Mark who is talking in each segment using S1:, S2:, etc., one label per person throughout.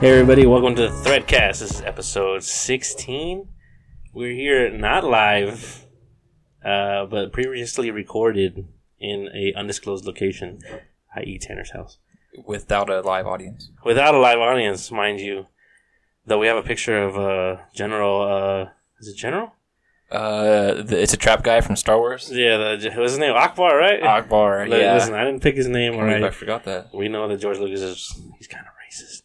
S1: Hey everybody, welcome to Threadcast. This is episode 16. We're here not live, uh, but previously recorded in a undisclosed location, i.e. Tanner's house.
S2: without a live audience.
S1: Without a live audience, mind you. Though we have a picture of uh, General, uh, is it General?
S2: Uh, the, it's a trap guy from Star Wars.
S1: Yeah, the, what's his name? Akbar, right?
S2: Akbar,
S1: Look,
S2: yeah.
S1: Listen, I didn't pick his name,
S2: I
S1: all
S2: can't believe I
S1: right?
S2: forgot that.
S1: We know that George Lucas is, he's kind of racist.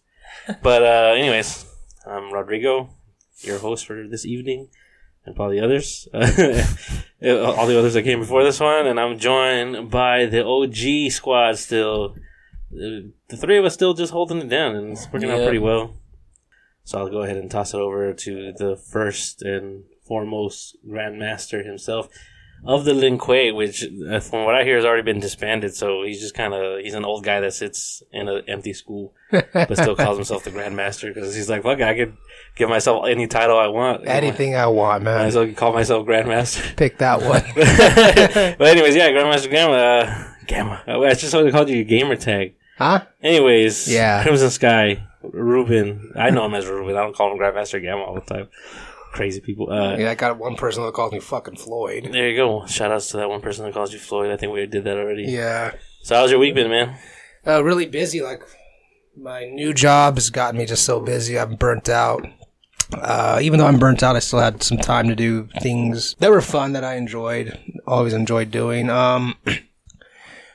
S1: but, uh, anyways, I'm Rodrigo, your host for this evening, and probably others. all the others that came before this one, and I'm joined by the OG squad still. The the three of us still just holding it down, and it's working out
S2: Yeah.
S1: pretty well. So I'll go ahead and toss it over to the first and foremost Grandmaster himself of the Lin Kuei, which uh, from what I hear has already been disbanded. So he's just kind of he's an old guy that sits in an empty school, but still calls himself the Grandmaster because he's like, fuck, it, I could give myself any title I want.
S3: Anything I want,
S1: Might
S3: man.
S1: as well call myself Grandmaster.
S3: Pick that one.
S1: but anyways, yeah, Grandmaster Gamma. Uh, Gamma. Uh, I just always called you gamer tag.
S3: huh?
S1: Anyways,
S3: Yeah.
S1: Crimson Sky, Ruben. I know him as Ruben. I don't call him Grandmaster Gamma all the time. Crazy people. Uh,
S3: Yeah, I got one person that calls me fucking Floyd.
S1: There you go. Shout outs to that one person that calls you Floyd. I think we did that already.
S3: Yeah.
S1: So how's your week been, man?
S3: Uh, really busy. Like, my new job has gotten me just so busy. I'm burnt out. Uh, even though I'm burnt out, I still had some time to do things that were fun that I enjoyed, always enjoyed doing. Um,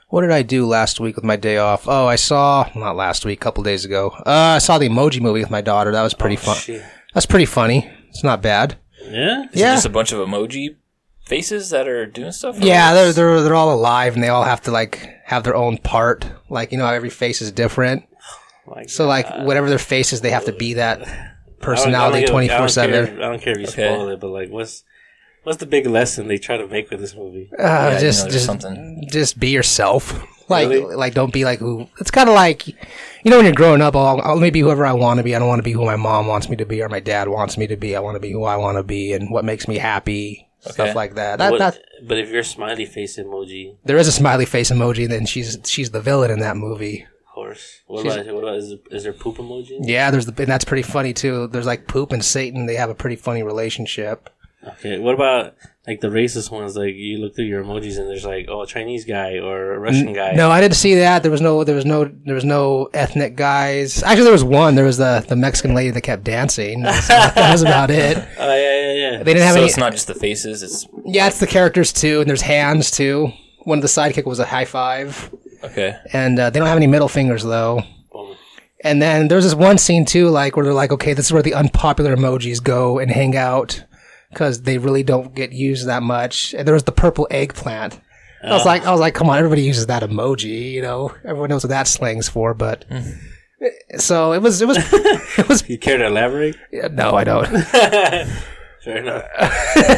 S3: what did I do last week with my day off? Oh, I saw, not last week, a couple days ago, uh, I saw the emoji movie with my daughter. That was pretty
S2: Oh,
S3: fun.
S1: Shit.
S3: That's pretty funny. It's not bad.
S1: Yeah.
S2: Is
S3: Yeah.
S2: it just a bunch of emoji faces that are doing stuff?
S3: Yeah, they're, they're they're all alive and they all have to like have their own part. Like you know, how every face is different.
S1: Like,
S3: So like whatever their face is, they have to be that personality
S1: give a- I
S3: twenty
S1: don't
S3: four seven.
S1: care- I don't care if you
S2: Okay.
S1: spoil it, but like, what's what's the big lesson they try to make with this movie?
S2: Yeah, I didn't
S3: Just
S2: notice
S3: just
S2: something.
S3: just be yourself. Like
S1: Really?
S3: like don't be like who. It's kind of like you know when you're growing up. I'll, I'll let me be whoever I want to be. I don't want to be who my mom wants me to be or my dad wants me to be. I want to be who I want to be and what makes me happy.
S2: Okay.
S3: Stuff like that. That,
S1: What-
S3: that.
S1: but if you're smiley face emoji,
S3: There is a smiley face emoji, and then she's she's the villain in that movie.
S1: of course. What about what about is, is there poop emoji?
S3: Yeah, there's the, and that's pretty funny too. There's like poop and Satan. They have a pretty funny relationship.
S1: Okay. What about like the racist ones? Like you look through your emojis and there's like, oh, a Chinese guy or a Russian guy.
S3: No, I didn't see that. There was no, there was no, there was no ethnic guys. Actually, there was one. There was the the Mexican lady that kept dancing. That was, that was about it.
S1: Oh yeah, yeah, yeah.
S3: They didn't have
S2: So
S3: any.
S2: it's not just the faces. It's
S3: yeah, it's the characters too, and there's hands too. One of the sidekick was a high five,
S2: okay.
S3: and uh, they don't have any middle fingers though.
S1: Boom.
S3: And then there's this one scene too, like where they're like, okay, this is where the unpopular emojis go and hang out because they really don't get used that much. And there was the purple eggplant. I was like, I was like, come on, everybody uses that emoji, you know, everyone knows what that slang's for. But so it was, it was, it was.
S1: You care to elaborate?
S3: yeah, No, I don't.
S1: Fair enough.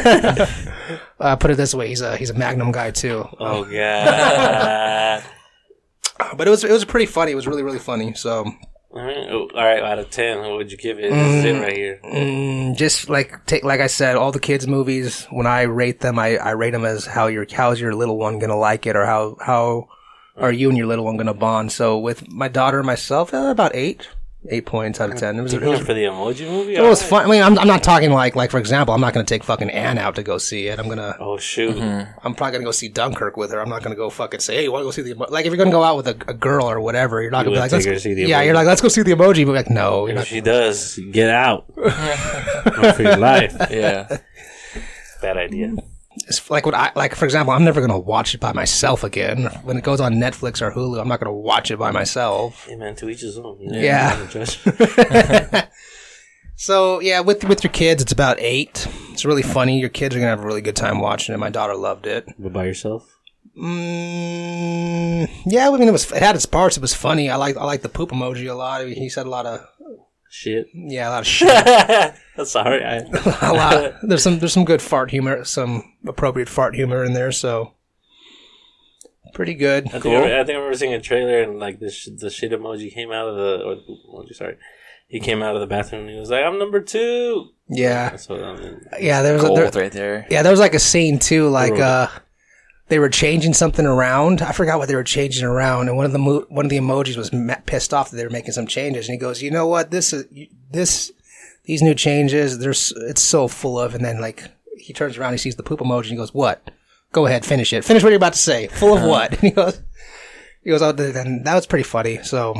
S3: Uh, put it this way, he's a he's a Magnum guy too.
S1: Oh god.
S3: But it was it was pretty funny. It was really really funny. So
S1: All right, oh, all right, out of ten, what would you give it? This is it right here.
S3: Mm, just like take like I said, all the kids' movies. When I rate them, I, I rate them as how your how's your little one gonna like it, or how how are you and your little one gonna bond. So with my daughter and myself, eh, about eight eight points out of ten. It was, it was,
S1: for the emoji movie.
S3: it was fun. I mean, I'm, I'm not talking like like for example, I'm not gonna take fucking Anne out to go see it. I'm gonna
S1: Oh shoot!
S3: Mm-hmm. I'm probably gonna go see Dunkirk with her. I'm not gonna go fucking say, hey, you wanna go see the emo-" like if you're gonna go out with a, a girl or whatever, you're not gonna
S1: would
S3: be like,
S1: take
S3: let's
S1: her to see the
S3: yeah,
S1: emoji.
S3: you're like, let's go see the emoji, but like, no, you're
S1: If
S3: not.
S1: she does, get out Run for your life.
S2: Yeah.
S1: Bad idea.
S3: it's like what I like. For example, I'm never gonna watch it by myself again. When it goes on Netflix or Hulu, I'm not gonna watch it by myself.
S1: Hey man, to each his own.
S3: Yeah.
S1: I'm Josh.
S3: So yeah, with with your kids, it's about eight. It's really funny. Your kids are gonna have a really good time watching it. My daughter loved it.
S1: But by yourself.
S3: Mm, yeah, I mean, it was it had its parts. It was funny. I like I like the poop emoji a lot. He said a lot of
S1: Shit.
S3: yeah, a lot of shit.
S1: Sorry. I,
S3: a lot. There's some there's some good fart humor, some appropriate fart humor in there. So pretty good.
S1: I think I, I think I remember seeing a trailer and like the sh- the shit emoji came out of the or the poop emoji. Sorry, he came out of the bathroom and he was like, "I'm number two.
S3: Yeah,
S1: That's what I mean.
S3: yeah. There was a, there,
S2: Gold right there.
S3: Yeah, there was like a scene too, like
S1: Brutal.
S3: uh they were changing something around. I forgot what they were changing around, and one of the mo- one of the emojis was ma- pissed off that they were making some changes, and he goes, "You know what? This is this these new changes. There's it's so full of." And then like he turns around, he sees the poop emoji, and he goes, "What? Go ahead, finish it. Finish what you're about to say. Full of what?" And he goes, "He goes, oh, then that was pretty funny." So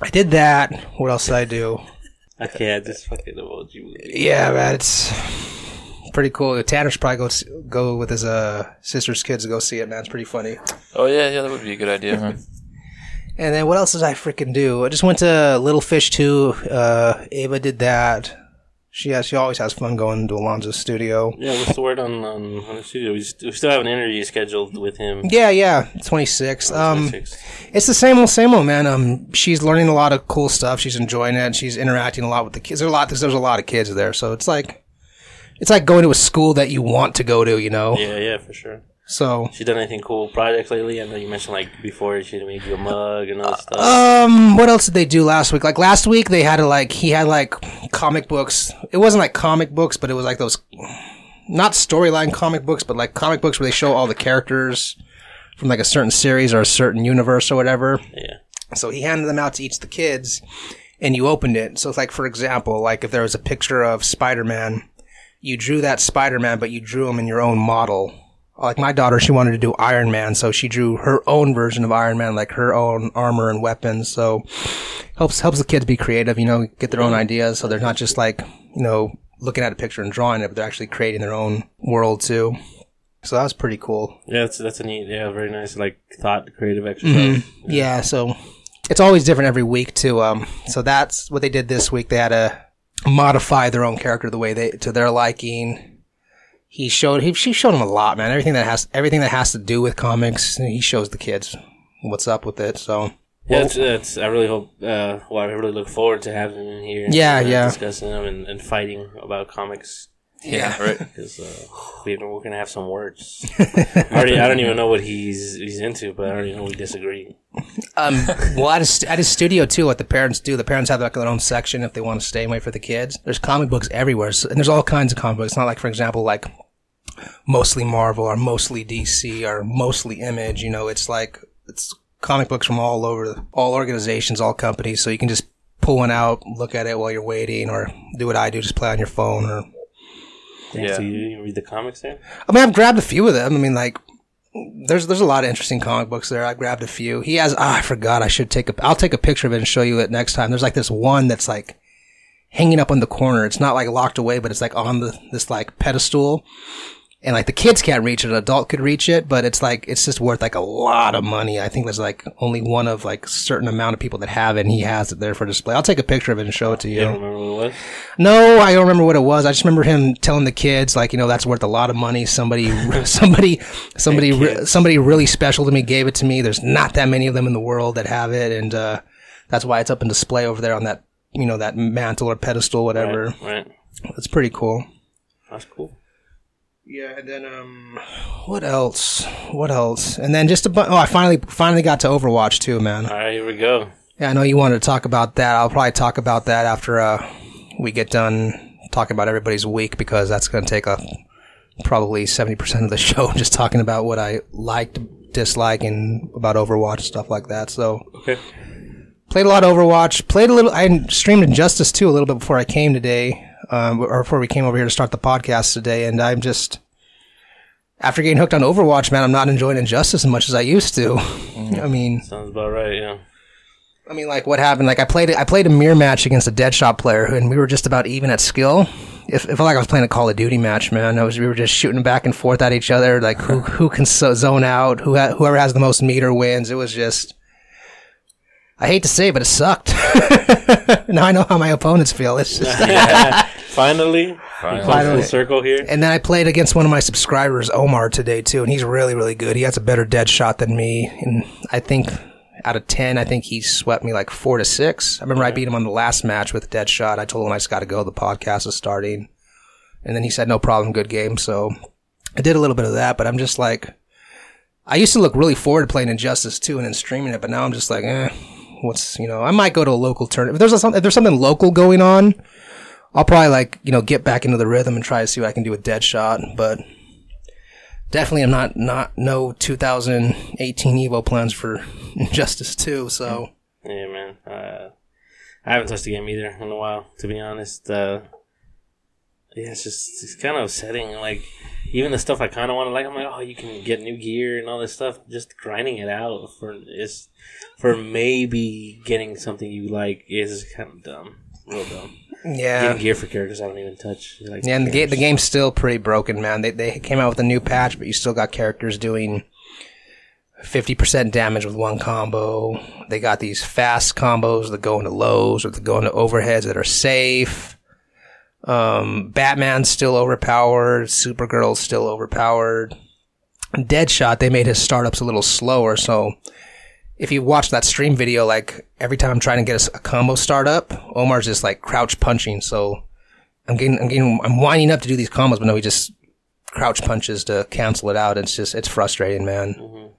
S3: I did that. What else did I do?
S1: I can't. This fucking emoji movie.
S3: Yeah, man, it's pretty cool. Tanner should probably go s- go with his uh, sister's kids to go see it, man. It's pretty funny.
S2: Oh yeah, yeah, that would be a good idea. Huh?
S3: And then what else did I freaking do? I just went to Little Fish 2. Uh, Ava did that. She has, she always has fun going to Alonzo's studio.
S1: Yeah, what's the word on um, on the studio? We, just, we still have an interview scheduled with him.
S3: Yeah, yeah, 26. Um, it's the same old, same old, man. Um, she's learning a lot of cool stuff. She's enjoying it. She's interacting a lot with the kids. There's a lot. There's, there's a lot of kids there, so it's like, it's like going to a school that you want to go to, you know.
S1: yeah, yeah, for sure.
S3: So
S1: She done anything cool projects lately? I know you mentioned like before she made you a mug and all that stuff.
S3: Um, what else did they do last week? Like last week, they had a, like he had like comic books. It wasn't like comic books, but it was like those not storyline comic books, but like comic books where they show all the characters from like a certain series or a certain universe or whatever.
S1: yeah,
S3: So he handed them out to each of the kids, and you opened it. So it's like, for example, like if there was a picture of Spider Man, you drew that Spider Man, but you drew him in your own model. Like my daughter, she wanted to do Iron Man, so she drew her own version of Iron Man, like her own armor and weapons. So helps helps the kids be creative, you know, get their own ideas, so they're not just like you know looking at a picture and drawing it, but they're actually creating their own world too. So that was pretty cool.
S1: yeah, that's that's a neat, yeah, very nice like thought creative exercise.
S3: Mm-hmm. Yeah, so it's always different every week too. Um, so that's what they did this week. They had to modify their own character the way they to their liking. He showed he she showed him a lot, man. Everything that has everything that has to do with comics, he shows the kids what's up with it. So
S1: Yeah, it's, it's, I really hope. Uh, well, I really look forward to having him in here. and,
S3: Yeah,
S1: uh,
S3: yeah.
S1: discussing them and, and fighting about comics
S2: Yeah, right.
S1: because uh, we, we're gonna have some words. I already, I don't even know what he's he's into, but I already know we disagree.
S3: um, well, at his, at his studio too, what the parents do, the parents have like their own section if they want to stay away for the kids. There's comic books everywhere, so, and there's all kinds of comic books. It's not like, for example, like mostly Marvel or mostly DC or mostly Image. You know, it's like it's comic books from all over, all organizations, all companies. So you can just pull one out, look at it while you're waiting, or do what I do, just play on your phone. Or
S1: Thanks
S2: Yeah.
S1: to you, you read the comics there.
S3: I mean, I've grabbed a few of them. I mean, like. There's there's a lot of interesting comic books there. I grabbed a few. He has. ah, I forgot. I should take a. I'll take a picture of it and show you it next time. There's like this one that's like hanging up on the corner. It's not like locked away, but it's like on the this like pedestal, and like the kids can't reach it. An adult could reach it, but it's like it's just worth like a lot of money. I think there's like only one of like certain amount of people that have it. and He has it there for display. I'll take a picture of it and show it to you.
S1: You don't remember what it was?
S3: No, I don't remember what it was. I just remember him telling the kids, like, you know, that's worth a lot of money. Somebody, somebody, somebody, re- somebody really special to me gave it to me. There's not that many of them in the world that have it, and uh, that's why it's up in display over there on that, you know, that mantle or pedestal, whatever.
S1: Right, right.
S3: It's pretty cool.
S1: That's cool.
S3: Yeah, and then um, what else? What else? And then just a bu- oh, I finally finally got to Overwatch too, man.
S1: All right, here we go.
S3: Yeah, I know you wanted to talk about that. I'll probably talk about that after uh, we get done talking about everybody's week because that's going to take up probably 70% of the show just talking about what I liked, disliked, and about Overwatch stuff like that. So,
S1: Okay.
S3: played a lot of Overwatch. Played a little, I streamed Injustice too a little bit before I came today, um, or before we came over here to start the podcast today. And I'm just, after getting hooked on Overwatch, man, I'm not enjoying Injustice as much as I used to. I mean,
S1: Sounds about right. Yeah.
S3: I mean, like what happened? Like I played, I played a mirror match against a Deadshot player, and we were just about even at skill. If it felt like I was playing a Call of Duty match, man. I was, we were just shooting back and forth at each other, like who who can so zone out, who ha- whoever has the most meter wins. It was just, I hate to say, it, but it sucked. now I know how my opponents feel. It's just,
S1: Finally,
S2: Finally.
S1: finally,
S3: Finally.
S1: full circle here.
S3: And then I played against one of my subscribers, Omar, today too, and he's really, really good. He has a better dead shot than me, and I think out of ten, I think he swept me like four to six. I remember I beat him on the last match with a dead shot. I told him I just got to go. The podcast is starting, and then he said, "No problem, good game." So I did a little bit of that, but I'm just like, I used to look really forward to playing Injustice too, and then streaming it, but now I'm just like, eh, what's you know? I might go to a local tournament if there's a, some- if there's something local going on. I'll probably like you know get back into the rhythm and try to see what I can do with Deadshot, but definitely am not not no 2018 Evo plans for Injustice 2. So
S1: Yeah, man. Uh, I haven't touched the game either in a while, to be honest. Uh, yeah, it's just it's kind of upsetting. Like even the stuff I kind of want to like, I'm like, oh, you can get new gear and all this stuff. Just grinding it out for is for maybe getting something you like is kind of dumb, real dumb.
S3: yeah,
S1: Getting gear for characters I don't even touch. Like,
S3: yeah, and the, ga- the
S1: characters.
S3: game's still pretty broken, man. They they came out with a new patch, but you still got characters doing. 50% damage with one combo. They got these fast combos that go into lows or that go into overheads that are safe. Um, Batman's still overpowered. Supergirl's still overpowered. Deadshot, they made his startups a little slower. So if you watch that stream video, like every time I'm trying to get a s- a, combo startup, Omar's just like crouch punching. So I'm getting, I'm getting, I'm winding up to do these combos, but no, he just crouch punches to cancel it out. It's just, it's frustrating, man.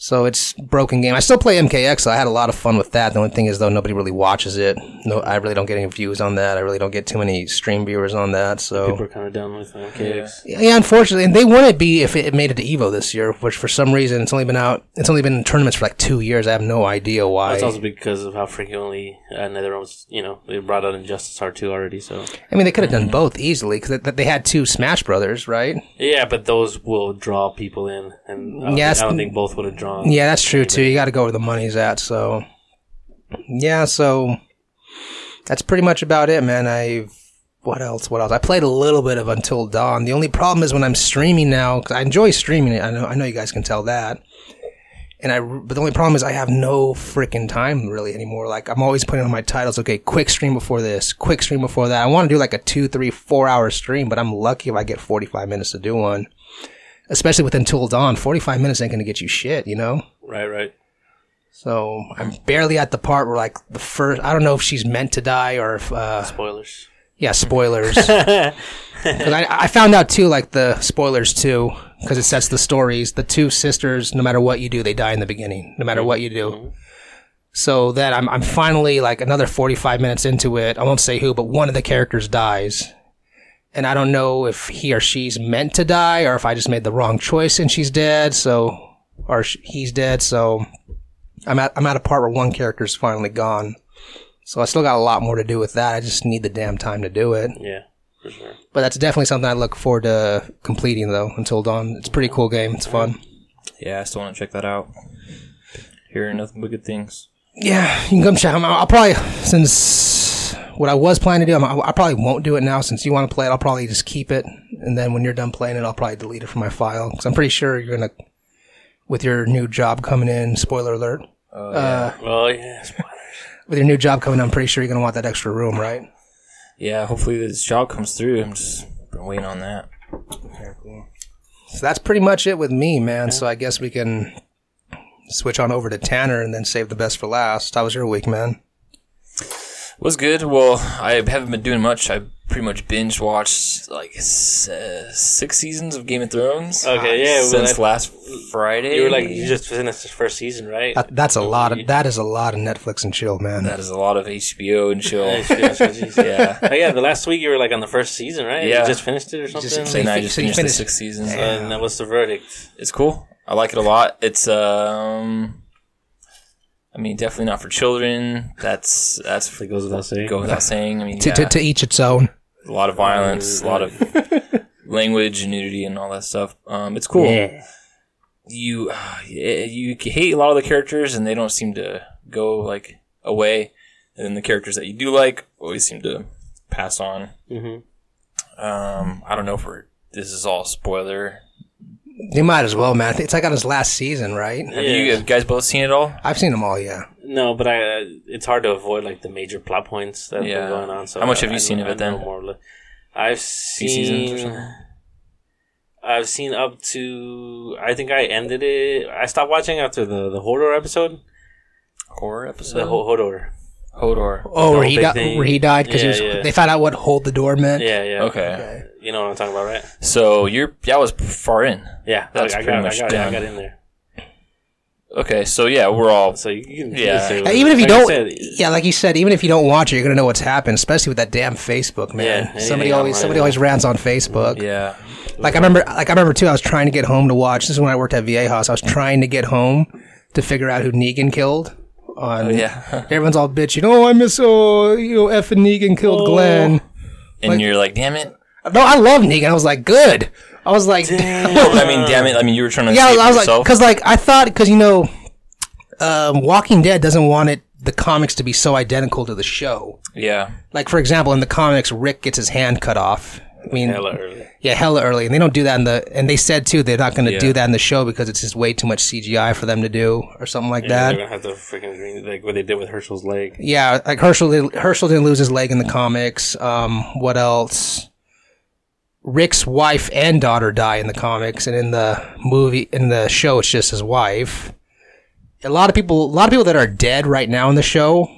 S3: So it's broken game. I still play MKX. So I had a lot of fun with that. The only thing is though, nobody really watches it. No, I really don't get any views on that. I really don't get too many stream viewers on that. So
S1: people are kind of done with um, MKX.
S3: yeah, unfortunately, and they wouldn't be if it made it to Evo this year, which for some reason it's only been out. It's only been in tournaments for like two years. I have no idea why.
S1: It's also because of how frequently uh, NetherRealm's, you know, they brought out Injustice R2 already, so.
S3: I mean, they could have done both easily because they, they had two Smash Brothers, right?
S1: Yeah, but those will draw people in, and I don't,
S3: Yes.
S1: think, I don't think both would have drawn.
S3: Yeah, that's true too. You got to go where the money's at. So, yeah, so that's pretty much about it, man. I what else? What else? I played a little bit of Until Dawn. The only problem is when I'm streaming now because I enjoy streaming it. I know I know you guys can tell that. And I, but the only problem is I have no freaking time really anymore. Like I'm always putting on my titles. Okay, quick stream before this, quick stream before that. I want to do like a two, three, four hour stream, but I'm lucky if I get 45 minutes to do one. Especially with Until Dawn, 45 minutes ain't gonna get you shit, you know.
S1: Right, right.
S3: So I'm barely at the part where like the first. I don't know if she's meant to die or if uh,
S1: Spoilers.
S3: yeah, spoilers. 'Cause I, I found out too, like the spoilers too, because it sets the stories. The two sisters, no matter what you do, they die in the beginning. No matter what you do. So then I'm I'm finally like another 45 minutes into it. I won't say who, but one of the characters dies. And I don't know if he or she's meant to die or if I just made the wrong choice and she's dead. So, or sh- he's dead. So I'm at, I'm at a part where one character's finally gone. So I still got a lot more to do with that. I just need the damn time to do it.
S1: Yeah, for sure.
S3: But that's definitely something I look forward to completing though until dawn. It's a pretty cool game. It's fun.
S2: Yeah, I still want to check that out. Hearing nothing but good things.
S3: Yeah, you can come check them out. I'll probably since what I was planning to do, I'm, I probably won't do it now. Since you want to play it, I'll probably just keep it, and then when you're done playing it, I'll probably delete it from my file because I'm pretty sure you're gonna with your new job coming in. Spoiler alert. uh,
S1: Well, yeah, spoilers.
S3: With your new job coming, in, I'm pretty sure you're gonna want that extra room, right?
S2: Yeah, hopefully this job comes through. I'm just been waiting on that.
S3: So that's pretty much it with me, man. So I guess we can switch on over to Tanner and then save the best for last. How was your week, man?
S2: Was good. Well, I haven't been doing much. I pretty much binge watched like s- uh, six seasons of Game of Thrones.
S1: Okay, yeah, well,
S2: Since
S1: that-
S2: last Friday,
S1: You were like, you just finished the first season, right?
S3: That, that's a lot of that is a lot of Netflix and chill, man.
S2: that is a lot of HBO and chill.
S1: yeah.
S2: yeah,
S1: Oh, yeah, the last week you were like on the first season, right?
S2: Yeah.
S1: You just finished it or something?
S3: just- so you
S2: and I
S3: fin-
S2: just
S3: so you
S2: finished,
S3: finished-
S2: the six seasons.
S1: and that was the verdict.
S2: It's cool. I like it a lot. It's um, I mean, definitely not for children. That's that's
S1: It goes without saying.
S2: go without saying. I mean,
S3: to, to,
S2: yeah,
S3: to each its own.
S2: a lot of violence, a lot of language and nudity and all that stuff. Um, it's cool.
S1: Yeah.
S2: You uh, you hate a lot of the characters, and they don't seem to go like away. And then the characters that you do like always seem to pass on.
S1: Mhm.
S2: Um, I don't know if we're, this is all spoiler.
S3: You might as well, man. I think It's like on his last season, right?
S2: Have
S1: Yeah.
S2: you guys both seen it all?
S3: I've seen them all, yeah.
S1: No, but I, uh, it's hard to avoid like the major plot points that have
S2: Yeah.
S1: been going on. So
S2: How much
S1: I-
S2: have you
S1: I
S2: seen
S1: know-
S2: of it
S1: I know
S2: then?
S1: More or less. I've
S2: seasons or
S1: seen.
S2: something?
S1: I've seen up to. I think I ended it. I stopped watching after the the horror episode.
S2: Horror episode.
S1: The ho- horror.
S2: Hodor.
S3: Oh,
S1: whole
S3: where he,
S1: big
S3: di-
S1: thing.
S3: where he died because
S1: Yeah, yeah.
S3: they found out what hold the door meant.
S1: Yeah, yeah.
S2: Okay.
S1: You know what I'm talking about, right?
S2: So you're that was far in.
S1: Yeah,
S2: That's
S1: I, I
S2: pretty
S1: got,
S2: much
S1: I got, I
S2: done.
S1: got in there.
S2: Okay, so yeah, we're all
S1: So you can
S2: Yeah.
S1: say-
S3: And Uh, even if you
S1: like I
S3: don't,
S1: said,
S3: yeah, like you said, even if you don't watch it, you're gonna know what's happened, especially with that damn Facebook, man.
S1: Yeah,
S3: somebody
S1: yeah,
S3: always,
S1: right.
S3: somebody always rants on Facebook.
S2: yeah.
S3: Like I remember, like I remember too. I was trying to get home to watch. This is when I worked at VA House. I was trying to get home to figure out who Negan killed. On
S2: Yeah.
S3: everyone's all bitching. Oh, I miss. Oh, you know, F and Negan killed Glenn.
S2: And you're like, damn it.
S3: No, I love Negan. I was like, good. I was like,
S2: I mean, damn it. I mean, you were trying to
S3: yeah, I
S2: escape
S3: was, I was like,
S2: yourself.
S3: because like I thought, because you know, um, Walking Dead doesn't want it the comics to be so identical to the show.
S2: yeah.
S3: Like for example, in the comics, Rick gets his hand cut off. I mean,
S1: hella early.
S3: yeah, hella early, and they don't do that in the. And they said too they're not going to do that in the show because it's just way too much CGI for them to do or something like
S1: They're
S3: that.
S1: gonna have to freaking green like what they did with Herschel's leg.
S3: Yeah, like Herschel, Herschel didn't lose his leg in the comics. Um, what else? Rick's wife and daughter die in the comics, and in the movie, in the show, it's just his wife. A lot of people, a lot of people that are dead right now in the show,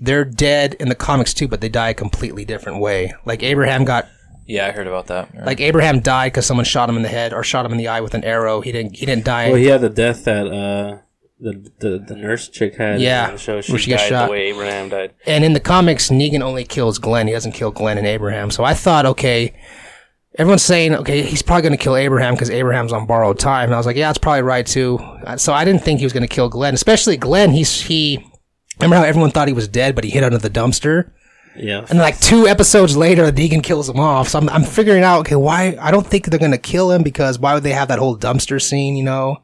S3: they're dead in the comics too, but they die a completely different way. Like Abraham got
S2: Yeah, I heard about that.
S3: Like Abraham died because someone shot him in the head or shot him in the eye with an arrow. He didn't. He didn't die.
S1: Well, he had the death that uh, the, the the nurse chick had.
S3: Yeah,
S1: on the show. She,
S3: where she
S1: died
S3: got shot.
S1: the way Abraham died.
S3: and in the comics, Negan only kills Glenn. He doesn't kill Glenn and Abraham. So I thought, okay, everyone's saying, okay, he's probably going to kill Abraham because Abraham's on borrowed time. And I was like, yeah, that's probably right too. Uh, So I didn't think he was going to kill Glenn, especially Glenn. He's he. Remember how everyone thought he was dead, but he hid under the dumpster.
S1: Yeah,
S3: And like two episodes later, Negan kills him off. So I'm, I'm figuring out, okay, why? I don't think they're going to kill him because why would they have that whole dumpster scene? You know.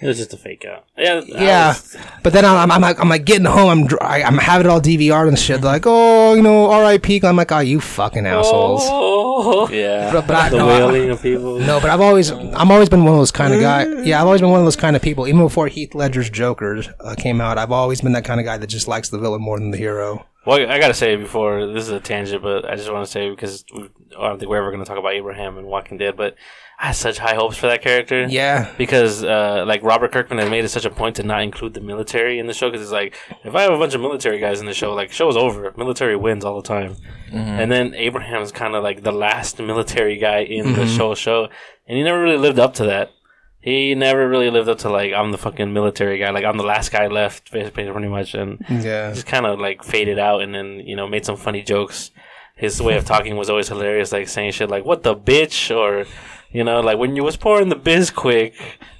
S1: it was just a fake out. Yeah, I
S3: Yeah,
S1: was-
S3: but then I'm, I'm like, I'm like getting home. I'm, dr- I, I'm having it all DVR and shit. They're like, oh, you know, R.I.P. I'm like, oh, you fucking assholes.
S1: Oh,
S2: yeah.
S3: But, but I,
S1: the
S3: no, I-
S1: wailing of people.
S3: no, but I've always, I'm always been one of those kind of guy.
S1: Mm.
S3: Yeah, I've always been one of those kind of people. Even before Heath Ledger's Joker uh, came out, I've always been that kind of guy that just likes the villain more than the hero.
S1: Well, I gotta say before this is a tangent, but I just want to say because we, I don't think we're ever gonna talk about Abraham and Walking Dead, but I had such high hopes for that character.
S3: Yeah,
S1: because uh, like Robert Kirkman had made it such a point to not include the military in the show because it's like if I have a bunch of military guys in the show, like show's over. Military wins all the time, and then Abraham's kind of like the last military guy in the show show, and he never really lived up to that. He never really lived up to like I'm the fucking military guy, like I'm the last guy left, basically pretty much, and
S3: yeah,
S1: just kind of like faded out and then you know made some funny jokes his way of talking was always hilarious like saying shit like what the bitch or you know like when you was pouring the biz quick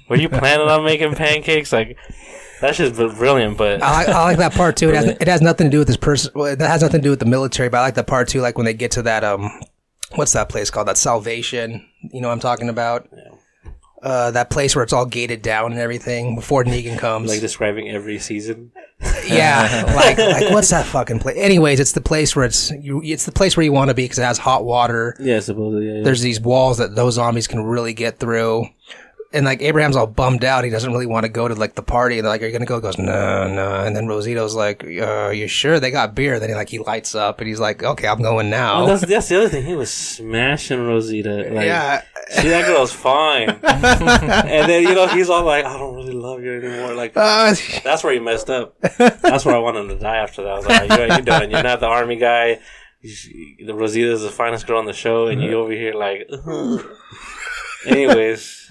S1: were you planning on making pancakes like that's just brilliant but
S3: I like, I like that part too. It has, it has nothing to do with this person. Well, it has nothing to do with the military, but I like that part too. Like when they get to that, um, what's that place called? That Salvation. You know what I'm talking about? Uh, that place where it's all gated down and everything before Negan comes.
S1: like describing every season
S3: yeah, like like what's that fucking place? Anyways, it's the place where it's you, it's the place where you want to be because it has hot water.
S1: yeah supposedly yeah,
S3: There's these walls that those zombies can really get through. And like Abraham's all bummed out. He doesn't really want to go to like the party. And they're like, "Are you gonna go?" He goes, "No, no." And then Rosito's like, uh, "You sure?" They got beer. Then he like he lights up and he's like, "Okay, I'm going now."
S1: Oh, that's, that's the other thing. He was smashing Rosita. Like,
S3: yeah,
S1: she, that girl's fine. and then you know he's all like, "I don't really love you anymore." Like,
S3: Uh,
S1: That's where you messed up. That's where I wanted him to die after that. I was like, you're, you're done. You're not the army guy. You- The Rosita's the finest girl on the show, and you over here like. Anyways,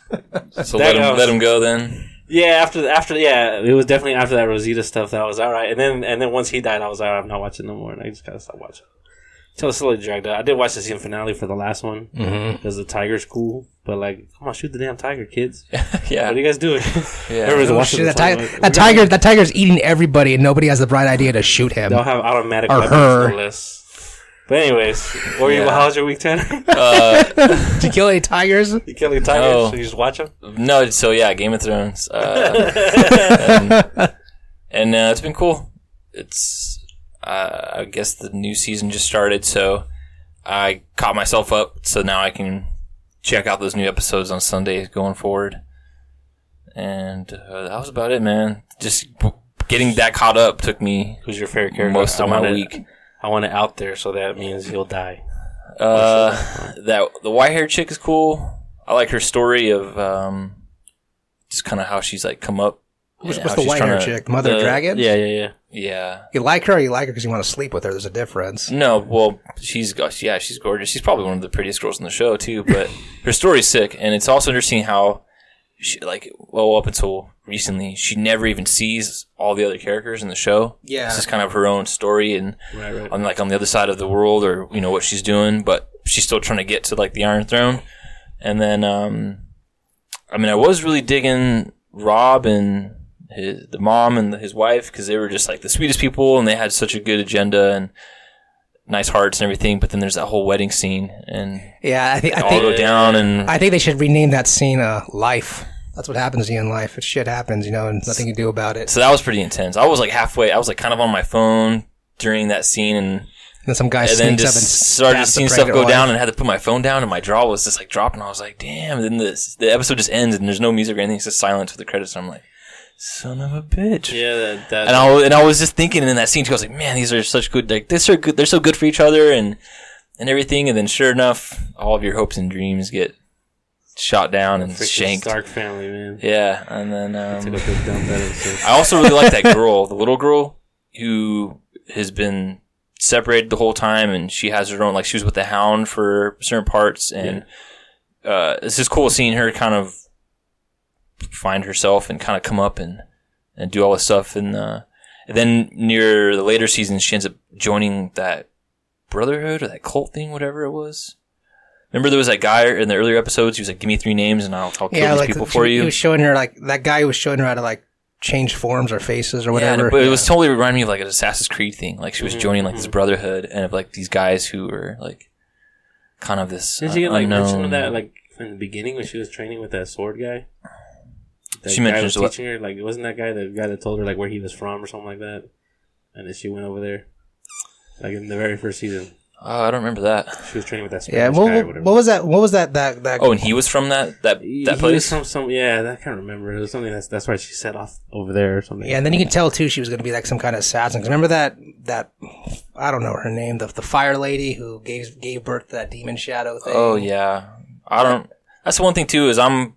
S2: So let
S1: That
S2: him,
S1: goes.
S2: let him go then.
S1: yeah. After the- after yeah, it was definitely after that Rosita stuff that I was all right. And then and then once he died, I was like, I'm not watching no more, and I just gotta stop watching. Until it slowly dragged out. I did watch the season finale for the last one because the tiger's cool, but like, come on, shoot the damn tiger, kids! What are
S2: yeah.
S1: you guys doing?
S2: Yeah.
S1: Everybody's
S3: oh,
S1: watching
S3: shit, that,
S1: this, I'm like,
S3: ti- that
S1: we're gonna-
S3: tiger, that tiger's eating everybody, and nobody has the bright idea to shoot him.
S1: They'll have automatic
S3: Or
S1: weapons
S3: her.
S1: for lists. But anyways, or you,
S2: Yeah.
S1: how was your week, Tanner?
S2: Uh,
S3: Did you kill any tigers?
S1: you kill any tigers?
S2: No.
S1: So you just watch them?
S2: No, so yeah, Game of Thrones. Uh, and and uh, it's been cool. It's, uh, I guess the new season just started, so I caught myself up, so now I can check out those new episodes on Sundays going forward. And uh, that was about it, man. Just b- getting that caught up took me
S1: Who's your favorite character?
S2: most
S1: I
S2: of
S1: want
S2: my
S1: it-
S2: week.
S1: I want it out there, so that means you'll die.
S2: Uh, that the white haired chick is cool. I like her story of um, just kind of how she's like come up.
S3: What's,
S2: and
S3: what's
S2: how
S3: the
S2: she's
S3: white hair
S2: trying to-
S3: chick? Mother
S1: Uh,
S3: Dragon?
S1: Yeah, yeah, yeah.
S2: Yeah.
S3: You like her or you like her because you want to sleep with her. There's a difference.
S2: No, well, she's got yeah, she's gorgeous. She's probably one of the prettiest girls in the show too. But her story's sick, and it's also interesting how she, like well up until recently she never even sees all the other characters in the show
S3: Yeah.
S2: it's just kind of her own story and
S1: Right, right.
S2: on like on the other side of the world or you know what she's doing but she's still trying to get to like the iron throne and then um i mean i was really digging rob and his, the mom and his wife because they were just like the sweetest people and they had such a good agenda and nice hearts and everything but then there's that whole wedding scene and
S3: Yeah, I think I
S2: all
S3: think
S2: go down and
S3: I think they should rename that scene uh, "Life." That's what happens to you in life. It shit happens, you know, and nothing you do about it.
S2: So that was pretty intense. I was like halfway. I was like kind of on my phone during that scene, and,
S3: And some guy
S2: and then
S3: sneaks up
S2: just
S3: and
S2: started
S3: stabs the
S2: seeing stuff
S3: pregnant
S2: go down,
S3: wife.
S2: and had to put my phone down, and my jaw was just like dropping. I was like, "Damn!" And then the the episode just ends, and there's no music or anything. It's just silence with the credits. And I'm like, "Son of a bitch."
S1: Yeah, that, that
S2: And I was, and I was just thinking in that scene, too, I was like, "Man, these are such good. Like, this are good. They're so good for each other, and and everything." And then, sure enough, all of your hopes and dreams get shot down and
S1: freaking
S2: shanked.
S1: Stark family, man.
S2: Yeah, and then um,
S1: Took a big dump that episode.
S2: I also really like that girl, the little girl who has been separated the whole time, and she has her own. Like she was with the Hound for certain parts, and uh, it's just cool seeing her kind of find herself and kind of come up and and do all this stuff. And, uh, and then near the later seasons, she ends up joining that brotherhood or that cult thing, whatever it was. Remember, there was that guy in the earlier episodes. He was like, "Give me three names, and I'll, I'll kill
S3: Yeah,
S2: these
S3: like
S2: people
S3: the-
S2: for
S3: He
S2: you."
S3: was showing her like that guy was showing her how to like change forms or faces or
S2: Yeah, and
S3: whatever.
S2: it- but it was totally reminding me of like an Assassin's Creed thing. Like she
S1: Mm-hmm,
S2: was joining like this brotherhood and of like these guys who were like kind of this.
S1: Did she get
S2: uh,
S1: like
S2: unknown-
S1: mention of that like in the beginning when she was training with that sword guy? That
S2: She
S1: guy
S2: mentions
S1: was
S2: what-
S1: teaching her like wasn't that guy the guy that told her like where he was from or something like that, and then she went over there. Like in the very first season,
S2: Oh, I don't remember that.
S1: she was training with that Spanish
S3: yeah, what,
S1: guy or
S3: what,
S1: whatever.
S3: what was that? What was that? That that
S2: Oh, and he was from that that
S1: He-
S2: that
S1: he was
S2: place.
S1: Some, some, yeah, I can't remember. It was something that's that's why she set off over there or something.
S3: Yeah, and then you can tell too she was going to be like some kind of assassin. 'Cause remember that that I don't know her name, the the fire lady who gave gave birth to that demon shadow thing.
S2: Oh yeah, I don't. That's the one thing too is I'm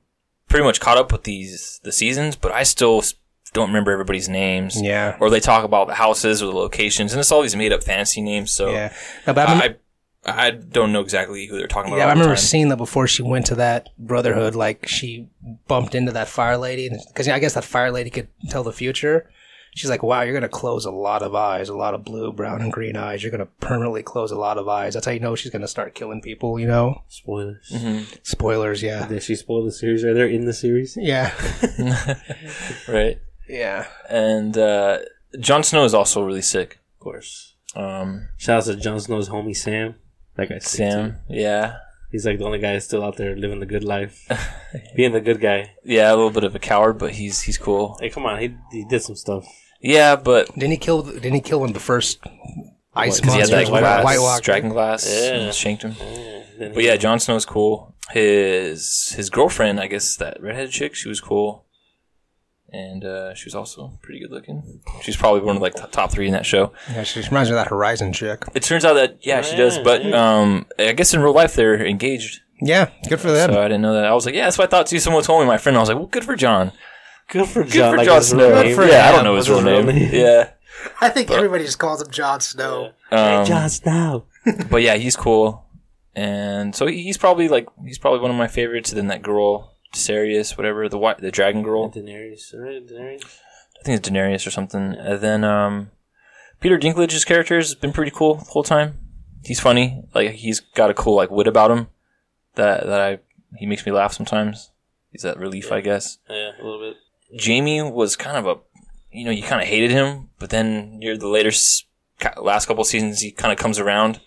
S2: pretty much caught up with these the seasons, but I still s- don't remember everybody's names.
S3: yeah,
S2: Or they talk about the houses or the locations, and it's all these made up fantasy names. So
S3: yeah. No, but I, remember,
S2: I, I I don't know exactly who they're talking about.
S3: yeah,
S2: all
S3: I
S2: the
S3: remember
S2: time.
S3: seeing that before she went to that brotherhood. Like she bumped into that fire lady because I guess that fire lady could tell the future. She's like, "Wow, you're going to close a lot of eyes, a lot of blue, brown, and green eyes. You're going to permanently close a lot of eyes. That's how you know she's going to start killing people. You know,
S1: spoilers.
S2: Mm-hmm.
S3: spoilers. Yeah,
S1: Did she spoil the series? Are they in the series?
S3: yeah,
S2: Mm-hmm. right.
S3: yeah.
S2: and uh, Jon Snow is also really sick.
S1: Of course.
S2: Um,
S1: Shout out to Jon Snow's homie Sam. That guy's sick, too.
S2: Sam, yeah,
S1: He's like the only guy still out there living the good life, being the good guy.
S2: yeah, a little bit of a coward, but he's he's cool.
S1: Hey, come on, he, he did some stuff.
S2: Yeah, but
S3: Didn't he kill? Didn't he kill one of the first ice
S2: because he had
S3: monsters?
S2: that
S3: White,
S2: glass,
S3: White Walker.
S2: dragon glass,
S1: Yeah.
S2: and shanked him.
S1: Then
S2: But
S1: he-
S2: yeah, Jon Snow's cool. His his girlfriend, I guess that redheaded chick, she was cool, and uh, she was also pretty good looking. She's probably one of like the top three in that show.
S3: Yeah, she just reminds me of that Horizon chick.
S2: It turns out that yeah, she does. But um, I guess in real life they're engaged.
S3: Yeah, good for them.
S2: So I didn't know that. I was like, yeah, that's what I thought too. Someone told me, my friend. I was like, well, good for John.
S1: good for
S2: Good
S1: Jon.
S2: for
S1: like
S2: Jon
S1: his real
S2: Snow.
S1: name.
S3: for
S2: yeah, I don't
S3: him.
S2: know his real
S1: What's his
S2: name.
S1: real name?
S2: yeah.
S3: I think everybody just calls him Jon Snow.
S2: Um,
S1: Jon Snow.
S2: but yeah, he's cool. And so he- he's probably like he's probably one of my favorites. And then that girl, Sarius, whatever, the white, the dragon girl.
S1: Daenerys, right? Daenerys.
S2: I think it's Daenerys or something. And then um, Peter Dinklage's character has been pretty cool the whole time. He's funny. Like he's got a cool like wit about him that that I he makes me laugh sometimes. He's that relief, I guess.
S1: Yeah, a little bit.
S2: Jamie was kind of a, you know, you kind of hated him, but then near the later s- ca- last couple seasons, he kind of comes around,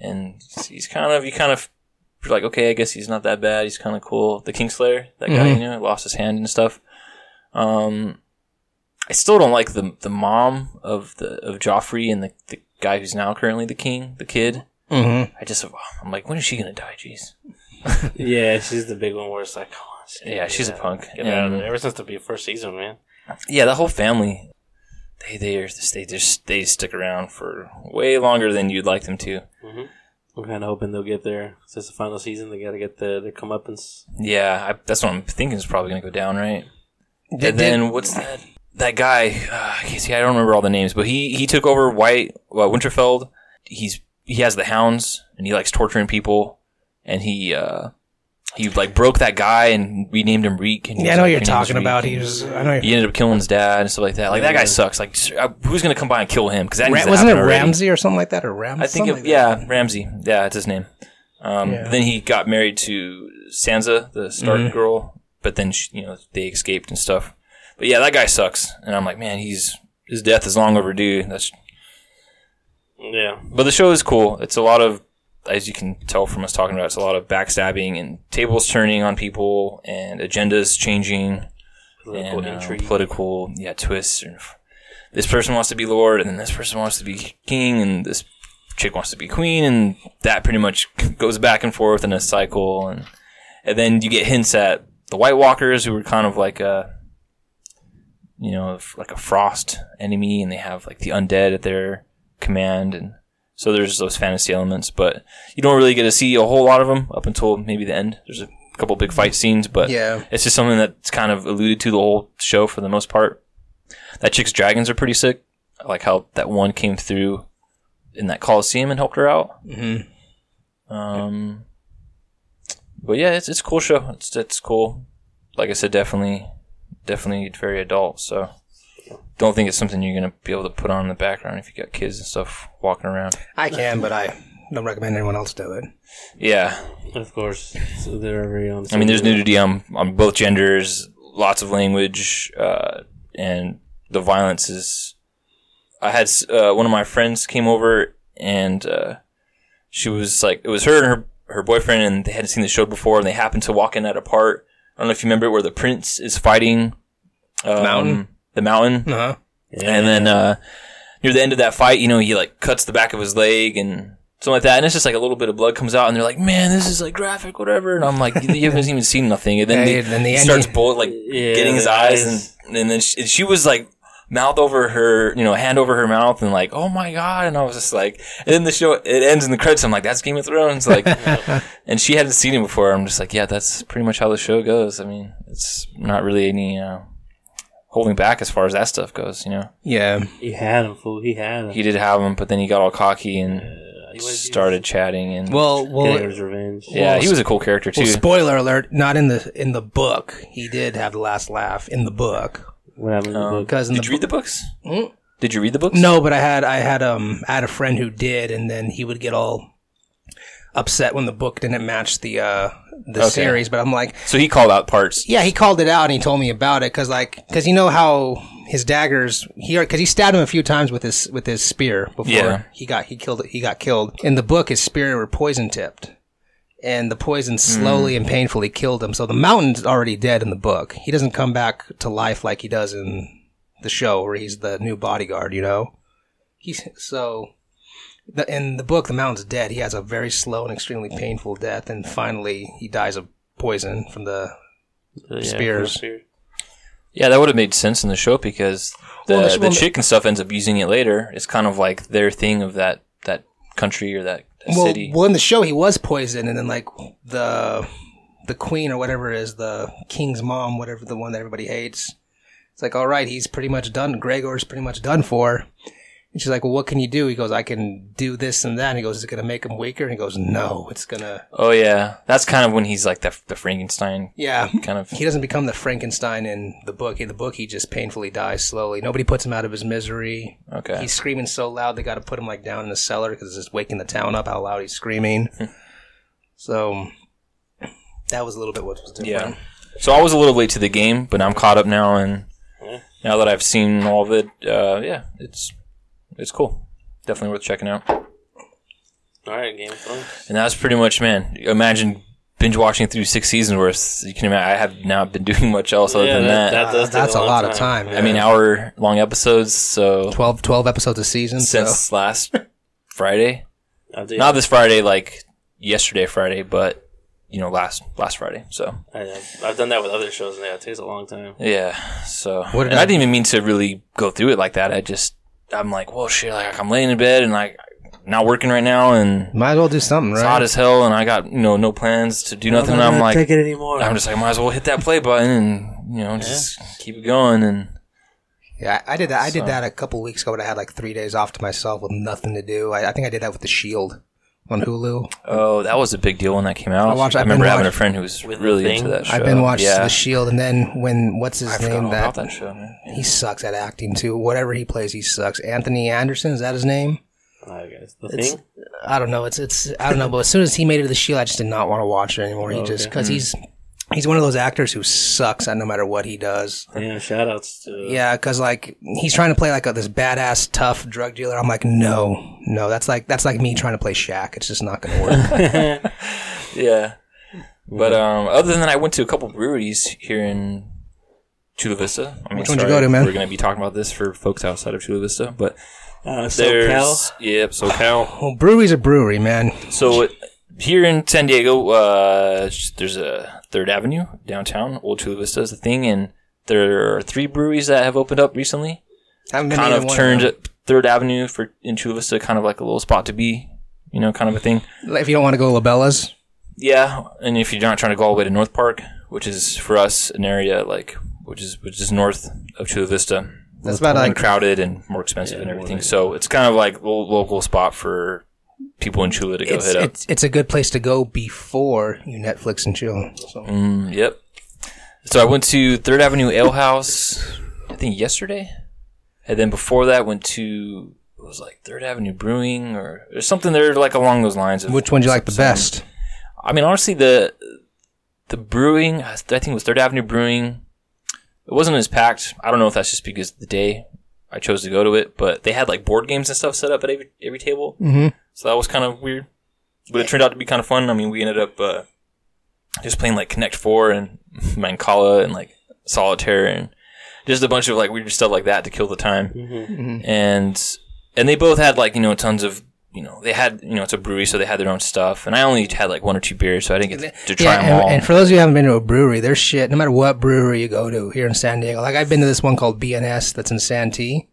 S2: and he's kind of you kind of you're like, okay, I guess he's not that bad. He's kind of cool. The Kingslayer, that guy, you know, lost his hand and stuff. Um, I still don't like the the mom of the of Joffrey and the, the guy who's now currently the king, the kid.
S3: Mm-hmm.
S2: I just I'm like, when is she gonna die? Jeez.
S1: Yeah, she's the big one where it's like, come on. just
S2: Yeah,
S1: get
S2: she's a
S1: out.
S2: punk. Mm-hmm.
S1: Get out of
S2: And-
S1: there. Ever since the be- first season, man.
S2: yeah, the whole family, they they are they just they stick around for way longer than you'd like them to.
S1: I'm kind of hoping they'll get there. Since the final season, they got to get the, their comeuppance.
S2: Yeah, I, that's what I'm thinking is probably gonna go down, right?
S3: Did,
S2: and then what's that? That guy, uh, I can't see, I don't remember all the names, but he he took over White well, Winterfeld. He's he has the hounds and he likes torturing people, and he uh, He like broke that guy and renamed him Reek. And he
S3: Yeah, I
S2: was
S3: know
S2: like,
S3: what you're
S2: "My name is
S3: talking about.
S2: Reek."
S3: He was. I know. You're,
S2: He ended up killing his dad and stuff like that. Like that guy sucks. Like s- uh, who's gonna come by and kill him? Because that needs
S3: Ram,
S2: to
S3: wasn't it
S2: happen already.
S3: Ramsey or something like that, or Ram?
S2: I think
S3: something
S2: it,
S3: like that.
S2: yeah, Ramsey. Yeah, that's his name. Um,
S3: Yeah.
S2: Then he got married to Sansa, the Stark girl, but then she, you know they escaped and stuff. But yeah, that guy sucks, and I'm like, man, he's his death is long overdue. That's
S1: Yeah.
S2: but the show is cool. It's a lot of, as you can tell from us talking about, it, it's a lot of backstabbing and tables turning on people and agendas changing
S1: Political
S2: and, uh,
S1: intrigue.
S2: political yeah twists. And f- this person wants to be lord, and then this person wants to be king, and this chick wants to be queen, and that pretty much goes back and forth in a cycle. And and then you get hints at the White Walkers, who were kind of like a you know f- like a frost enemy, and they have like the undead at their command and so there's those fantasy elements, but you don't really get to see a whole lot of them up until maybe the end. There's a couple big fight scenes, but
S3: Yeah.
S2: it's just something that's kind of alluded to the whole show for the most part. That chick's dragons are pretty sick. I like how that one came through in that coliseum and helped her out.
S3: Mhm.
S2: Um, but yeah, it's it's a cool show. It's it's cool. Like I said, definitely, definitely very adult. So. Don't think it's something you're gonna be able to put on in the background if you got kids and stuff walking around.
S3: I can, but I don't recommend anyone else do it.
S2: Yeah,
S1: Of course. So they're very on.
S2: I mean, there's nudity on on both genders, lots of language, uh, and the violence is. I had s- uh, one of my friends came over, and uh, she was like, it was her and her her boyfriend, and they hadn't seen the show before, and they happened to walk in at a part. I don't know if you remember where the prince is fighting um,
S3: Mountain?
S2: the mountain,
S3: Uh huh.
S2: and then uh, near the end of that fight, you know, he like cuts the back of his leg and something like that. And it's just like a little bit of blood comes out, and they're like, "Man, this is like graphic, whatever." And I'm like, "You you haven't even seen nothing." And then
S3: Yeah,
S2: he-
S3: and then the
S2: he
S3: end-
S2: starts bullet like
S1: Yeah,
S2: getting his
S1: the
S2: eyes,
S1: eyes.
S2: and and then she, she was like. Mouth over her, you know, hand over her mouth, and like, oh my god! And I was just like, and then the show it ends in the credits. I'm like, that's Game of Thrones, like, and she hadn't seen it before. I'm just like, yeah, that's pretty much how the show goes. I mean, it's not really any uh, holding back as far as that stuff goes, you know.
S3: Yeah.
S1: He had him, fool. He had him.
S2: He did have him, but then he got all cocky and
S1: he was-
S2: started chatting. And
S3: Well,
S1: Getting
S3: well,
S1: his revenge.
S2: yeah, he was a cool character too.
S3: well. Spoiler alert! Not in the in the book. He did have the last laugh in the book
S1: What happened in
S2: Um,
S1: the book?
S3: because in the Hmm?
S2: did you read the books? Did you read the books?
S3: No, but I had I had um I had a friend who did, and then he would get all upset when the book didn't match the uh the
S2: Okay.
S3: series. But I'm like,
S2: So he called out parts.
S3: yeah, he called it out and he told me about it because like because you know how his daggers he because he stabbed him a few times with his with his spear before
S2: Yeah.
S3: he got he killed he got killed. In the book, his spear were poison tipped. And the poison slowly and painfully killed him. So the mountain's already dead in the book. He doesn't come back to life like he does in the show, where he's the new bodyguard. You know, he's so the, in the book the mountain's dead he has a very slow and extremely painful death and finally he dies of poison from the
S1: Yeah,
S3: Spears.
S1: Spear.
S2: Yeah, that would have made sense in the show because the,
S3: Well, that's-
S2: the
S3: well,
S2: chick and stuff ends up using it later. It's kind of like their thing of that that country or that, that
S3: well,
S2: city.
S3: well in the show he was poisoned and then like the the queen or whatever is the king's mom whatever the one that everybody hates it's like all right he's pretty much done gregor's pretty much done for and she's like well what can you do he goes i can do this and that and he goes is it gonna make him weaker and he goes no it's gonna
S2: Oh yeah, that's kind of when he's like the the Frankenstein
S3: yeah
S2: kind of.
S3: he doesn't become the Frankenstein in the book. In the book, he just painfully dies slowly. Nobody puts him out of his misery.
S2: Okay.
S3: He's screaming so loud they got to put him like down in the cellar because it's waking the town up how loud he's screaming.
S2: Hmm.
S3: so that was a little bit what was different.
S2: Yeah. So I was a little late to the game, but I'm caught up now, and now that I've seen all of it, uh, yeah, it's it's cool. Definitely worth checking out.
S1: All right, Game of Thrones.
S2: And that's pretty much, man. Imagine binge watching through six seasons worth. You can imagine. I have not been doing much else other
S1: Yeah,
S2: than that.
S1: that-
S3: Uh,
S1: does take
S3: that's a
S1: long
S3: lot of
S1: time.
S3: time.
S2: I mean, hour long episodes. So
S3: 12, 12 episodes a season. so.
S2: since last Friday,
S1: I did.
S2: not this Friday, like yesterday Friday, but you know, last last Friday. So
S1: I, I've- I've done that with other shows, and yeah, it takes a long time.
S2: Yeah. So
S3: What did
S2: and I,
S3: I-
S2: didn't even mean to really go through it like that. I just I'm like, well, shit. Like I'm laying in bed and like not working right now, and
S3: Might as well do something,
S2: it's hot
S3: right?
S2: as hell, and I got you know no plans to do nothing. and I'm like,
S1: take it anymore.
S2: I'm just like, might as well hit that play button and you know just keep it going. And
S3: Yeah, I I did that. I did that a couple weeks ago, but I had like three days off to myself with nothing to do. I, I think I did that with the Shield. on Hulu.
S2: Oh, that was a big deal when that came out. I,
S3: I watched- I've
S2: remember
S3: been
S2: having
S3: watch-
S2: a friend who was
S1: With
S2: really
S1: the
S2: into
S1: thing?
S2: that show.
S3: I've been watching
S2: yeah.
S3: The Shield, and then when what's his
S2: I forgot
S3: name
S2: all about
S3: that,
S2: that show, man.
S3: he sucks at acting too. Whatever he plays, he sucks. Anthony Anderson is that his name?
S1: I guess the
S3: It's-
S1: thing.
S3: I don't know. It's it's I don't know. But as soon as he made it to the Shield, I just did not want to watch it anymore. He
S1: Oh, okay.
S3: just
S2: Hmm.
S3: because he's he's one of those actors who sucks at no matter what he does.
S1: Yeah, shout outs to
S3: Yeah, because like he's trying to play like a, this badass tough drug dealer. I'm like, no, no, that's like that's like me trying to play Shaq. It's just not gonna work.
S1: uh,
S2: Yeah. But um, other than that, I went to a couple breweries here in Chula Vista. I mean,
S3: Which one'd you go to, man?
S2: We're going to be talking about this for folks outside of Chula Vista, but
S1: uh,
S2: there's
S1: SoCal.
S2: yep, SoCal.
S3: well, brewery's a brewery, man.
S2: So it, here in San Diego, uh, there's a Third Avenue downtown. Old Chula Vista is the thing, and there are three breweries that have opened up recently.
S3: Haven't been
S2: kind
S3: to
S2: of
S3: either one
S2: turned
S3: them.
S2: Third Avenue for in Chula Vista kind of like a little spot to be, you know, kind of a thing.
S3: Like, If you don't want to go to Labella's,
S2: Yeah, and if you're not trying to go all the way to North Park, which is for us an area like which is which is north of Chula Vista,
S3: that's about
S2: and
S3: like
S2: crowded and more expensive and everything. So it's kind of like a lo- local spot for people in Chula to go
S3: it's,
S2: hit up.
S3: it's it's a good place to go before you Netflix and chill. So.
S2: Mm, yep. So I went to Third Avenue Ale House, I think yesterday, and then before that went to it was like Third Avenue Brewing or, or something there like along those lines. Of,
S3: Which one do you like the best?
S2: I mean, honestly, the the brewing, I think it was Third Avenue Brewing. It wasn't as packed. I don't know if that's just because of the day I chose to go to it, but they had like board games and stuff set up at every, every table,
S3: Mm-hmm.
S2: so that was kind of weird. But it turned out to be kind of fun. I mean, we ended up uh, just playing like Connect Four and Mancala and like Solitaire and just a bunch of like weird stuff like that to kill the time
S3: Mm-hmm.
S2: and and they both had like you know tons of you know they had you know it's a brewery so they had their own stuff and I only had like one or two beers so I didn't get to try
S3: Yeah,
S2: them all.
S3: and, and for those of you who haven't been to a brewery, there's shit. No matter what brewery you go to here in San Diego, like I've been to this one called BNS that's in Santee.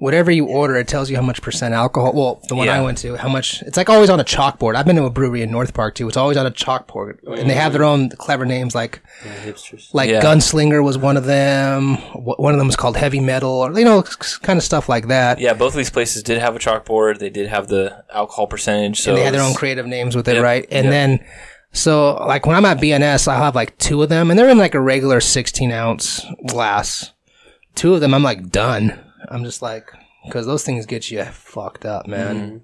S3: Whatever you order, it tells you how much percent alcohol. Well, the one
S2: Yeah.
S3: I went to, how much? It's like always on a chalkboard. I've been to a brewery in North Park too. It's always on a chalkboard, and they have their own clever names like
S1: Yeah, hipsters.
S3: like
S2: Yeah.
S3: Gunslinger was one of them. Wh- One of them was called Heavy Metal, or you know, kind of stuff like that.
S2: yeah, both of these places did have a chalkboard. They did have the alcohol percentage. So
S3: and they had their
S2: it's-
S3: own creative names with it,
S2: Yep,
S3: right? And
S2: yep.
S3: then, so like when I'm at BNS, I'll have like two of them, and they're in like a regular 16 ounce glass. Two of them, I'm like done. I'm just like, because those things get you fucked up, man.
S2: Mm-hmm.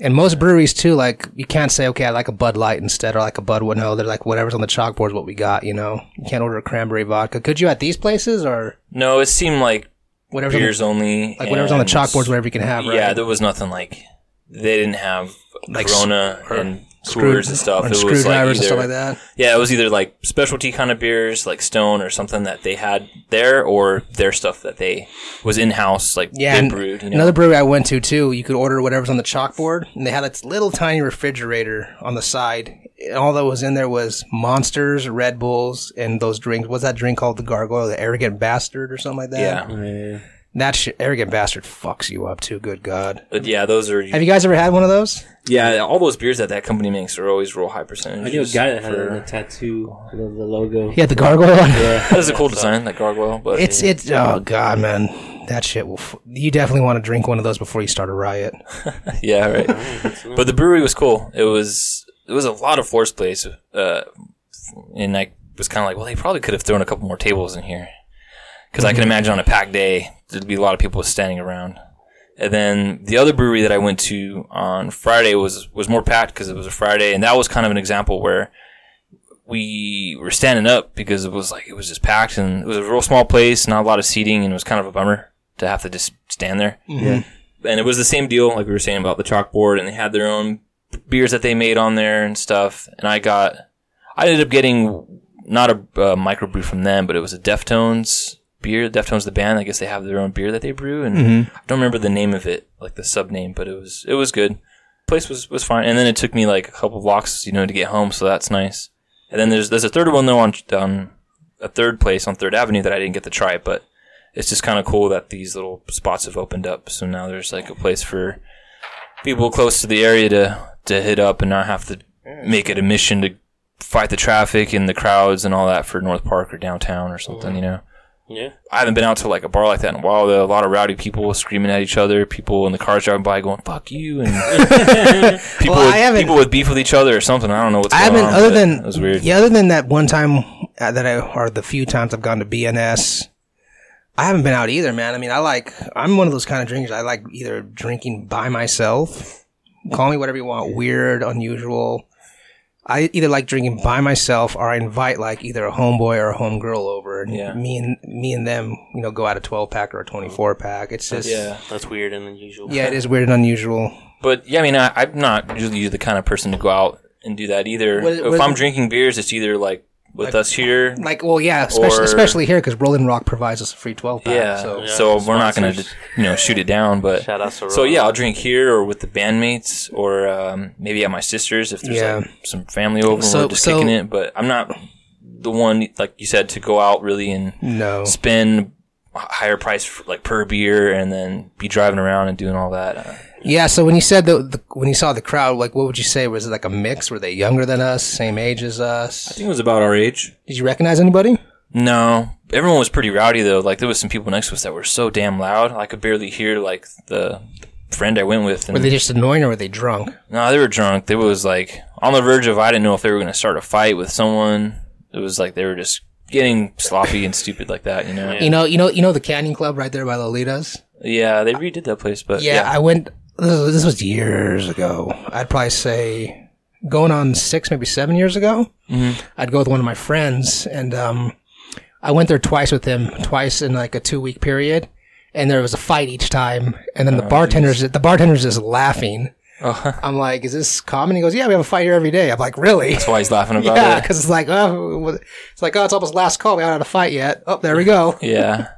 S3: And most breweries too, like you can't say, okay, I like a Bud Light instead, or like a Bud. What? No, they're like whatever's on the chalkboard is what we got. You know, you can't order a cranberry vodka. Could you at these places or
S2: no, it seemed like
S3: whatever's on the,
S2: beers only.
S3: like whatever's on the
S2: and-
S3: chalkboards, whatever you can have? Right?
S2: Yeah, there was nothing like they didn't have
S3: Like
S2: Corona and
S3: Screw-
S2: Coors and stuff.
S3: or
S2: It was like
S3: screwdrivers and
S2: either-
S3: stuff like that.
S2: Yeah, it was either like specialty kind of beers, like Stone or something that they had there, or their stuff that they was in house, like
S3: Yeah,
S2: they
S3: and
S2: brewed. You know?
S3: another brewery I went to too. You could order whatever's on the chalkboard, and they had this little tiny refrigerator on the side. And all that was in there was monsters, Red Bulls, and those drinks. What's that drink called? The Gargoyle, the Arrogant Bastard, or something like that.
S2: yeah,
S1: Yeah.
S3: that shit, Arrogant Bastard fucks you up too. Good God,
S2: but yeah, those are
S3: have you guys ever had one of those?
S2: yeah. All those beers that that company makes are always real high percentage.
S1: I knew a guy that had a tattoo, the, the logo.
S3: Yeah, the Gargoyle.
S2: that is a cool design, that gargoyle. But
S3: It's it's oh god, man, that shit will. F- you definitely want to drink one of those before you start a riot.
S2: yeah, right. but the brewery was cool. It was it was a lot of floor space, uh, and I was kind of like, well, they probably could have thrown a couple more tables in here because I can imagine on a packed day there'd be a lot of people standing around. And then the other brewery that I went to on Friday was was more packed because it was a Friday, and that was kind of an example where we were standing up because it was like it was just packed and it was a real small place, not a lot of seating, and it was kind of a bummer to have to just stand there
S3: Mm-hmm.
S2: and it was the same deal like we were saying about the chalkboard and they had their own beers that they made on there and stuff and i got i ended up getting not a uh, microbrew from them but it was a deftones beer deftones the band i guess they have their own beer that they brew and i don't remember the name of it like the sub name but it was it was good place was was fine and then it took me like a couple blocks you know to get home so that's nice and then there's there's a third one though on on a third place on third avenue that i didn't get to try but it's just kind of cool that these little spots have opened up. So now there's like a place for people close to the area to to hit up and not have to make it a mission to fight the traffic and the crowds and all that for North Park or downtown or something. You know,
S1: Yeah.
S2: I haven't been out to like a bar like that in a while though. A lot of rowdy people screaming at each other, people in the cars driving by going "fuck you," and people
S3: Well, I
S2: with,
S3: haven't-
S2: people with beef with each other or something. I don't know what's
S3: I
S2: going
S3: haven't,
S2: on.
S3: other
S2: but
S3: than
S2: it was weird.
S3: yeah, other than that one time uh, that I or the few times I've gone to BNS, I haven't been out either, man. I mean, I like I'm one of those kind of drinkers. I like either drinking by myself, call me whatever you want, weird, unusual. I either like drinking by myself or I invite like either a homeboy or a homegirl over, and
S2: Yeah.
S3: me and me and them, you know, go out a 12 pack or a 24 pack. It's just
S2: Yeah,
S1: That's weird and unusual.
S3: yeah, it is weird and unusual.
S2: but yeah, I mean, I, I'm not usually the kind of person to go out and do that either.
S3: What-
S2: if
S3: what-
S2: I'm drinking beers, it's either like with us here.
S3: Like, well, yeah, especially,
S2: Or-
S3: especially here because Rolling Rock provides us a free 12 pack.
S2: yeah,
S3: so
S2: so, we're not going to
S1: sponsors.
S2: you know shoot it down, but
S1: Shout out to
S2: So
S1: Rob.
S2: yeah, I'll drink here or with the bandmates or um, maybe at my sister's if there's
S3: Yeah.
S2: like, some family over and
S3: So-
S2: we're just
S3: so-
S2: kicking it. But I'm not the one like you said to go out really and
S3: no.
S2: spend a higher price for, like per beer and then be driving around and doing all that. Uh,
S3: Yeah, so when you said the, the when you saw the crowd, like what would you say was it like a mix? Were they younger than us, same age as
S2: I
S3: us?
S2: think it was about our age.
S3: Did you recognize anybody?
S2: No, everyone was pretty rowdy though. Like there was some people next to us that were so damn loud, I could barely hear like the friend I went with. And
S3: Were they just annoying or were they drunk?
S2: No, they were drunk. They was like on the verge of I didn't know if they were going to start a fight with someone. It was like they were just getting sloppy and stupid like that, you know. Yeah,
S3: You know, you know, you know the Canyon Club right there by Lolita's.
S2: they redid that place, but
S3: Yeah,
S2: yeah,
S3: I went. This was, this was years ago. I'd probably say going on six, maybe seven years ago.
S2: Mm-hmm.
S3: I'd go with one of my friends, and um, I went there twice with him, twice in like a two week period, and there was a fight each time. And
S2: Oh,
S3: then the bartenders, the bartenders just laughing. I'm like, is this common? He goes, yeah, we have a fight here every day. I'm like, really?
S2: that's why he's laughing about
S3: Yeah,
S2: it.
S3: because it's like, oh, what- it's like, oh, it's almost last call. We haven't had a fight yet. Oh, there we go.
S2: Yeah,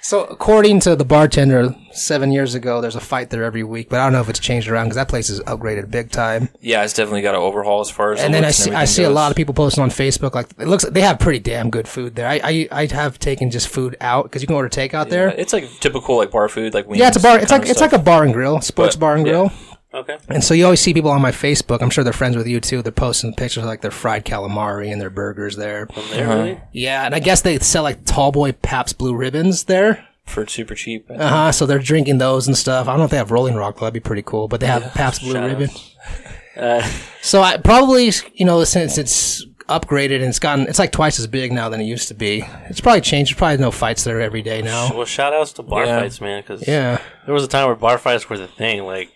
S3: So, according to the bartender, seven years ago, there's a fight there every week, but I don't know if it's changed around because that place is upgraded big time.
S2: yeah, it's definitely got to overhaul as far as.
S3: and then I see I see a lot of people posting on Facebook like it looks they have pretty damn good food there. I I, I have taken just food out because you can order takeout there.
S2: Uh, It's like typical like bar food, like
S3: Yeah, it's a bar. It's like it's like a bar and grill, sports bar and grill.
S1: Okay.
S3: And so you always see people on my Facebook. I'm sure they're friends with you too. They're posting pictures of, like their fried calamari and their burgers there.
S1: There, really?
S3: Yeah, and I guess they sell like Tallboy Paps Blue Ribbons there.
S2: for super cheap.
S3: Uh huh. So they're drinking those and stuff. I don't know if they have Rolling Rock. That'd be pretty cool. But they have Pabst Blue Ribbon.
S1: Uh,
S3: so I probably you know since it's upgraded and it's gotten it's like twice as big now than it used to be. It's probably changed. There's probably no fights there every day now.
S1: Well, shout outs to bar
S2: Yeah.
S1: fights, man, because
S3: Yeah.
S1: there was a time where bar fights were the thing. Like,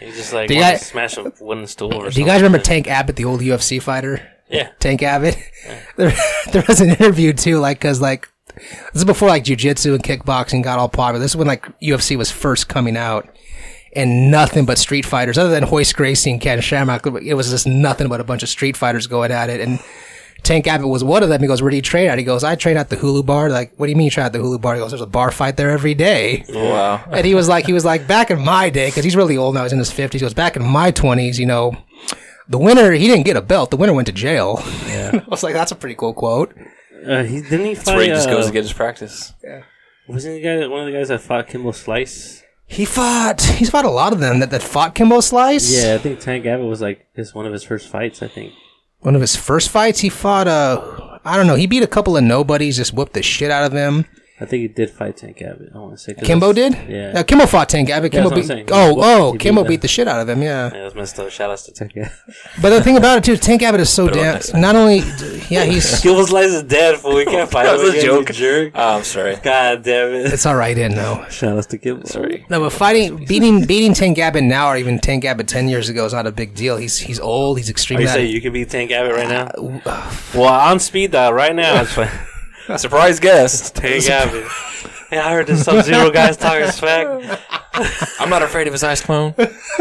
S1: you just like
S3: Do you
S1: wanted
S3: guys-
S1: to smash a wooden stool or something.
S3: Do you guys remember Tank Abbott, the old UFC fighter?
S1: Yeah.
S3: Tank Abbott. There, there was an interview too, like, cause like, this is before like jujitsu and kickboxing got all popular. This is when like UFC was first coming out and nothing but street fighters, other than Hoist Gracie and Ken Shamrock, it was just nothing but a bunch of street fighters going at it. And Tank Abbott was one of them. He goes, where do you train at? He goes, I train at the Hulu bar. Like, what do you mean you train at the Hulu bar? He goes, there's a bar fight there every day.
S2: Wow.
S3: And he was like, he was like, back in my day, because he's really old now, he's in his 50s. He goes, back in my 20s, you know, the winner, he didn't get a belt. The winner went to jail. I was like, that's a pretty cool quote.
S1: Uh, he, didn't he fight?
S2: Where he just
S1: uh,
S2: goes to get his practice.
S1: Wasn't he guy, one of the guys that fought Kimbo Slice?
S3: He fought, he's fought a lot of them that, that fought Kimbo Slice.
S1: Yeah, I think Tank Abbott was like his one of his first fights. I think.
S3: One of his first fights, he fought, uh, I don't know, he beat a couple of nobodies, just whooped the shit out of him.
S1: I think he did fight Tank Abbott. I want to say 'cause
S3: Kimbo
S1: that's-
S3: did?
S1: Yeah.
S3: No, Kimbo fought Tank Abbott.
S1: Yeah,
S3: Kimbo
S1: that's what I'm saying.
S3: beat,
S1: He
S3: oh,
S1: whooped-
S3: oh,
S1: he beat
S3: Kimbo
S1: him.
S3: beat the shit out of him, yeah.
S1: Yeah, that's messed up. Shout outs to Tank Abbott.
S3: But the thing about it, too, Tank Abbott is so damn,
S2: next
S3: not only, yeah, he's,
S1: Kimbo Slice is dead, fool. We can't fight him.
S2: That was a
S1: again, you
S2: joke.
S1: jerk.
S2: Oh, I'm sorry.
S1: God damn it.
S3: it's all right in, though.
S1: Shout outs to Kimbo. Sorry.
S3: No, but fighting, beating, beating Tank Abbott now or even Tank Abbott ten years ago is not a big deal. He's he's old. He's
S1: Are
S3: extremely.
S1: you saying you can beat Tank Abbott right now? Uh, well, on speed dial right now. It's fine.
S2: Surprise guest.
S1: Tank Abbott. Hey, I heard this Sub Zero guy's talking smack.
S2: I'm not afraid of his ice clone.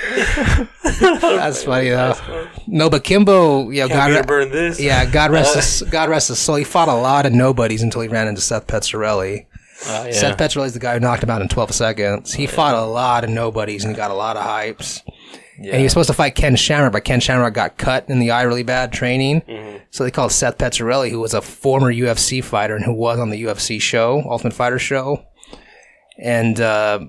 S3: that's funny though. No, but Kimbo, yeah,
S1: I'm gonna
S3: God, re-
S1: burn this.
S3: yeah, God rest his God rest his soul. He fought a lot of nobodies until he ran into Seth Petzorelli.
S1: Oh, yeah.
S3: Seth Petzorelli's the guy who knocked him out in twelve seconds. He fought a lot of nobodies and got a lot of hypes. And he was supposed to fight Ken Shamrock, but Ken Shamrock got cut in the eye really bad training. So they called Seth Petzorelli, who was a former UFC fighter and who was on the UFC show, Ultimate Fighter show. And uh,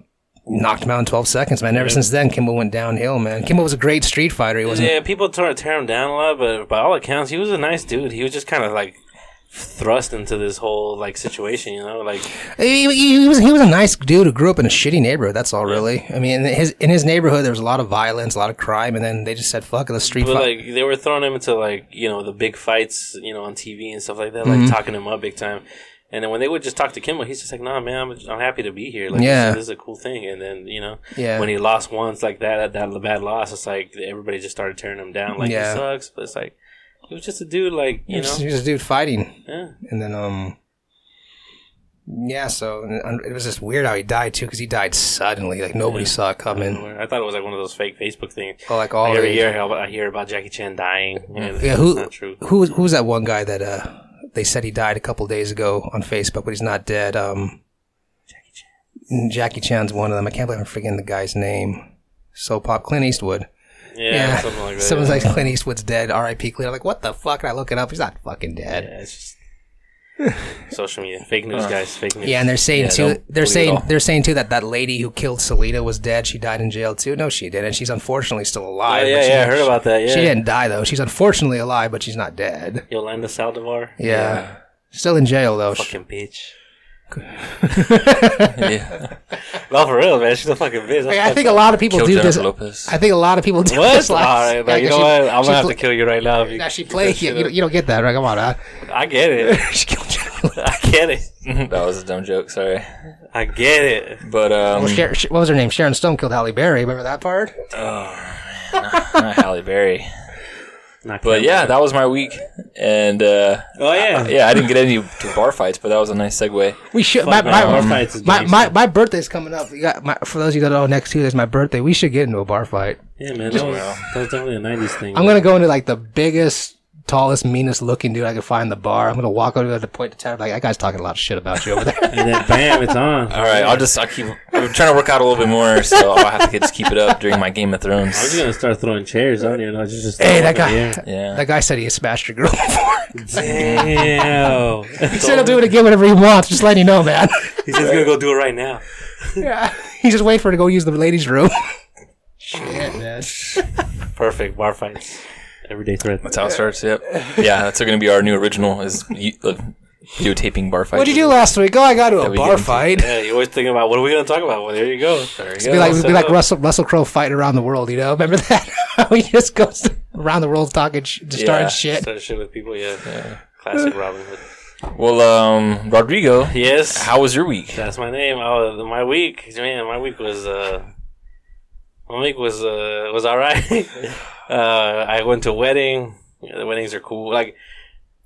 S3: knocked him out in 12 seconds, man. Ever since then, Kimbo went downhill, man. Kimbo was a great street fighter. He wasn't.
S1: Yeah, people try to tear him down a lot, but by all accounts, he was a nice dude. He was just kind of like thrust into this whole like situation, you know, like
S3: He, he- he was he was a nice dude who grew up in a shitty neighborhood. That's all, really. I mean, in his in his neighborhood, there was a lot of violence, a lot of crime, and then they just said, "Fuck it, let's street
S1: but
S3: fight."
S1: like they were throwing him into like you know the big fights, you know, on TV and stuff like that,
S3: Mm-hmm.
S1: like talking him up big time. And then when they would just talk to Kimmel, he's just like, "Nah, man, I'm, I'm happy to be here. Like,
S3: Yeah.
S1: this, this is a cool thing." And then you know,
S3: Yeah.
S1: when he lost once like that, that, that bad loss, it's like everybody just started tearing him down. Like,
S3: Yeah.
S1: it sucks, but it's like he was just a dude, like
S3: he,
S1: you
S3: was just,
S1: know,
S3: he was a dude fighting,
S1: yeah.
S3: and then um, yeah. So and- and it was just weird how he died too, because he died suddenly. Like nobody saw it coming.
S1: I thought it was like one of those fake Facebook things.
S3: Oh, like all
S1: Like, every
S3: the
S1: year I hear about- I hear about Jackie Chan dying. and
S3: yeah.
S1: it's
S3: Who
S1: not true.
S3: who was who was that one guy that uh they said he died a couple days ago on Facebook, but he's not dead. Um, Jackie Chan. Jackie Chan's one of them. I can't believe I'm forgetting the guy's name. So pop Clint Eastwood.
S1: Yeah,
S3: Yeah.
S1: something like that.
S3: Someone's like, Clint Eastwood's dead. R.I.P. Clint. I'm like, what the fuck? And I look it up. He's not fucking dead.
S1: yeah, it's just social media, fake news, guys, fake news.
S3: Oh. Yeah, and they're saying
S2: Yeah, don't
S3: too.
S2: believe
S3: They're
S2: it
S3: saying
S2: all.
S3: they're saying too that that lady who killed Salita was dead. She died in jail too. No, she didn't. She's unfortunately still
S1: Oh,
S3: alive.
S1: yeah,
S3: but she-
S1: yeah, I heard about that. Yeah,
S3: She didn't die though. She's unfortunately alive, but she's not dead.
S1: Yolanda Saldivar,
S3: Yeah, still in jail though. She-
S1: fucking bitch.
S2: yeah.
S1: No, for real, man, she's a fucking bitch.
S3: Like, I think a lot of people
S2: Kill
S3: do
S2: Jennifer
S3: this.
S2: Lopez.
S3: I think a lot of people do
S1: what?
S3: this.
S1: All
S3: Last,
S1: right, like, you know what? I'm gonna have to kill you right now. if you
S3: Now she
S1: keep
S3: played.
S1: that
S3: You,
S1: shit
S3: you,
S1: up.
S3: don't- you don't get that, right? Come on, huh?
S1: I get it.
S3: she killed Jennifer. Lopez.
S1: I get it.
S2: that was a dumb joke. Sorry,
S1: I get it.
S2: but um,
S3: Well, Sher- Sh- what was her name? Sharon Stone killed Halle Berry. Remember that part?
S2: not Halle Berry.
S1: Not
S2: But
S1: Kimmel.
S2: yeah, that was my week, and uh,
S1: Oh yeah.
S2: yeah, I didn't get any to bar fights, but that was a nice segue.
S3: We should. My, my,
S1: Bar
S3: my,
S1: fights is
S3: my,
S1: gangster.
S3: my, birthday's coming up. You got my, for those of you that don't know, next Tuesday's my birthday. We should get into a bar fight.
S1: yeah, man. That was, that was definitely a '90s thing.
S3: I'm gonna go into like the biggest, tallest, meanest looking dude I can find in the bar. I'm gonna walk over to the point to tell her, like that guy's talking a lot of shit about you over there.
S1: and then bam, it's on.
S2: All right, I'll just I'll keep. I'm trying to work out a little bit more, so I'll have to get, just keep it up during my Game of Thrones.
S1: I'm just gonna start throwing chairs on you, and I'll just, just
S3: hey,
S1: throw
S3: that
S1: them in
S3: guy.
S1: the air.
S2: Yeah.
S3: That guy said he smashed your girl before.
S1: Damn.
S3: he said he'll do it again whenever he wants. Just letting you know, man.
S1: He's just gonna go do it right now.
S3: yeah. He's just waiting for her to go use the ladies' room. shit, man.
S1: Perfect bar fights. Everyday threat.
S2: That's how it starts. Yep. Yeah, that's going to be our new original is you- uh, videotaping bar fights.
S3: What'd you do last week? Oh, I got to a
S2: we
S3: bar
S2: get into-
S3: fight.
S1: Yeah, you always think about what are we gonna talk about? Well, there you go. There you
S3: Be like,
S1: Set
S3: be like
S1: up.
S3: Russell Russell Crowe fighting around the world. You know, remember that? he just goes around the world talking, sh- just starting
S2: Yeah.
S3: shit.
S1: Start shit with people. Yeah. Classic Robin Hood.
S2: Well, um, Rodrigo,
S1: Yes.
S2: how was your week?
S1: That's my name. Oh, my week, man. My week was uh, my week was uh was all right. uh, I went to a wedding. Yeah, the weddings are cool. Like,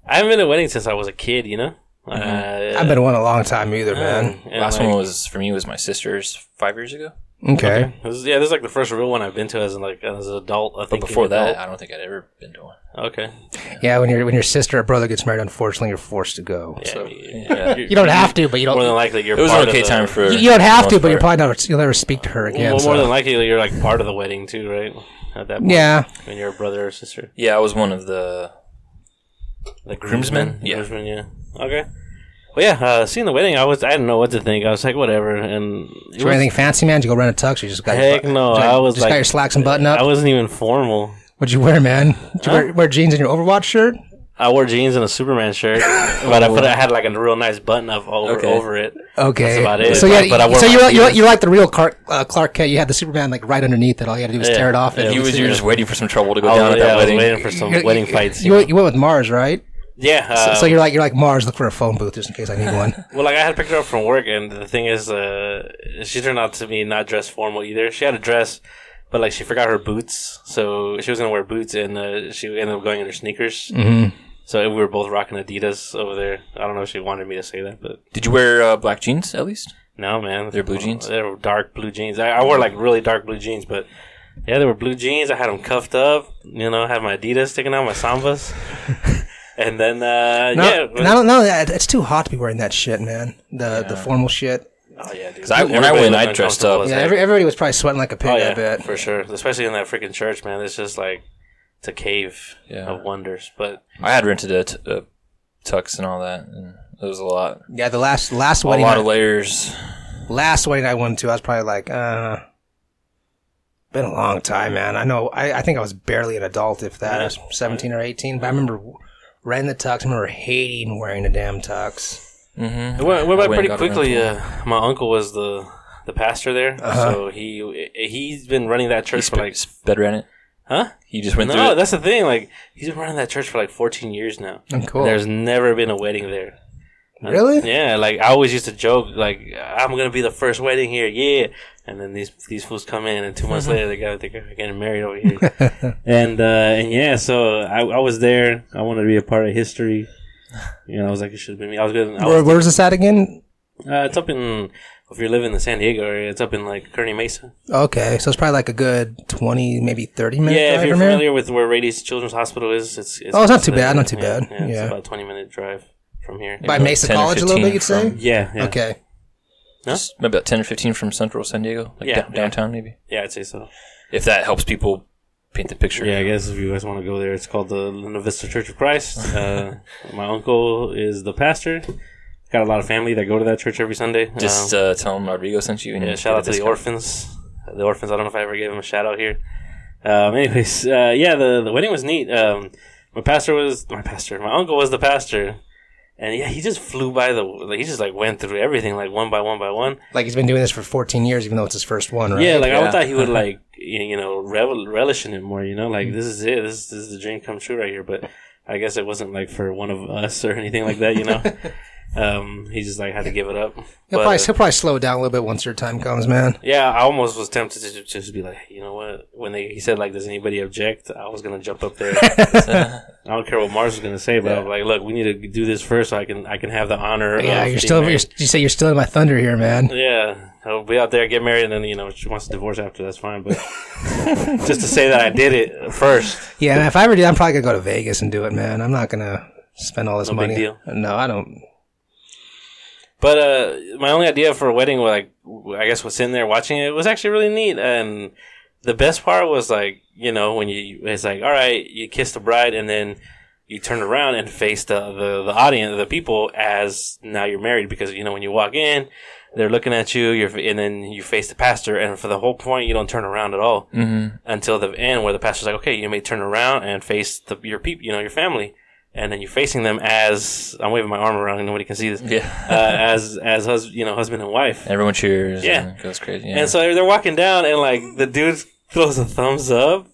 S1: I haven't been to a wedding since I was a kid. You know. Uh,
S3: I've been one a long time either, man.
S1: and,
S2: Last
S1: like,
S2: one was for me was my sister's five years ago.
S3: Okay.
S1: This is, yeah, this is like the first real one I've been to as an like as an adult. I think
S2: Before that, I don't think I'd ever been to one.
S1: okay.
S3: Yeah, when your when your sister or brother gets married, unfortunately, you're forced to go.
S1: Yeah,
S2: So,
S1: yeah.
S3: You don't have to, but you
S1: More
S3: don't.
S1: than likely, you're
S2: It was
S1: part
S2: an okay
S1: of the,
S2: time for
S3: You, you don't have
S2: most
S3: to, but you're
S2: part.
S3: probably never you'll never speak to her again.
S1: well,
S3: so-
S1: more than likely, you're like part of the wedding too, right? At that point,
S3: yeah,
S1: When you're a brother or sister,
S2: yeah. I was one of the
S1: the
S2: groomsmen?
S1: yeah,
S2: Yeah.
S1: groomsmen, yeah. Okay. Well, yeah. Uh, seeing the wedding, I was I didn't know what to think. I was like, whatever. And it
S3: Did you
S1: was-
S3: wear anything fancy, man? Did you go rent a tux? You just got
S1: Heck
S3: your,
S1: no,
S3: Just,
S1: I was
S3: just
S1: like-
S3: got your slacks and button up.
S1: I wasn't even formal.
S3: What'd you wear, man? Did you wear, wear jeans and your Overwatch shirt?
S1: I wore jeans and a Superman shirt, but I put I had like a real nice button up over
S2: Okay.
S1: over it.
S3: Okay,
S1: That's about it.
S3: So yeah,
S1: But I wore
S3: so
S1: my
S3: you're, you're,
S1: jeans.
S3: you're like the real Clark, uh, Clark Kent. You had the Superman like right underneath it. All you had to do was
S1: Yeah.
S3: tear it off.
S1: Yeah,
S3: and
S2: you was Oh, you were just waiting for some trouble to go
S1: I
S2: down
S1: was,
S2: at
S1: yeah,
S2: that
S1: I was
S2: wedding.
S1: waiting for some
S3: You're-
S1: wedding fights.
S3: You, went- you went with Mars, right?
S1: yeah. Uh,
S3: so you're like you're like Mars. Look for a phone booth just in case I need one.
S1: Well, like I had picked her up from work, and the thing is, uh, she turned out to be not dressed formal either. She had a dress, but like she forgot her boots, so she was gonna wear boots, and uh, she ended up going in her sneakers. Mm-hmm. So we were both rocking Adidas over there. I don't know if she wanted me to say that, but
S2: Did you wear uh, black jeans at least?
S1: no, man,
S2: They're blue jeans?
S1: They were dark blue jeans. I, I wore like really dark blue jeans, but yeah, they were blue jeans. I had them cuffed up. You know, I had my Adidas sticking out, my Sambas, and then uh,
S3: No,
S1: yeah,
S3: no, no, no, that- it's too hot to be wearing that shit, man. The the formal shit.
S1: oh yeah, dude.
S2: 'Cause I- when I
S1: Everybody
S2: went,
S1: looked
S2: I dressed
S1: uncomfortable
S2: up.
S1: as
S3: Yeah,
S1: heck.
S3: every, everybody was probably sweating like a pig.
S1: Oh
S3: I
S1: yeah,
S3: bet.
S1: for sure. Especially in that freaking church, man. It's just like it's a cave
S2: Yeah.
S1: of wonders. But
S2: I had rented a, t- a tux and all that, and it was a lot,
S3: Yeah, the last last
S2: a
S3: wedding.
S2: lot
S3: I,
S2: of layers.
S3: Last White Knight one too. I was probably like, uh, been a long time, man. I know. I, I think I was barely an adult, if that. I was seventeen or eighteen, but I remember wearing the tux. I remember hating wearing the damn tux.
S2: Mm-hmm.
S1: It went, went by
S2: I went and
S1: pretty
S2: got a
S1: quickly. Uh, my uncle was the the pastor there, so he Uh-huh. he's been running that church
S2: He
S1: for like
S2: sp- bed ran it.
S1: huh?
S2: He just went
S1: No,
S2: through it.
S1: that's the thing. Like he's been running that church for like 14 years now.
S3: Oh, cool.
S1: There's never been a wedding there.
S3: Really?
S1: Yeah, like I always used to joke, like I'm gonna be the first wedding here, yeah. And then these these fools come in, and two
S3: Uh-huh.
S1: months later they got they're getting married over here. and uh, and yeah, so I, I was there. I wanted to be a part of history. You know, I was like, it should have been me. I was good. I was,
S3: Where, where's this at again?
S1: uh, it's up in if you live in the San Diego area, it's up in like Kearney Mesa.
S3: Okay, so it's probably like a good twenty, maybe thirty minutes.
S1: Yeah, if
S3: drive
S1: you're
S3: from here?
S1: familiar with where Radius Children's Hospital is, it's, it's
S3: Oh, it's not
S1: close
S3: too
S1: to there.
S3: bad, not too
S1: Yeah,
S3: bad.
S1: Yeah,
S3: Yeah.
S1: it's about a 20 minute drive from here.
S3: by
S2: about
S3: Mesa
S2: 10 or
S3: College a little
S2: 15
S3: bit, you'd say.
S2: from-
S1: yeah, yeah.
S3: Okay,
S2: Just maybe about ten or fifteen from Central San Diego, like
S1: Yeah,
S2: down,
S1: yeah.
S2: downtown, maybe.
S1: Yeah, I'd say so.
S2: If that helps people paint the picture.
S1: Yeah, I guess if you guys want to go there, it's called the Linda Vista Church of Christ. Uh, my uncle is the pastor. Got a lot of family that go to that church every Sunday.
S2: Just
S1: Um,
S2: uh, tell him Rodrigo sent you. And
S1: yeah,
S2: you
S1: shout
S2: get
S1: out
S2: a
S1: to the
S2: discount.
S1: orphans. The orphans. I don't know if I ever gave them a shout out here. Um, anyways, uh, yeah, the, the wedding was neat. Um, my pastor was my pastor. My uncle was the pastor, and yeah, he just flew by the. Like, he just like went through everything like one by one by one.
S3: like he's been doing this for fourteen years, even though it's his first one, right?
S1: Yeah, like I
S2: Yeah.
S1: would thought he would like you you know revel- relish in it more. You know,
S3: Mm.
S1: like this is it. This, this is the dream come true right here. But I guess it wasn't like for one of us or anything like that. You know, um, he just like had to give it up.
S3: He'll,
S1: But,
S3: probably,
S1: uh,
S3: he'll probably slow down a little bit once your time comes, man.
S1: yeah, I almost was tempted to ju- just be like, you know what? When they he said like, does anybody object? I was gonna jump up there. I don't care what Mars was gonna say, but I was like, look, we need to do this first, so I can I can have the honor.
S3: yeah,
S1: of
S3: you're
S1: being
S3: still.
S1: married.
S3: You're, you say you're still in my thunder here, man.
S1: Yeah, I'll be out there, get married, and then you know if she wants to divorce after. That's fine, but just to say that I did it first.
S3: Yeah, man, if I ever do, I'm probably gonna go to Vegas and do it, man. I'm not gonna spend all this
S1: No big
S3: money.
S1: deal.
S3: No, I don't.
S1: But uh, my only idea for a wedding, like I guess, was sitting there watching it. It was actually really neat, and the best part was like you know when you it's like all right, you kiss the bride, and then you turn around and face the the, the audience, the people, as now you're married because you know when you walk in. They're looking at you, you're, and then you face the pastor, and for the whole point, you don't turn around at all until the end, where the pastor's like, "Okay, you may turn around and face the, your people, you know, your family," and then you're facing them as I'm waving my arm around, and nobody can see this.
S2: Yeah.
S1: uh, as as hus- you know husband and wife.
S2: Everyone cheers.
S1: Yeah.
S2: and goes crazy. Yeah.
S1: And so they're walking down, and like the dude throws a thumbs up,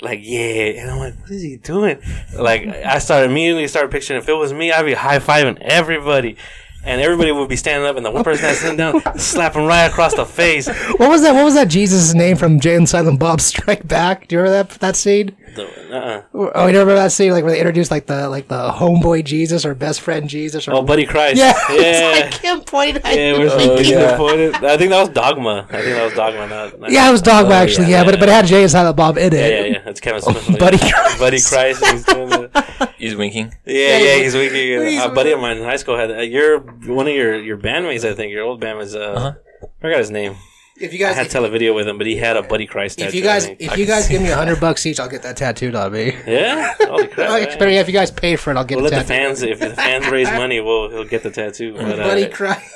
S1: like yeah. And I'm like, what is he doing? Like I started immediately started picturing if it was me, I'd be high fiving everybody. And everybody would be standing up, and the one person that's sitting down, slap him right across the face. The,
S3: What was that? What was that Jesus name from Jay and Silent Bob Strike Back? Do you remember that that scene?
S1: uh-uh.
S3: Oh, you don't remember that scene? Like where they introduced like the like the homeboy Jesus or best friend Jesus or
S1: Oh, buddy Christ!
S3: yeah,
S1: yeah.
S3: it's like him pointing at
S1: Yeah,
S3: you.
S1: where's
S2: Oh,
S1: the
S2: yeah.
S1: disappointed? I think that was Dogma. I think that was Dogma. Not, not-
S3: Yeah, it was Dogma actually. Yeah,
S1: Oh, yeah,
S3: but but it had Jay and Silent Bob in it.
S1: yeah, yeah, yeah. That's Kevin Smith.
S3: Oh, Buddy
S1: Yeah.
S3: Christ.
S1: Buddy Christ. He's doing the,
S2: He's winking.
S1: yeah, yeah, he's winking. at-
S3: he's-
S1: a buddy of mine in high school had uh, your one of your your bandmates. I think your old bandmates. Uh,
S3: Uh-huh.
S1: I forgot his name.
S3: If you
S1: I
S3: guys,
S1: had televideo with him, but he had a Buddy Christ.
S3: if
S1: tattoo,
S3: you guys,
S1: I think.
S3: if you guys give me a hundred bucks each, I'll get that tattooed on me.
S1: yeah, holy crap.
S3: I
S1: man.
S3: expect- yeah, if you guys pay for it, I'll get
S1: We'll
S3: it
S1: let the
S3: tattooed.
S1: fans. If the fans raise money, we'll he'll get the tattoo. But, uh,
S3: Buddy Christ.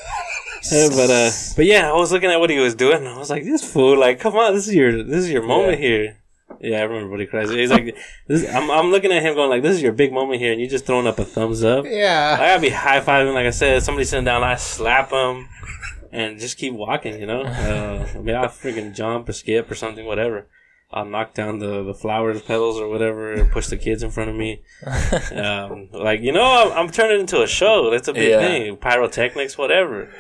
S1: Yeah, but uh, but yeah, I was looking at what he was doing. And I was like, this fool, like, come on, this is your this is your moment here. Yeah, I remember what he cries. He's like, this, I'm I'm looking at him going like, this is your big moment here, and you're just throwing up a thumbs up. I
S3: Yeah.
S1: gotta be high fiving, like I said. Somebody sitting down, I slap him, and just keep walking. You know, uh, I mean, I freaking jump or skip or something, whatever. I'll knock down the the flowers petals or whatever, and push the kids in front of me. Um, like you know, I'm, I'm turning into a show. That's a big
S2: Yeah.
S1: thing. Pyrotechnics, whatever.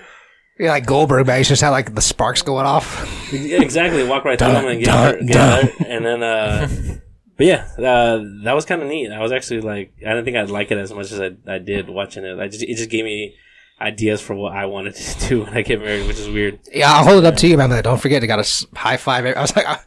S3: Yeah, like Goldberg, man. He just had like the sparks going off.
S1: Yeah, exactly. Walk right through them and get
S3: dun,
S1: hurt, get
S3: dun.
S1: hurt. and then. Uh, but yeah, uh, that was kind of neat. I was actually like, I didn't think I'd like it as much as I, I did watching it. I just it just gave me ideas for what I wanted to do when I get married, which is weird.
S3: Yeah, I'll hold it up to you, man. But don't forget, I got a high five. I was like, I-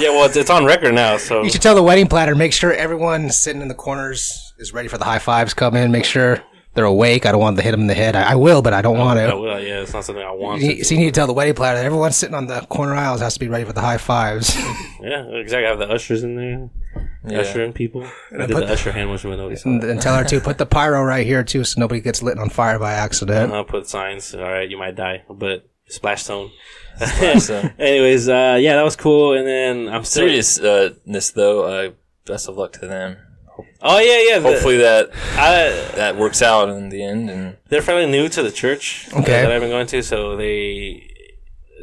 S1: Yeah, well, it's, it's on record now, so
S3: you should tell the wedding planner, make sure everyone sitting in the corners is ready for the high fives come in. Make sure they're awake. I don't want to hit them in the head. I, I will, but I don't want
S1: I
S3: to.
S1: will. Yeah, it's not something I want.
S3: You need- So you need to tell the wedding planner that everyone sitting on the corner aisles has to be ready for the high fives.
S1: Yeah, exactly. I have the ushers in there, ushering people. I did the usher hand motion with nobody. saw
S3: and,
S1: it.
S3: and tell her to put the
S1: Uh-huh.
S3: pyro right here too, so nobody gets lit on fire by accident.
S1: I'll put signs. All right, you might die, but Splash Zone.
S2: Zone.
S1: Anyways, uh, yeah, that was cool. And then I'm still.
S2: Seriousness though, uh, best of luck to them.
S1: Oh yeah, yeah. the-
S2: Hopefully that
S1: I,
S2: that works out in the end. And
S1: they're fairly new to the church uh,
S3: Okay.
S1: that I've been going to, so they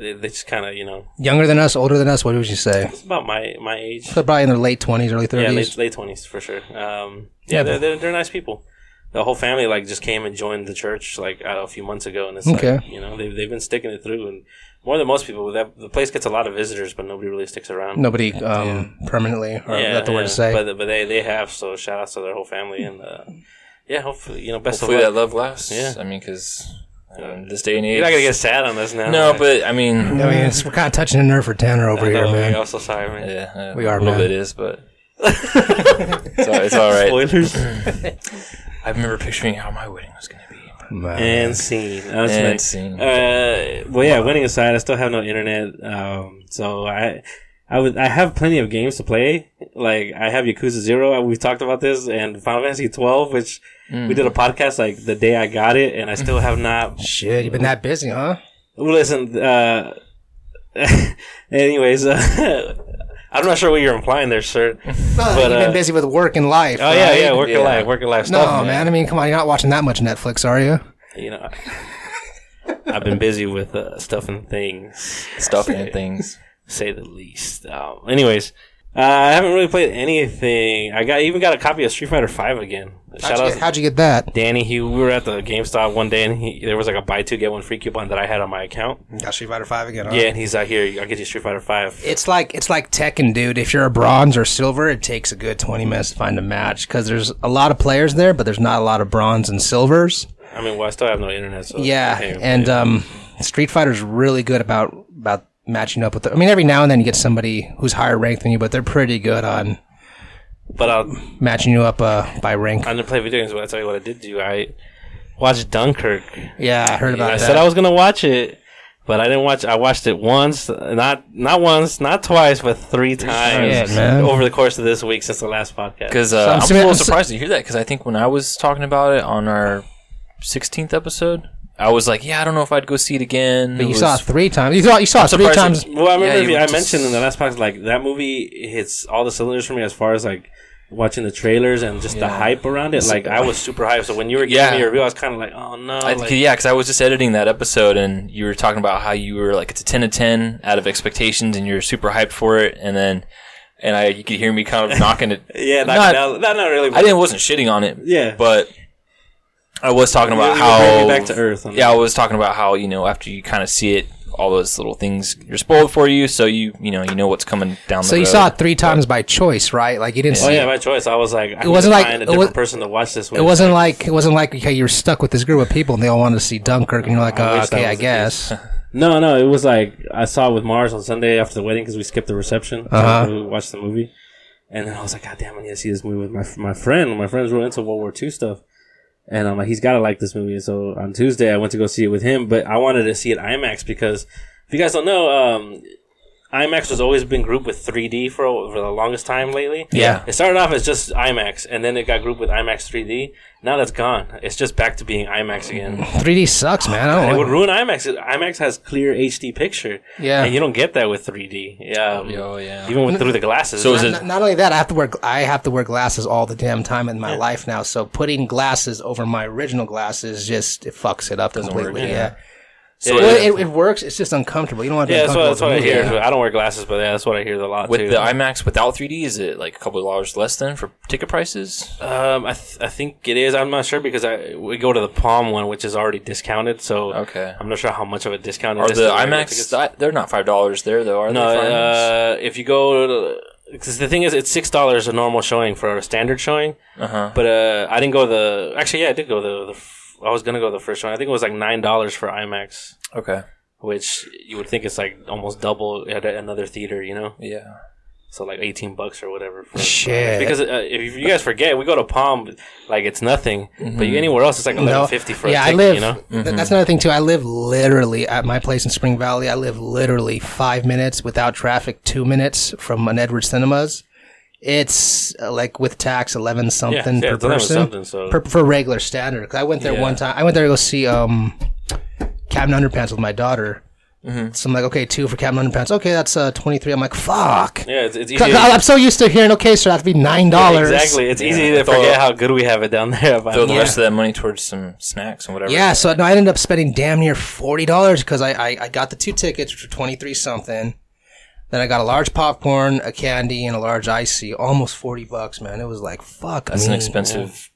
S1: they, they just kind of you know
S3: Younger than us, older than us, what would you say?
S1: it's about my my age.
S3: They're probably in their late 20s, early 30s.
S1: Yeah, late late twenties for sure. Um, yeah, they're,
S3: Yeah, but-
S1: they're they're nice people. The whole family like just came and joined the church like I don't know, a few months ago, and it's
S3: Okay.
S1: like you know they've they've been sticking it through, and more than most people, that the place gets a lot of visitors, but nobody really sticks around.
S3: Nobody um, permanently, or is that the word to say?
S1: But but they they have so shout outs to their whole family and uh, yeah, hopefully you know best
S2: hopefully
S1: of
S2: that
S1: luck.
S2: love lasts.
S1: Yeah.
S2: I mean, because this day and age,
S1: You're not gonna get sad on this now.
S2: no.
S1: right?
S2: But I mean,
S3: I mean, it's, we're kind of touching a nerve for Tanner over
S1: I
S3: here,
S1: know,
S3: man.
S1: I'm so sorry, man.
S2: yeah, uh,
S3: We are,
S2: A little bit
S3: man.
S2: is, but it's, all, it's all right.
S1: Spoilers
S2: I remember picturing how my wedding was going to be.
S3: Man.
S1: and scene. That was
S2: And
S1: nice.
S2: scene.
S1: Uh, well, yeah. Winning aside, I still have no internet, um, so I, I would, I have plenty of games to play. Like I have Yakuza Zero. We talked about this, and Final Fantasy Twelve, which we did a podcast like the day I got it, and I still have not.
S3: Shit, you've been that busy, huh?
S1: Listen. Uh, anyways, uh, I'm not sure what you're implying there, sir.
S3: No,
S1: But,
S3: you've been
S1: uh,
S3: busy with work and life.
S1: Oh yeah,
S3: right?
S1: yeah. Work your
S2: Yeah.
S1: life. Work your life.
S3: No,
S1: Stuff,
S3: man. I mean, come on, you're not watching that much Netflix, are you?
S1: You know. I've been busy with uh, stuff and things.
S2: stuff and things.
S1: say the least. Um, anyways, uh, I haven't really played anything. I got even got a copy of Street Fighter Five again. Shout
S3: How'd you,
S1: out
S3: get, how'd you get that?
S1: Danny. He we were at the GameStop one day, and he, there was like a buy two get one free coupon that I had on my account.
S3: Got Street Fighter Five again.
S1: Yeah, and he's like, "Here, I'll get you Street Fighter Five.
S3: It's like it's like Tekken, dude. If you're a bronze or silver, it takes a good 20 minutes to find a match because there's a lot of players there, but there's not a lot of bronze and silvers.
S1: I mean, well, I still have no internet, so
S3: Yeah,
S1: Hey,
S3: and um, Street Fighter's really good about about matching up with. The, I mean, every now and then you get somebody who's higher ranked than you, but they're pretty good on
S1: but I'll
S3: matching you up uh, by rank.
S1: I'm gonna play video games. But I tell you what, I did do. I watched Dunkirk.
S3: Yeah, I heard about
S1: I
S3: that.
S1: said I was gonna watch it. But I didn't watch. I watched it once, not not once, not twice, but three times
S3: times, man.
S1: over the course of this week since the last podcast.
S2: Because uh,
S3: I'm
S2: I'm, a
S3: su-
S2: little
S3: I'm su-
S2: surprised to hear that. Because I think when I was talking about it on our 16th episode, I was like, "Yeah, I don't know if I'd go see it again."
S3: you saw it three times. You thought you saw it three times.
S2: surprised
S1: Well, I remember
S2: Yeah,
S1: if
S2: you
S1: you- I
S2: would just-
S1: mentioned in the last podcast, like that movie hits all the cylinders for me as far as like watching the trailers and just the hype around it. Like I was super hyped. So when you were giving
S2: Yeah.
S1: me your review, I was kind of like, oh no,
S2: I,
S1: like,
S2: yeah, because I was just editing that episode, and you were talking about how you were like it's a ten to ten out of expectations, and you're super hyped for it, and then and I you could hear me kind of knocking it.
S1: yeah, not,
S2: not-
S1: not, not, really.
S2: I didn't wasn't shitting on it,
S1: Yeah.
S2: but I was talking
S1: You-
S2: about
S1: you
S2: how
S1: bring me back to earth. On
S2: yeah, I was talking about how you know after you kind of see it, all those little things are spoiled for you, so you you know you know what's coming down.
S3: So
S2: the
S3: you
S2: road.
S3: saw it three times by choice, right? Like you didn't
S1: Oh
S3: see.
S1: yeah, my choice. I was like, I it
S3: wasn't like-
S1: find a
S3: it
S1: different
S3: was-
S1: person to watch this. With.
S3: It wasn't like it wasn't like okay, you were stuck with this group of people and they all wanted to see Dunkirk, and you're like,
S1: I
S3: oh,
S1: wish that
S3: okay, I
S1: was the
S3: guess.
S1: No, no, it was like I saw it with Mars on Sunday after the wedding because we skipped the reception.
S3: Uh-huh.
S1: So we watched the movie, and then I was like, "God damn, I need to see this movie with my my friend. My friend's real into World War II stuff." And I'm like, he's gotta like this movie. And so on Tuesday, I went to go see it with him, but I wanted to see it IMAX because if you guys don't know, um, IMAX has always been grouped with 3D for a- for the longest time lately.
S3: Yeah.
S1: it started off as just IMAX, and then it got grouped with IMAX 3D. Now that's gone. It's just back to being IMAX again.
S3: 3D sucks, man. I
S1: It would
S3: don't
S1: ruin
S3: like
S1: IMAX. IMAX has clear HD picture.
S3: Yeah.
S1: And you don't get that with 3D. Yeah. um,
S2: Oh, yeah.
S1: Even with through the glasses.
S2: So is
S3: not, not only that, I have to wear gl- I have to wear glasses all the damn time in my life now. So putting glasses over my original glasses just it fucks it up completely.
S2: work,
S3: yeah.
S2: So
S3: Well,
S2: it-
S3: it, it works. It's just uncomfortable. You don't want to be
S1: yeah, that's what, that's
S3: uncomfortable
S1: what I
S3: with
S1: hear.
S3: the movie.
S1: I don't wear glasses, but yeah, that's what I hear a lot
S2: with
S1: too.
S2: the IMAX without 3D, is it like a couple of dollars less than for ticket prices?
S1: um, I, th- I think it is. I'm not sure because I we go to the Palm one, which is already discounted. So
S2: Okay.
S1: I'm not sure how much of a discount. it
S2: Are
S1: is
S2: the
S1: to regular
S2: IMAX?
S1: tickets.
S2: Th- they're not five dollars there though, are
S1: No,
S2: they? Finals?
S1: uh, if you go, because the thing is, it's six dollars a normal showing for a standard showing.
S2: Uh-huh.
S1: But uh, I didn't go the. Actually, yeah, I did go the. the f- I was gonna go the first showing. I think it was like nine dollars for IMAX.
S3: uh,
S2: okay.
S1: which you would think it's like almost double at a- another theater, you know?
S2: Yeah.
S1: So like 18 bucks or whatever. For,
S3: Shit.
S1: Because uh, if you guys forget, we go to Palm, like it's nothing, but you, anywhere else it's like 11.50 for
S3: Mm-hmm.
S1: a
S3: yeah,
S1: ticket,
S3: I live.
S1: you know?
S3: th- that's another thing too. I live literally at my place in Spring Valley. I live literally five minutes without traffic, two minutes from an Edward Cinemas. It's uh, like with tax eleven
S1: Yeah,
S3: something
S1: yeah,
S3: per
S1: it's 11
S3: person
S1: something, so-
S3: per, for regular standard. 'Cause I went there one time. I went there to go see um, Captain Underpants with my daughter. So I'm like, okay, two for Captain Underpants. Okay, that's uh, 23. I'm like, fuck.
S1: Yeah, it's, it's
S3: 'Cause
S1: easy.
S3: I- I'm so used to hearing, okay, sir, that'd be $9.
S1: Exactly. It's easy to
S2: Throw-
S1: forget how good we have it down there.
S2: Throw the
S1: Yeah.
S2: rest of that money towards some snacks and whatever.
S3: Yeah, so no, I ended up spending damn near forty dollars because I, I I got the two tickets for twenty three something. Then I got a large popcorn, a candy, and a large icy, almost forty bucks, man. It was like fuck.
S2: That's
S3: I
S2: an
S3: mean,
S2: expensive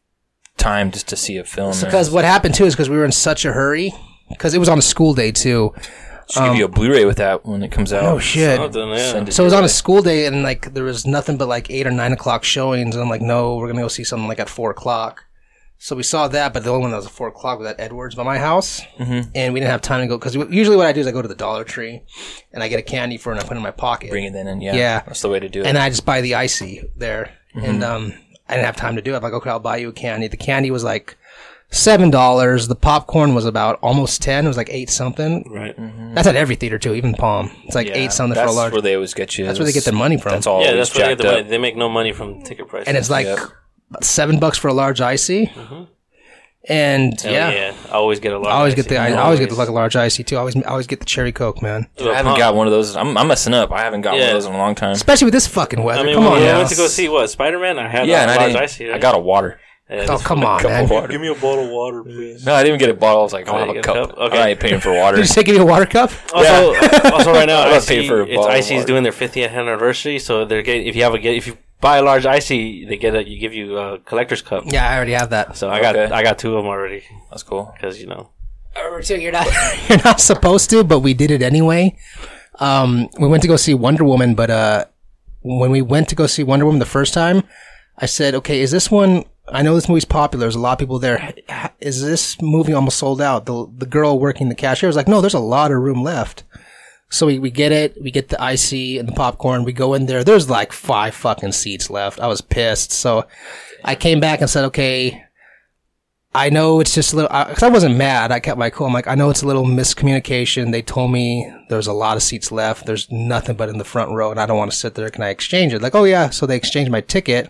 S2: time just to see a film. man.
S3: because what happened too is because we were in such a hurry because it was on a school day too.
S2: Should give you a Blu-ray with that when it comes out.
S3: um, Oh shit.
S1: Something, yeah.
S2: Send
S3: So it was on a school day, and like there was nothing but like eight or nine o'clock showings, and I'm like, no, we're gonna go see something like at four o'clock. So we saw that, but the only one that was at four o'clock was at Edwards by my house, mm-hmm. and we didn't have time to go because usually what I do is I go to the Dollar Tree, and I get a candy for it, and I put it in my pocket,
S2: Bring it in, and yeah,
S3: Yeah.
S2: that's the way to do it.
S3: and I just buy the icy there,
S2: Mm-hmm.
S3: and um, I didn't have time to do it. I'm like, okay, I'll buy you a candy. The candy was like seven dollars. The popcorn was about almost ten. It was like eight something.
S1: Right.
S3: That's at every theater too, even Palm. It's like
S2: Mm. Yeah,
S3: eight something for
S2: that's
S3: a large.
S2: where they always get you.
S3: that's where they get their money from.
S2: That's all.
S1: Yeah, that's where they get the money.
S2: up.
S1: They make no money from ticket prices.
S3: and it's like
S2: Yep.
S3: seven bucks for a large icy. And
S1: Hell
S3: yeah,
S1: I always get a lot.
S3: I always get the I always get the like large icy too. I always I always get the cherry coke, man.
S2: I haven't got one of those. I'm, I'm messing up. I haven't got one
S1: Yeah.
S2: of those in a long time.
S3: Especially with this fucking weather.
S1: I mean,
S3: come
S1: when
S3: on,
S1: we
S3: now.
S1: went to go see what Spider Man. I had
S2: Yeah,
S1: yeah,
S2: and
S1: a
S2: I
S1: large
S2: didn't.
S1: ice here.
S2: I got a water.
S3: Oh come on,
S2: Couple
S3: man!
S2: water.
S1: Give me a bottle of water, please.
S2: No, I didn't even get a bottle. I was like, I'll
S1: Oh,
S2: have
S1: you
S2: a
S1: get a
S2: cup.
S1: cup? Okay.
S2: I'm not even paying for water.
S3: Did you say give me a water cup?
S1: Also, also, right now, I
S2: I'm not paying
S1: see
S2: for a
S1: it's
S2: bottle of
S1: Icy's
S2: water.
S1: doing their 50th anniversary, so they're getting, if you have a get if you buy a large Icy, they get a, you give you a collector's cup.
S3: Yeah, I already have that.
S1: So I got
S2: Okay.
S1: I got two of them already
S2: That's cool.
S1: because you know
S3: You're not you're not supposed to, but we did it anyway. Um, we went to go see Wonder Woman, but uh, when we went to go see Wonder Woman the first time, I said, "Okay, is this one? I know this movie's popular. There's a lot of people there. H- Is this movie almost sold out?" The the girl working the cashier was like, "No, there's a lot of room left." So we, we get it. We get the icy and the popcorn. We go in there. There's like five fucking seats left. I was pissed. So I came back and said, okay, I know it's just a little, because I, wasn't mad. I kept my cool. I'm like, I know it's a little miscommunication. They told me there's a lot of seats left. There's nothing but in the front row, and I don't want to sit there. Can I exchange it? Like, oh yeah. So they exchanged my ticket,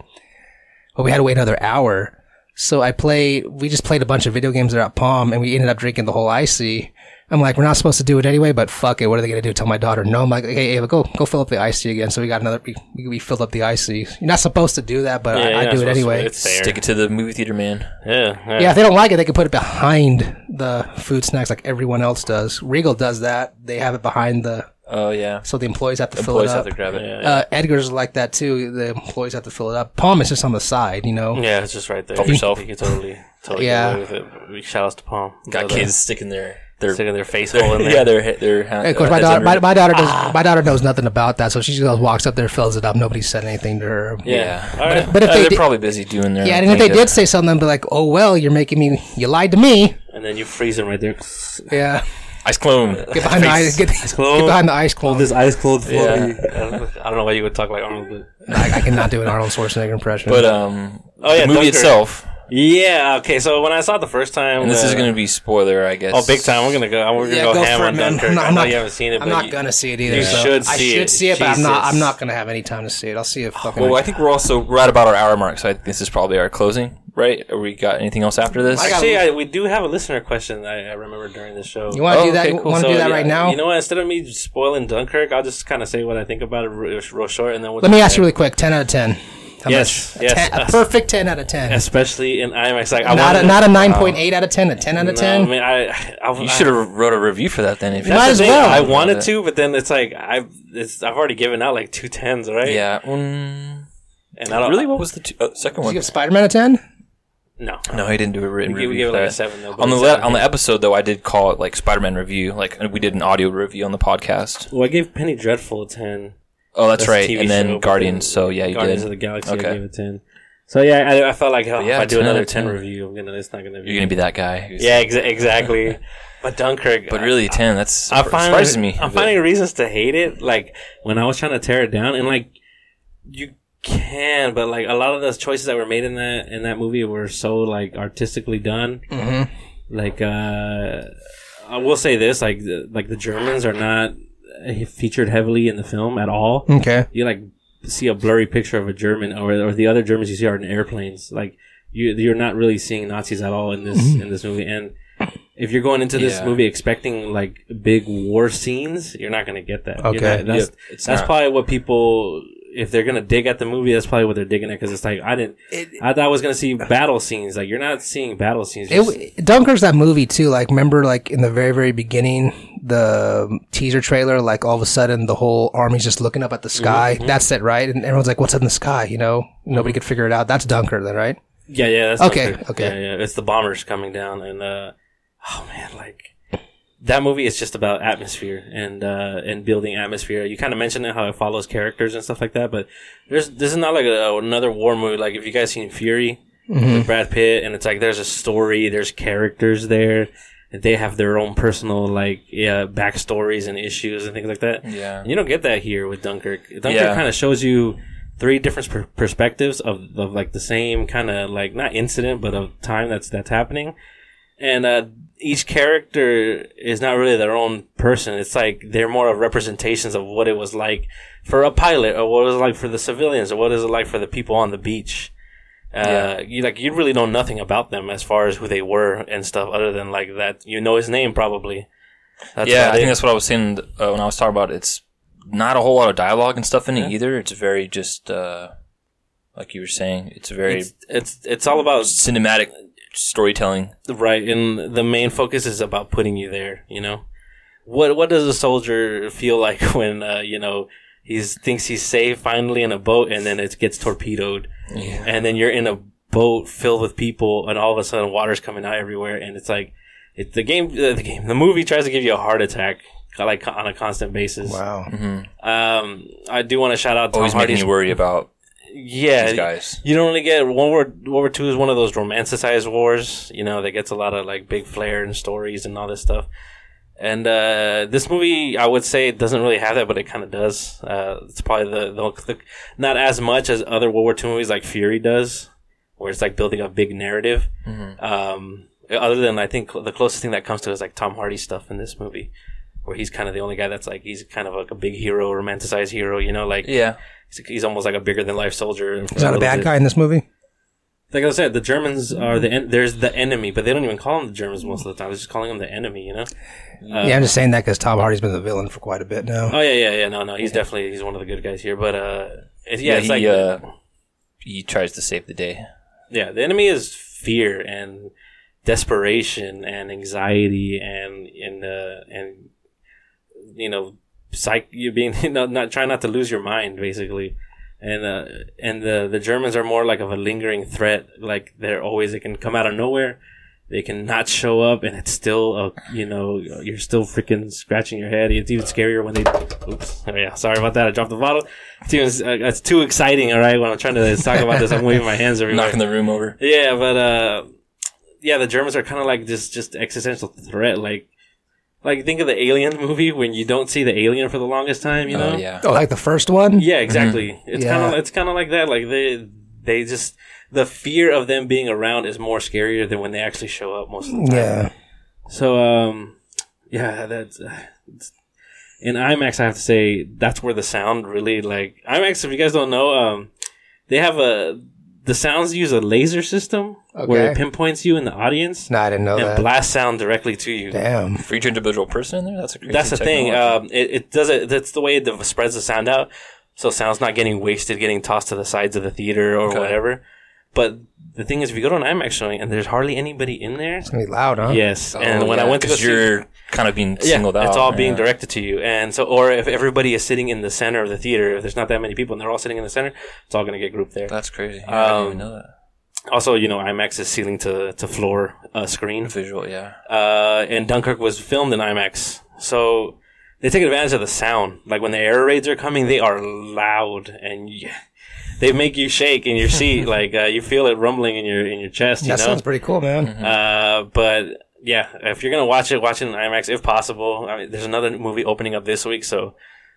S3: but we had to wait another hour. So I played, we just played a bunch of video games there at Palm, and we ended up drinking the whole icy. I'm like, we're not supposed to do it anyway, but fuck it. What are they going to do? Tell my daughter no. I'm like, hey, Ava, go, go fill up the icy again. So we got another, we, we filled up the icy. You're not supposed to do that, but
S1: Yeah, you're
S3: I,
S1: not
S3: I do it
S1: supposed to.
S3: anyway.
S1: It's fair.
S2: Stick it to the movie theater man.
S1: Yeah, yeah.
S3: Yeah, if they don't like it, they can put it behind the food snacks like everyone else does. Regal does that. They have it behind the,
S2: Oh yeah.
S3: so the employees have to fill
S2: Boys
S3: it
S2: have
S3: up.
S2: to grab it.
S3: uh, Edgar's is like that too. The employees have to fill it up. Palm is just on the side, you know.
S1: Yeah, it's just right there.
S2: Help yourself.
S1: You can totally, totally
S3: Yeah.
S1: get away with it. We- Shout outs to Palm.
S2: Got
S1: They're
S2: kids sticking their their
S1: sticking their face hole in there.
S2: yeah Ah. their their hand.
S3: Of course, my daughter, my, my daughter does. My daughter knows nothing about that, so she just walks up there, fills it up. Nobody said anything to her.
S2: yeah.
S1: All right.
S3: But if
S2: Uh,
S3: they
S2: they're
S3: did-
S2: probably busy doing their.
S3: Yeah,
S2: own
S3: and if they
S2: thing,
S3: did say something, they'd be like, "Oh well, you're making me. You lied to me."
S1: And then you freeze them right there.
S3: Yeah,
S2: ice clone.
S3: get behind the ice. Get, get behind the ice clone.
S1: ice cold
S2: floppy.
S1: I don't know why you would talk like Arnold. But
S3: I, I cannot do an Arnold Schwarzenegger impression.
S2: But um,
S1: Oh, yeah,
S2: the movie
S1: Dunkirk.
S2: itself.
S1: yeah, okay. So when I saw it the first time,
S2: And this
S1: uh,
S2: is going to be spoiler, I guess.
S1: oh big time. We're gonna go. We're gonna go, ham on Dunkirk.
S3: I'm
S1: i
S3: not,
S1: know
S3: I'm not-
S1: you haven't seen it.
S3: I'm
S1: but
S3: not
S1: you-
S3: gonna see it either.
S1: you
S3: so.
S1: should
S3: I
S1: see
S3: should
S1: it.
S3: see it, but I'm not.
S1: Jesus. Oh,
S3: I'm not gonna have any time to see it. I'll see it. Fucking.
S2: Well, I think we're also right about our hour mark, so I think this is probably our closing, right? Are we got anything else after this?
S3: I got-
S1: Actually, I, we do have a listener question I, I remember during the show.
S3: you want to
S2: Oh,
S3: do that?
S2: okay, cool.
S3: Want to
S1: So,
S3: do that
S1: yeah,
S3: right now?
S1: You know what? Instead of me spoiling Dunkirk, I'll just kind of say what I think about it real, real short, and then we'll
S3: Let me ask you really quick. Ten out of ten. How
S1: Yes,
S3: much? A
S1: yes.
S3: ten- a perfect ten out of ten.
S1: Especially in IMAX, like I
S3: Not
S1: wanted
S3: a, not a nine point eight out of ten. A ten out of
S1: No,
S3: ten.
S1: I mean, I, I,
S2: you should have wrote a review for that then. If
S3: Might as well.
S1: I wanted to, but then it's like I've it's, I've already given out like two tens, right?
S2: Yeah. mm,
S1: And I don't
S2: really? What was the two, uh, second
S3: Did you
S2: one?
S3: give Spider Man a ten?
S1: No.
S2: No, he didn't do a written
S1: We gave-
S2: review.
S1: we gave it like
S2: for
S1: a
S2: that.
S1: seven, though, but
S2: on the
S1: it's
S2: le-
S1: seven.
S2: on the episode though, I did call it like Spider-Man review. Like we did an audio review on the podcast.
S1: Well, I gave Penny Dreadful a ten.
S2: Oh, that's,
S1: That's a
S2: right.
S1: TV
S2: and then
S1: show, but
S2: Guardians. So yeah, you
S1: Guardians
S2: did.
S1: of the Galaxy.
S2: Okay.
S1: I gave a ten. So yeah, I, I felt like oh,
S2: yeah,
S1: if I do
S2: 10
S1: another
S2: out of
S1: ten
S2: 10.
S1: review, I'm gonna it's not gonna be.
S2: You're gonna be that guy. who's-
S1: yeah, exa- exactly. but Dunkirk,
S2: But
S1: I-
S2: really, ten. That's
S1: I
S2: surpri-
S1: find
S2: surprises me.
S1: I'm
S2: but-
S1: finding reasons to hate it. Like when I was trying to tear it down, and like you can, but like a lot of those choices that were made in that in that movie were so like artistically done.
S2: Mm-hmm.
S1: Like uh, I will say this: like the, like the Germans are not uh, featured heavily in the film at all.
S3: Okay.
S1: You like see a blurry picture of a German, or or the other Germans
S3: Mm-hmm.
S1: you see are in airplanes. Like you, you're not really seeing Nazis at all in this in this movie, and if you're going into this
S2: Yeah.
S1: movie expecting like big war scenes, you're not going to get that. You're
S3: Okay.
S1: not- that's
S2: Yep. It's
S1: that's
S2: not-
S1: probably what people if they're going to dig at the movie, that's probably what they're digging at because it's like I didn't. I thought I was going to see battle scenes. Like you're not seeing battle scenes.
S3: It, w- Dunkirk's that movie too. Like, remember, like in the very, very beginning, the teaser trailer. Like, all of a sudden, the whole army's just looking up at the
S1: Mm-hmm,
S3: sky. That's it, right? And everyone's like, "What's up in the sky?" You know,
S1: Mm-hmm.
S3: nobody could figure it out. That's Dunkirk, then, right?
S1: Yeah, yeah. That's
S3: Okay,
S1: not good.
S3: okay.
S1: Yeah, yeah. It's the bombers coming down, and uh, oh man, like that movie is just about atmosphere and uh, and building atmosphere. You kind of mentioned it, how it follows characters and stuff like that, but there's this is not like a, another war movie. Like if you guys seen Fury
S3: Mm-hmm.
S1: with Brad Pitt, and it's like there's a story, there's characters there. and They have their own personal like yeah, backstories and issues and things like that.
S2: Yeah.
S1: you don't get that here with Dunkirk. Dunkirk
S2: Yeah.
S1: kind of shows you three different per- perspectives of, of like the same kind of like not incident but of time that's that's happening and uh, each character is not really their own person it's like they're more of representations of what it was like for a pilot or what it was like for the civilians or what is it like for the people on the beach uh,
S2: Yeah.
S1: you like you really know nothing about them as far as who they were and stuff other than like that you know his name probably that's
S2: yeah,
S1: about
S2: I think
S1: it.
S2: that's what I was saying uh, when I was talking about it. it's not a whole lot of dialogue and stuff in it either. It's very just uh, like you were saying, it's very
S1: it's, it's it's all about
S2: cinematic storytelling.
S1: Right, and the main focus is about putting you there. You know, what what does a soldier feel like when uh, you know he's thinks he's safe finally in a boat, and then it gets torpedoed, and then you're in a boat filled with people, and all of a sudden water's coming out everywhere, and it's like it, the game, uh, the game, the movie tries to give you a heart attack like on a constant basis.
S3: Wow.
S1: Mm-hmm. Um, I do want to shout out Tom
S2: Always making
S1: Hardy's
S2: you worry about
S1: yeah,
S2: these guys.
S1: You don't really get World War World War Two is one of those romanticized wars, you know, that gets a lot of like big flair and stories and all this stuff. And uh, this movie, I would say, it doesn't really have that, but it kind of does. Uh, it's probably the, the, the not as much as other World War Two movies like Fury does, where it's like building a big narrative.
S3: Mm-hmm.
S1: Um, other than I think the closest thing that comes to is like Tom Hardy stuff in this movie, where he's kind of the only guy that's like he's kind of like a big hero, romanticized hero, you know, like
S2: Yeah,
S1: He's- he's almost like a bigger than life soldier.
S3: Is that a bad guy in this movie?
S1: Like I said, the Germans are the en- there's the enemy, but they don't even call them the Germans most of the time. They're just calling them the enemy, you know. Uh,
S3: yeah, I'm just saying that because Tom Hardy's been the villain for quite a bit now.
S1: Oh yeah, yeah, yeah. No, no, he's definitely he's one of the good guys here. But uh, it's, yeah,
S2: yeah.
S1: it's
S2: he
S1: like
S2: uh, he tries to save the day.
S1: yeah, the enemy is fear and desperation and anxiety and and uh, and you know, psych. You being not not trying not to lose your mind basically. And uh, and the the Germans are more like of a lingering threat. Like they're always they can come out of nowhere, they can not show up, and it's still a, you know you're still freaking scratching your head. It's even scarier when they. Oops. Oh, yeah, sorry about that. I dropped the bottle. It's even uh, it's too exciting. All right, when I'm trying to talk about this, I'm waving my hands everywhere.
S2: Knocking the room over.
S1: Yeah, but uh, yeah, the Germans are kind of like this just existential threat. Like, like think of the Alien movie when you don't see the alien for the longest time. You know?
S2: Oh yeah,
S3: Oh, like the first one?
S1: Yeah, exactly. It's
S3: Yeah.
S1: kind of it's kind of like that. Like they they just the fear of them being around is more scarier than when they actually show up most of the time.
S3: Yeah.
S1: So um, yeah, that's. Uh, it's- in IMAX, I have to say that's where the sound really like IMAX. If you guys don't know, um, they have a the sounds use a laser system where it
S3: Okay.
S1: pinpoints you in the audience
S3: No, I didn't know
S1: and
S3: that.
S1: blasts sound directly to you.
S3: Damn.
S2: for each individual person in there. That's a crazy
S1: That's the thing.
S2: technology.
S1: Um, it, it does it. That's the way it div- spreads the sound out, so sound's not getting wasted, getting tossed to the sides of the theater or
S2: Okay.
S1: whatever. But the thing is, if you go to an IMAX showing and there's hardly anybody in there,
S3: It's gonna be loud, huh?
S1: yes. uh, and
S2: Oh,
S1: when I
S2: yeah,
S1: went to go
S2: 'cause
S1: see-
S2: you're kind of being
S1: yeah,
S2: singled out.
S1: It's all being
S2: yeah.
S1: directed to you. And so, or if everybody is sitting in the center of the theater, if there's not that many people and they're all sitting in the center, it's all going to get grouped there.
S2: That's crazy. Yeah, I didn't
S1: Um,
S2: even know that.
S1: Also, you know, IMAX is ceiling to, to floor uh, screen.
S2: Visual, yeah.
S1: Uh, and Dunkirk was filmed in IMAX. So they take advantage of the sound. Like when the air raids are coming, they are loud and y they make you shake in your seat. like uh, you feel it rumbling in your, in your chest, you
S3: That
S1: know?
S3: sounds pretty cool, man.
S1: Uh, but yeah, if you're gonna watch it, watch it in IMAX if possible. I mean, there's another movie opening up this week, so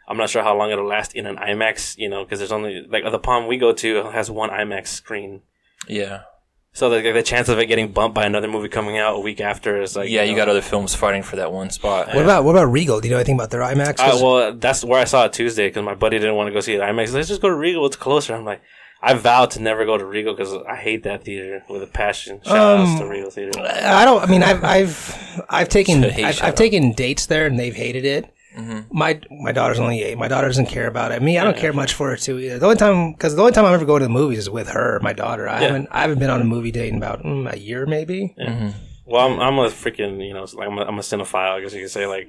S1: I'm not sure how long it'll last in an IMAX. You know, because there's only like the palm we go to has one IMAX screen,
S2: Yeah.
S1: so the, the chance of it getting bumped by another movie coming out a week after is like uh,
S2: Yeah, you
S1: know-
S2: got other films fighting for that one spot.
S3: What about what about Regal? Do you know anything about their IMAX?
S1: Uh, well, that's where I saw it Tuesday because my buddy didn't want to go see it at IMAX. Let's just go to Regal; it's closer. I'm like, I vowed to never go to Regal because I hate that theater with a passion. Shout outs to Regal Theater.
S3: I don't. I mean, I've I've I've taken
S2: So, hey,
S3: I've,
S2: shut
S3: I've
S2: up. Mm-hmm.
S3: taken dates there, and they've hated it. My my daughter's only eight. My daughter doesn't care about it. Me, I don't care much for it too either. The only time because the only time I ever go to the movies is with her, my daughter. I haven't I haven't been on a movie date in about mm, a year maybe. Yeah.
S2: Mm-hmm.
S1: Well, I'm, I'm a freaking, you know, like I'm a, I'm a cinephile, I guess you could say. Like,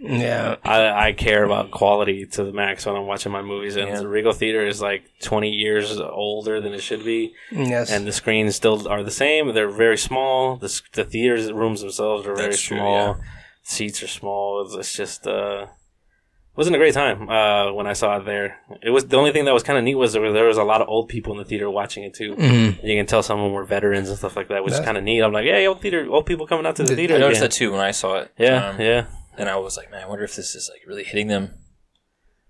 S1: I, I care about quality to the max when I'm watching my movies. And the Regal Theater is like 20 years older than it should be.
S3: Yes.
S1: And the screens still are the same. They're very small. The, s- the theater's rooms themselves are very
S2: That's true,
S1: small. Seats are small. It's, it's just, uh, wasn't a great time uh, when I saw it there. It was the only thing that was kind of neat was there, there was a lot of old people in the theater watching it too. And
S2: Mm-hmm.
S1: you can tell some of them were veterans and stuff like that, which is
S3: That's-
S1: kind of neat. I'm like, hey, old theater, old people coming out to the theater.
S2: I noticed
S1: again."
S2: that too when I saw it.
S1: Yeah,
S2: Um,
S1: yeah.
S2: And I was like, man, I wonder if this is like really hitting them.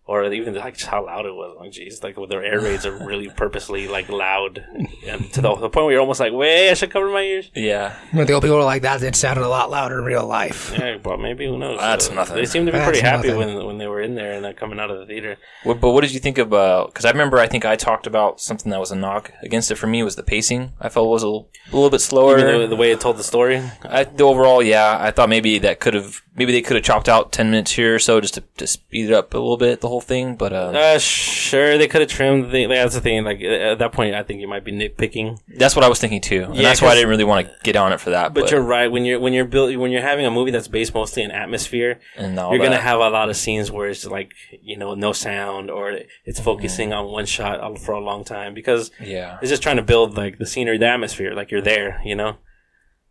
S1: or even like just how loud it was. Like, jeez, like their air raids are really purposely like loud, and to the, the point where you're almost like, wait, I should cover my ears.
S2: Yeah.
S3: But the old people were like that. It sounded a lot louder in real life.
S1: Yeah, but maybe who knows? Uh,
S2: That's nothing.
S1: They seem to be
S3: That's
S1: pretty happy
S3: nothing.
S1: when when they were in there and uh, coming out of the theater.
S2: What, but what did you think about? Because I remember, I think I talked about something that was a knock against it for me was the pacing. I felt was a little, a little bit slower.
S1: I mean, the, the way it told the story.
S2: I, the overall, yeah, I thought maybe that could have, maybe they could have chopped out ten minutes here or so just to, to speed it up a little bit, the whole thing. But uh,
S1: Uh, sure, they could have trimmed. The, that's the thing. Like at that point, I think you might be nitpicking.
S2: that's what I was thinking too, and
S1: Yeah,
S2: that's why I
S1: 'cause-
S2: didn't really want to get on it for that.
S1: But, you're right. When you're when you're built when you're having a movie that's based mostly in atmosphere,
S2: and all
S1: you're gonna
S2: that.
S1: have a lot of scenes where it's like you know no sound or it's focusing
S2: Mm.
S1: on one shot all- for a long time because
S2: yeah,
S1: It's just trying to build like the scenery, the atmosphere, like you're there, you know.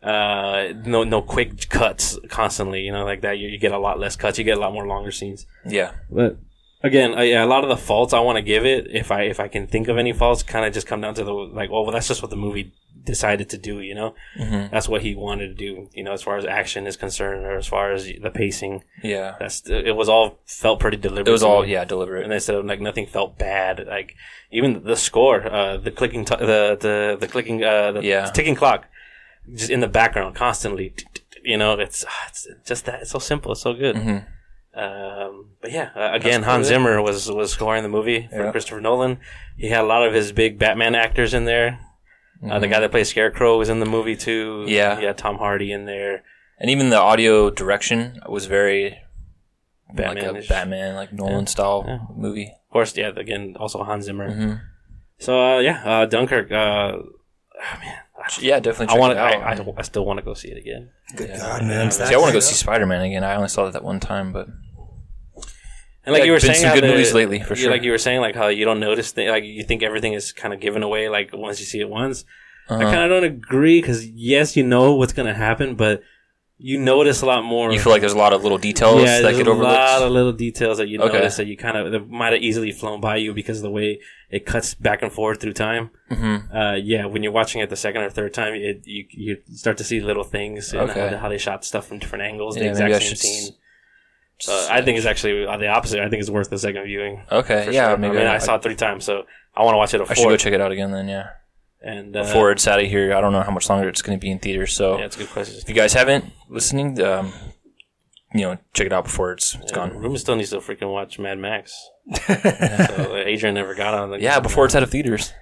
S1: Uh, no, no quick cuts constantly, you know, like that. You, you get a lot less cuts. You get a lot more longer scenes.
S2: yeah,
S1: But again, I, a lot of the faults I want to give it, if I if I can think of any faults, kind of just come down to the like, oh, well, that's just what the movie decided to do, you know.
S2: Mm-hmm.
S1: That's what he wanted to do, you know, as far as action is concerned, or as far as the pacing.
S2: yeah.
S1: That's it was all felt pretty deliberate.
S2: It was
S1: to
S2: all
S1: me
S2: yeah deliberate.
S1: and they said like nothing felt bad. Like even the score, uh, the clicking, t- the the the clicking, uh, the
S2: Yeah.
S1: ticking clock, just in the background constantly. You know, it's ah, it's just that it's so simple, it's so good.
S2: Mm-hmm.
S1: Um, but yeah, uh, again, Hans Zimmer was was scoring the movie for
S2: Yeah.
S1: Christopher Nolan. He had a lot of his big Batman actors in there. Uh,
S2: Mm-hmm.
S1: the guy that plays Scarecrow was in the movie too.
S2: Yeah.
S1: yeah, Tom Hardy in there.
S2: and even the audio direction was very like
S1: Batman-ish.
S2: a Batman, like Nolan style movie.
S1: Of course, yeah. Again, also Hans Zimmer.
S2: Mm-hmm.
S1: So uh, yeah, uh, Dunkirk. Uh,
S2: Yeah, definitely.
S1: I
S2: check
S1: want
S2: it
S1: to.
S2: out.
S1: I, I, I still want to go see it again.
S3: Good God, man.
S2: See, I want to go see Spider Man again. I only saw that that one time, but
S1: And like
S2: Yeah,
S1: you were
S2: been
S1: saying,
S2: some
S1: how
S2: good
S1: the-
S2: movies lately, for
S1: you-
S2: sure.
S1: Like you were saying, like how you don't notice things. Like you think everything is kind of given away. Like once you see it once, I
S2: Uh-huh.
S1: kind of don't agree because yes, you know what's gonna happen, but you notice a lot more.
S2: you feel like there's a lot of little details
S1: yeah,
S2: that
S1: there's
S2: get
S1: a lot
S2: overlooked.
S1: of little details that you
S2: Okay.
S1: notice that you kind of that might have easily flown by you because of the way it cuts back and forth through time.
S2: Mhm.
S1: Uh, yeah, when you're watching it the second or third time, it, you you start to see little things and
S2: Okay.
S1: how, how they shot stuff from different angles. the
S2: Yeah, maybe
S1: exact
S2: I
S1: same
S2: should
S1: scene.
S2: s-
S1: Uh, I think it's actually the opposite. I think it's worth the second viewing.
S2: Okay,
S1: for
S2: yeah,
S1: sure.
S2: maybe
S1: I mean, I,
S2: I-
S1: saw it three times, so I want to watch it a
S2: I should go
S1: fourth.
S2: check it out again then. Yeah,
S1: and uh,
S2: before it's out of here, I don't know how much longer it's going to be in theaters. So
S1: Yeah, it's a good
S2: if
S1: question.
S2: you guys haven't listening, um, you know, check it out before it's it's gone.
S1: Ruben still needs to freaking watch Mad Max. so uh, Adrian never got on. The-
S2: Yeah, before it's out of theaters.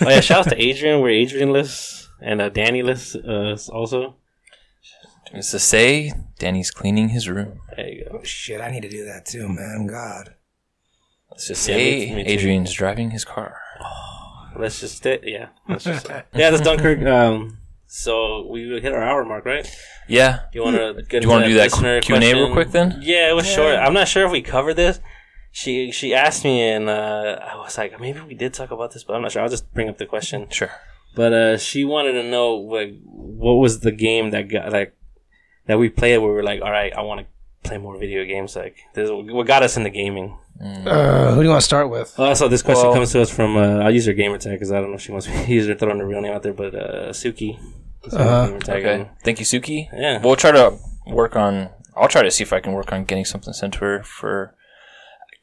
S1: oh, yeah. Shout out to Adrian. We're Adrian lists and uh, Danny lists uh, also.
S2: It's to say Danny's cleaning his room.
S1: There you go.
S3: oh, Shit, I need to do that too, man. God.
S2: Let's just
S1: Yeah,
S2: say
S1: me- me too.
S2: Adrian's driving his car.
S1: Let's just stay. Yeah, let's just yeah. That's Dunkirk. Um, so we hit our hour mark, right?
S2: Yeah,
S1: Do you want to get
S2: Hmm. Do you wanna
S1: into
S2: do that
S1: listener
S2: Q- Q&A
S1: question?
S2: real quick then?
S1: Yeah, it was short. I'm not sure if we covered this. She she asked me, and uh, I was like, maybe we did talk about this, but I'm not sure. I'll just bring up the question.
S2: sure.
S1: But uh, she wanted to know like what was the game that got like that we played where we were like, all right, I want to play more video games. Like this, is what got us into gaming.
S2: Mm.
S3: Uh, who do you want to start with?
S1: Uh, so this question
S2: Well-
S1: comes to us from uh, I'll use her gamer tag because I don't know if she wants me to use her throwing her real name out there, but uh, Suki. is her
S3: Uh-huh.
S1: gamer tag.
S2: Okay. Thank you, Suki.
S1: Yeah.
S2: We'll try to work on. I'll try to see if I can work on getting something sent to her for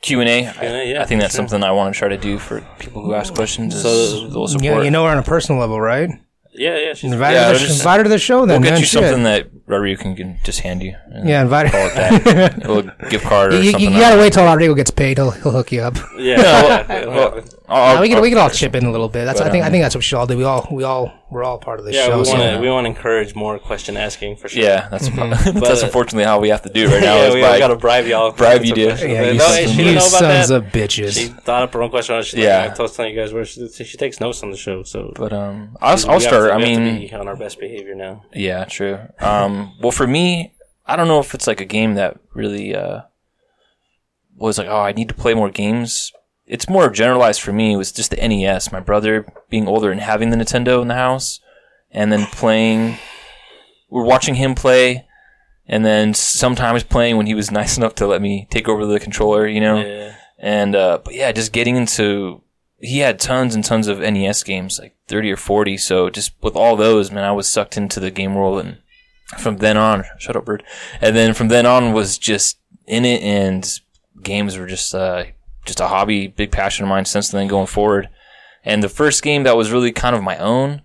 S2: Q and
S1: Q&A,
S2: A.
S1: yeah,
S2: I think
S1: for
S2: that's something I want to try to do for people who ask questions. Is
S1: So-
S2: a little support.
S3: Yeah, you know her on a personal level, right?
S1: Yeah, yeah, she's
S3: Invite,
S2: Yeah,
S3: her, to
S2: I'll
S3: the sh-
S2: just-
S3: invite her to the show then.
S2: We'll get
S3: man.
S2: you
S3: Shit.
S2: something that Rodrigo can, can just hand you. and
S3: Yeah, invite
S2: Call
S3: her.
S2: it that. a little gift card or
S3: You, you-
S2: something.
S3: you gotta wait till Rodrigo gets paid. He'll, he'll hook you up.
S1: yeah. yeah, yeah,
S2: Well, I'll-
S3: Uh, we can
S2: I'll-
S3: we can all chip in a little bit. That's I
S2: But,
S3: think I
S2: um,
S3: think that's what we should all do. We all we all we're all part of this
S1: Yeah,
S3: show.
S1: we
S3: so-
S1: want to we want to encourage more question asking for sure.
S2: Yeah, that's that's
S1: Mhm. But-
S2: unfortunately how we have to do it right now.
S1: yeah,
S2: is
S1: we
S2: by-
S1: gotta bribe y'all.
S2: Bribe you, dude.
S1: Some questions.
S3: yeah, you,
S1: no,
S3: sons-
S1: hey, she
S3: you
S1: didn't know about
S3: sons
S1: that.
S3: of bitches.
S1: she thought up her own question. She's yeah,
S2: Yeah.
S1: like, I was telling you guys where she, she takes notes on the show. So
S2: but um, I'll,
S1: we
S2: I'll
S1: have to-
S2: start. I
S1: we have to
S2: mean,
S1: be on our best behavior now.
S2: Yeah, true. Um, well, for me, I don't know if it's like a game that really uh, was like, oh, I need to play more games. It's more generalized for me. It was just the NES. My brother being older and having the Nintendo in the house, and then playing. We're watching him play, and then sometimes playing when he was nice enough to let me take over the controller. You know,
S1: Yeah,
S2: and uh, but yeah, just getting into he had tons and tons of NES games, like thirty or forty. So just with all those, man, I was sucked into the game world, and from then on, shut up, bird. And then from then on was just in it, and games were just uh, just a hobby, big passion of mine since then going forward. And the first game that was really kind of my own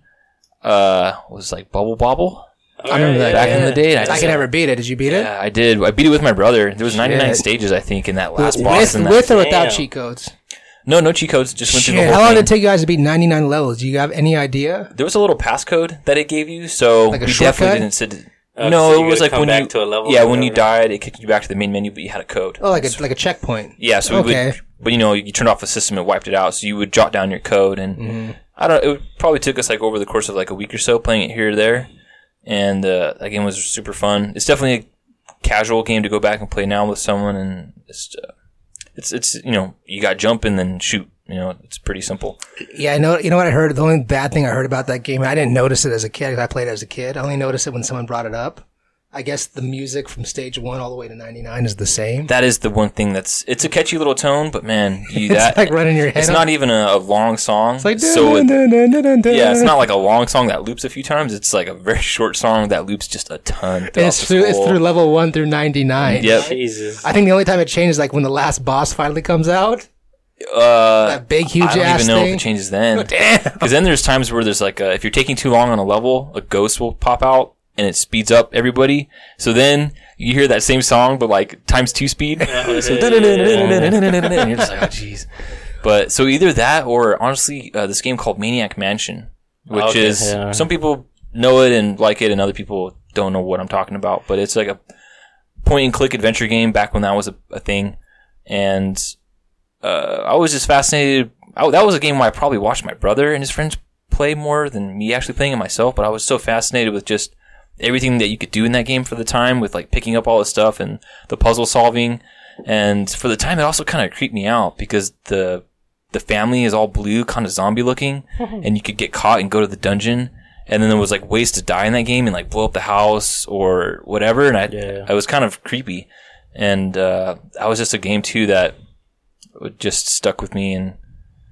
S2: uh, was like Bubble Bobble
S1: I
S3: remember that
S2: back in
S3: yeah.
S2: the day. and
S3: I
S2: just-
S3: can never beat it. Did you beat it?
S2: yeah, I did. I beat it with my brother. There was 99
S3: Shit.
S2: stages, I think, in that last boss.
S3: With,
S2: in that-
S3: with or without
S1: Damn.
S3: cheat codes?
S2: no, no cheat codes. Just went through the
S3: Shit,
S2: whole
S3: how long
S2: thing.
S3: did it take you guys to beat 99 levels? Do you have any idea?
S2: there was a little passcode that it gave you, so
S3: Like a
S2: we
S3: shortcut?
S2: definitely didn't sit.
S1: Oh, so
S2: no,
S1: you
S2: it was
S1: gotta
S2: like
S1: come
S2: when
S1: back
S2: you
S1: to a level
S2: yeah,
S1: or
S2: when you
S1: whatever.
S2: died, it kicked you back to the main menu, but you had a code.
S3: Oh, like a like a checkpoint.
S2: Yeah, so we
S3: Okay.
S2: would, but you know, you turned off the system, it wiped it out. So you would jot down your code, and
S3: Mm-hmm.
S2: I don't. It probably took us like over the course of like a week or so playing it here or there, and uh, that game was super fun. It's definitely a casual game to go back and play now with someone, and it's uh, it's it's you know you got jump and then shoot. You know, it's pretty simple.
S3: Yeah, I know. You know what I heard? The only bad thing I heard about that game, and I didn't notice it as a kid 'cause I played it as a kid. I only noticed it when someone brought it up. I guess the music from stage one all the way to 99 is the same.
S2: That is the one thing that's it's a catchy little tone, but man, you that
S3: it's like running your head.
S2: It's
S3: up.
S2: not even a, a long song.
S3: It's like
S2: so it- yeah,
S3: yeah,
S2: it's not like a long song that loops a few times. It's like a very short song that loops just a ton. throughout
S3: It's
S2: this
S3: through it's
S2: whole-
S3: through level one through 99.
S2: Yep.
S1: Jesus.
S3: I think the only time it changes like when the last boss finally comes out.
S2: Uh,
S3: That big huge
S2: I don't
S3: ass
S2: even know
S3: thing.
S2: if it changes then. Because then there's times where there's like, a, if you're taking too long on a level, a ghost will pop out and it speeds up everybody. So then you hear that same song, but like times two speed. So and you're just like, oh, jeez. But so either that or honestly, uh, this game called Maniac Mansion, which
S1: Okay,
S2: is
S1: yeah.
S2: some people know it and like it, and other people don't know what I'm talking about. But it's like a point and click adventure game back when that was a, a thing. And uh, I was just fascinated. I, that was a game where I probably watched my brother and his friends play more than me actually playing it myself. But I was so fascinated with just everything that you could do in that game for the time, with like picking up all the stuff and the puzzle solving. And for the time, it also kind of creeped me out because the the family is all blue, kind of zombie looking, and you could get caught and go to the dungeon. And then there was like ways to die in that game and like blow up the house or whatever. And I,
S1: Yeah.
S2: I was kind of creepy. And uh, that was just a game too that just stuck with me. And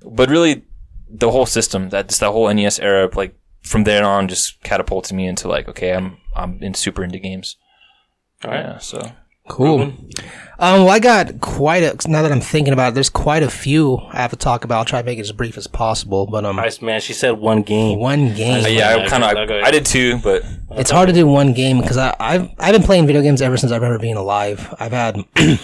S2: but really, the whole system that just that whole NES era, like from there on, just catapulted me into like okay, I'm I'm in super into games. All right, yeah, so
S3: Cool. Um, well, I got quite a. Now that I'm thinking about it, there's quite a few I have to talk about. I'll try to make it as brief as possible. But um,
S1: All right, man. She said one game.
S3: one game.
S2: yeah,
S1: Uh, Yeah,
S2: I kind
S1: I'll go
S2: of
S1: ahead.
S2: I, did too, but
S3: It's hard to do one game because I I've I've been playing video games ever since I remember being alive. I've had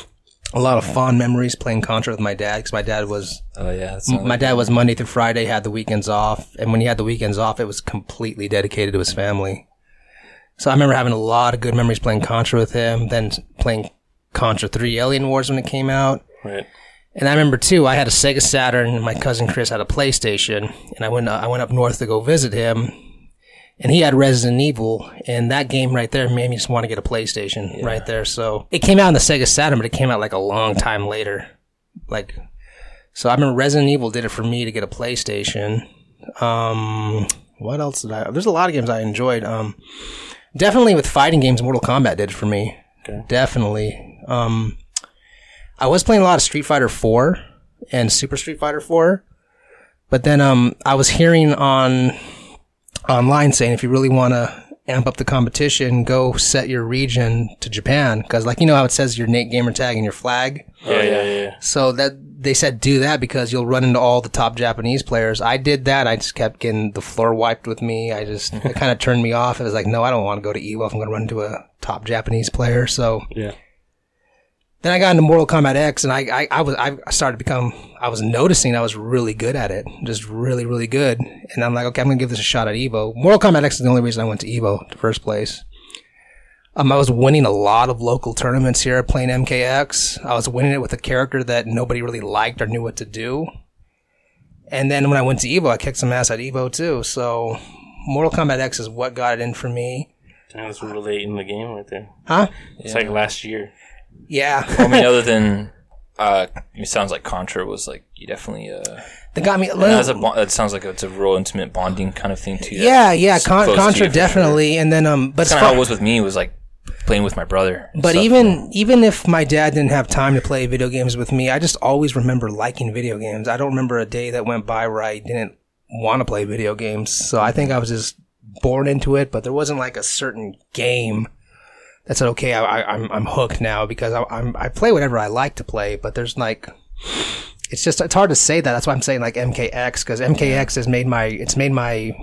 S3: a lot of fond memories playing Contra with my dad because my dad was
S2: oh yeah, that's
S3: my dad was Monday through Friday had the weekends off, and when he had the weekends off, it was completely dedicated to his family. So I remember having a lot of good memories playing Contra with him, then playing Contra Three Alien Wars when it came out.
S1: Right.
S3: And I remember too, I had a Sega Saturn, and my cousin Chris had a PlayStation, and I went uh, I went up north to go visit him, and he had Resident Evil, and that game right there made me just want to get a PlayStation right there. So it came out on the Sega Saturn, but it came out like a long time later, like. So I remember Resident Evil did it for me to get a PlayStation. Um, what else did I? There's a lot of games I enjoyed. Um, definitely with fighting games, Mortal Kombat did it for me. Definitely. Um, I was playing a lot of Street Fighter 4 and Super Street Fighter 4. But then um I was hearing on online saying if you really want to amp up the competition, go set your region to Japan cuz like you know how it says your Nate gamer tag and your flag.
S1: Yeah, yeah, yeah.
S3: So that they said do that because you'll run into all the top Japanese players. I did that. I just kept getting the floor wiped with me. I just it kind of turned me off. It was like, "No, I don't want to go to Evo if I'm going to run into a top Japanese player." So
S1: Yeah.
S3: Then I got into Mortal Kombat X, and I, I, I was I started to become I was noticing I was really good at it, just really really good. And I'm like, okay, I'm gonna give this a shot at Evo. Mortal Kombat X is the only reason I went to Evo in the first place. Um, I was winning a lot of local tournaments here playing MKX. I was winning it with a character that nobody really liked or knew what to do. And then when I went to Evo, I kicked some ass at Evo too. So Mortal Kombat X is what got it in for me.
S1: That's really in the game right there.
S3: Huh?
S1: It's like last year.
S3: Yeah.
S2: I mean, other than uh, it sounds like Contra was like you definitely uh,
S3: They got me.
S2: that's a bon- that sounds like it's a real intimate bonding kind of thing too.
S3: yeah, yeah.
S2: close to
S3: Con-
S2: you
S3: Contra
S2: for sure.
S3: definitely. And then, um, but
S2: that's kind of how it was with me. Was like playing with my brother. and
S3: But
S2: stuff.
S3: even even if my dad didn't have time to play video games with me, I just always remember liking video games. I don't remember a day that went by where I didn't want to play video games. So I think I was just born into it, but there wasn't like a certain game that said, "Okay, I, I, I'm I'm hooked now" because I, I'm I play whatever I like to play. But there's like it's just it's hard to say that. That's why I'm saying like MKX because MKX has made my it's made my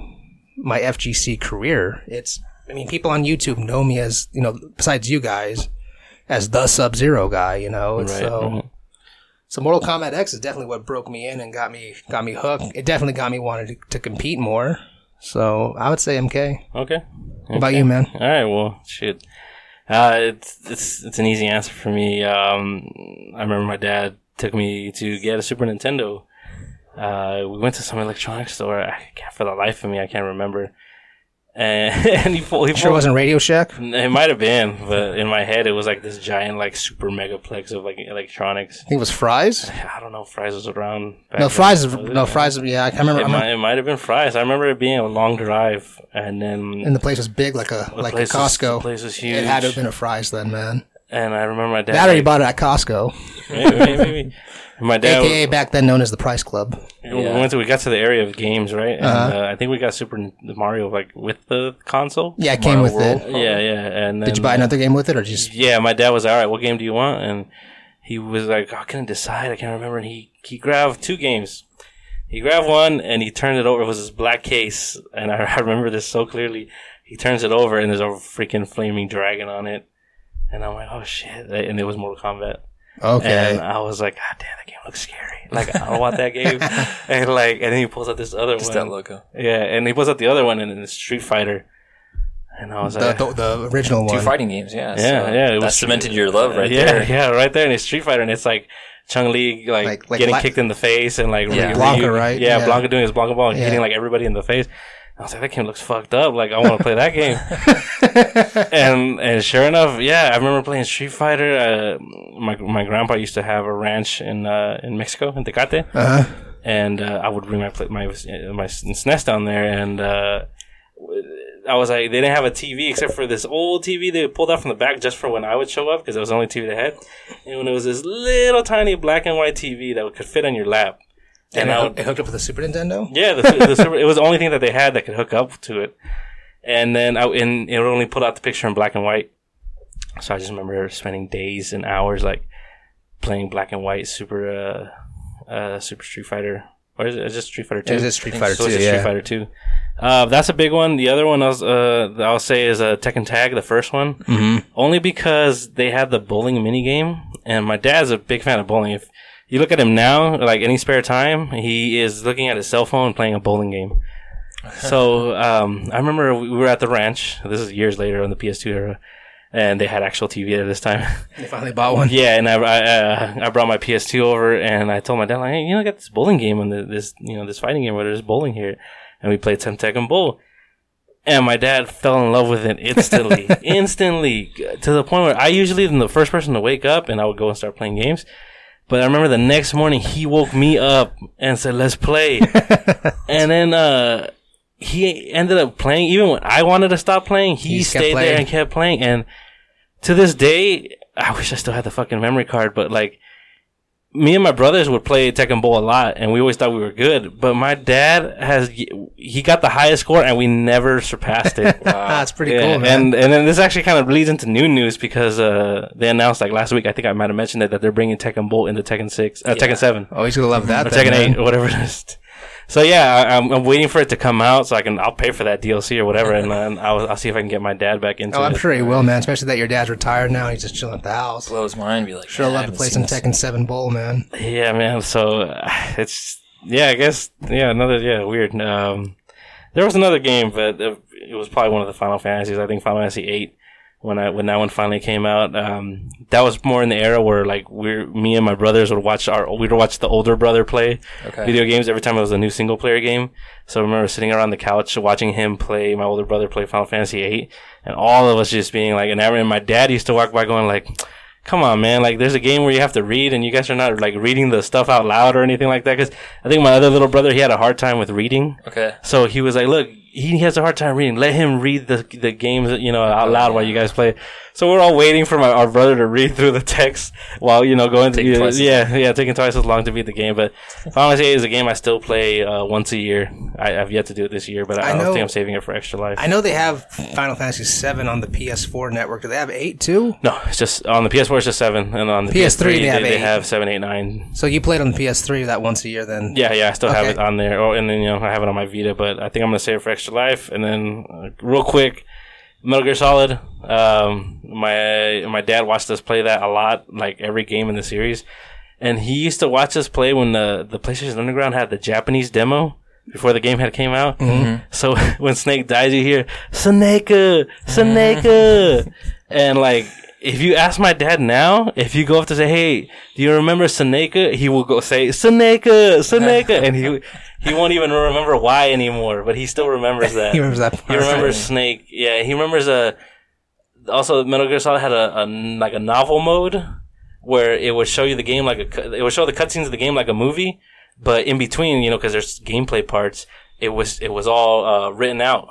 S3: my FGC career. It's I mean people on YouTube know me as you know besides you guys as the Sub Zero guy. You know It's so. So Mortal Kombat X is definitely what broke me in and got me got me hooked. It definitely got me wanted to, to compete more. So I would say MK.
S1: Okay.
S3: What about you, man?
S1: All right. Well, shit. Uh, it's it's it's an easy answer for me. Um, I remember my dad took me to get a Super Nintendo. Uh, we went to some electronics store. I can't, for the life of me, I can't remember. And, and he pulled. He
S3: Sure
S1: pulled
S3: wasn't Radio Shack.
S1: it might have been, but in my head, it was like this giant, like super megaplex of like electronics.
S3: I think it was Fries.
S1: I don't know. if Fries was around. Back
S3: No
S1: then.
S3: Fries. Is,
S1: Was it?
S3: no Fries. is- Yeah, I remember. I
S1: It
S3: remember
S1: might, it might have been fries. I remember it being a long drive, and then
S3: and the place was big, like a
S1: the
S3: like a
S1: place was- the
S3: Costco.
S1: place was huge.
S3: It had to have been a Fries then, man.
S1: and I remember my dad.
S3: That or you bought it at Costco,
S1: maybe, maybe, maybe. My dad.
S3: aka back then known as the Price Club.
S1: We went to. We got to the area of games, right? And,
S3: Uh-huh.
S1: uh I think we got Super Mario like with the console.
S3: Yeah, it came with it.
S1: Yeah, yeah. And then,
S3: Did you buy another game with it, or just
S1: yeah, my dad was all right. What game do you want? And he was like, "Oh, I couldn't decide. I can't remember. And he he grabbed two games. He grabbed one and he turned it over. It was this black case, and I, I remember this so clearly. He turns it over and there's a freaking flaming dragon on it, and I'm like, oh shit! And it was Mortal Kombat.
S3: okay?
S1: And I was like, God damn, that game looks scary. Like I don't want that game. And like, and then he pulls out this other
S2: just
S1: one.
S2: that logo.
S1: Yeah, and he pulls out the other one, and then it's Street Fighter. And I was
S3: The,
S1: like,
S3: the, the original
S2: Two
S3: one.
S2: fighting games. Yeah,
S1: Yeah,
S2: so
S1: yeah, it
S2: That
S1: was-
S2: cemented your love right
S1: yeah,
S2: there.
S1: yeah, right there, and it's Street Fighter, and it's like Chung Li like,
S3: Like- like
S1: getting
S3: la-
S1: kicked in the face, and like
S2: Yeah.
S1: Ryu-
S3: Blanca, right?
S1: Yeah,
S3: Yeah.
S1: Blanca doing his Blanca ball and
S3: Yeah.
S1: hitting like everybody in the face. I was like, that game looks fucked up. Like, I want to play that game. and and sure enough, yeah, I remember playing Street Fighter. Uh, my my grandpa used to have a ranch in uh, in Mexico in Tecate,
S3: Uh-huh.
S1: and uh, I would bring my pla- my uh, my SNES down there, and uh, I was like, they didn't have a TV except for this old TV they pulled out from the back just for when I would show up because it was the only TV they had, and when it was this little tiny black and white TV that could fit on your lap, and
S3: And
S1: I
S3: it,
S1: would,
S3: it hooked up with the Super Nintendo.
S1: yeah, the, the super, it was the only thing that they had that could hook up to it, and then I and it would only put out the picture in black and white, so I just remember spending days and hours like playing black and white Super uh, uh, Super Street Fighter. Or is it just Street Fighter Two?
S3: It was a Street Fighter
S1: So it's
S3: Two.
S1: just Street
S3: Yeah.
S1: Fighter Two. Uh, that's a big one. The other one I was, uh, that I'll say is uh, Tekken Tag, the first one, mm-hmm. only because they had the bowling mini game, and my dad's a big fan of bowling. If you look at him now, like any spare time, he is looking at his cell phone playing a bowling game. so um, I remember we were at the ranch. This is years later on the PS2 era, and they had actual TV at this time.
S3: They finally bought one.
S1: Yeah, and I I, uh, I brought my PS2 over, and I told my dad like, hey, you know, I got this bowling game and the, this you know this fighting game where there's bowling here, and we played Tem Tekken Bowl, and my dad fell in love with it instantly, instantly to the point where I usually am the first person to wake up, and I would go and start playing games. But I remember the next morning he woke me up and said, "Let's play," and then uh, he ended up playing. Even when I wanted to stop playing, he,
S3: He just kept
S1: stayed there
S3: playing.
S1: and kept playing. And to this day, I wish I still had the fucking memory card, but like me and my brothers would play Tekken Bowl a lot, and we always thought we were good. But my dad has he got the highest score, and we never surpassed it.
S3: That's pretty
S1: Yeah,
S3: cool, man.
S1: And and then this actually kind of leads into new news because uh, they announced like last week. I think I might have mentioned it that they're bringing Tekken Bolt into Tekken Six, uh, Tekken Seven,
S3: oh, he's gonna love that.
S1: or
S3: then,
S1: Tekken
S3: man.
S1: Eight, or whatever it is. So yeah, I, I'm, I'm waiting for it to come out so I can I'll pay for that DLC or whatever, and then I'll, I'll see if I can get my dad back into
S3: Oh, I'm
S1: it.
S3: sure he will, man. Especially that your dad's retired now. He's just chilling at the house.
S2: blows mine. Be like,
S3: Sure,
S2: "Man, I
S3: love to
S2: haven't
S3: play
S2: seen
S3: some
S2: this."
S3: Tekken Seven Bowl, man.
S1: Yeah, man. So uh, it's yeah, I guess yeah, another yeah, weird. Um, there was another game, but uh, it was probably one of the Final Fantasies. I think Final Fantasy Eight when I when that one finally came out. Um, that was more in the era where like we're me and my brothers would watch our we'd watch the older brother play
S2: Okay.
S1: video games every time it was a new single player game. So I remember sitting around the couch watching him play my older brother play Final Fantasy VIII, and all of us just being like, and I remember my dad used to walk by going like. Come on, man! Like, there's a game where you have to read, and you guys are not like reading the stuff out loud or anything like that. Because I think my other little brother, he had a hard time with reading.
S2: Okay.
S1: So he was like, "Look, he has a hard time reading. Let him read the the games, you know, out loud while you guys play." So we're all waiting for my, our brother to read through the text while you know going. To,
S2: Taking twice as
S1: yeah, yeah, taking twice as long to beat the game. But Final Fantasy VIII is a game I still play uh, once a year. I, I've yet to do it this year, but I,
S3: I
S1: don't
S3: know-
S1: think I'm saving it for extra life.
S3: I know they have Final Fantasy Seven on the PS4 network. Do they have eight too?
S1: no, it's just on the PS4 it's just seven, and on the
S3: PS3
S1: PS3,
S3: they have
S1: they, they
S3: eight.
S1: have seven, eight, nine.
S3: So you played on the PS3 that once a year, then?
S1: Yeah, yeah, I still have
S3: Okay.
S1: it on there. Oh, and then you know I have it on my Vita, but I think I'm gonna save it for Extra Life. And then uh, real quick, Metal Gear Solid. Um, my my dad watched us play that a lot, like every game in the series, and he used to watch us play when the the PlayStation Underground had the Japanese demo. Before the game had came out, so when Snake dies, you hear Snake, Snake, and like if you ask my dad now, if you go up to say, "Hey, do you remember Seneca?" He will go say Seneca, Seneca, and he he won't even remember why anymore. But he still remembers that.
S3: He remembers that.
S1: He
S3: part.
S1: remembers Snake. Yeah, he remembers a. Also, Metal Gear Solid had a, a like a novel mode where it would show you the game like a cu- it would show the cutscenes of the game like a movie, but in between, you know, because there's gameplay parts, it was it was all uh, written out.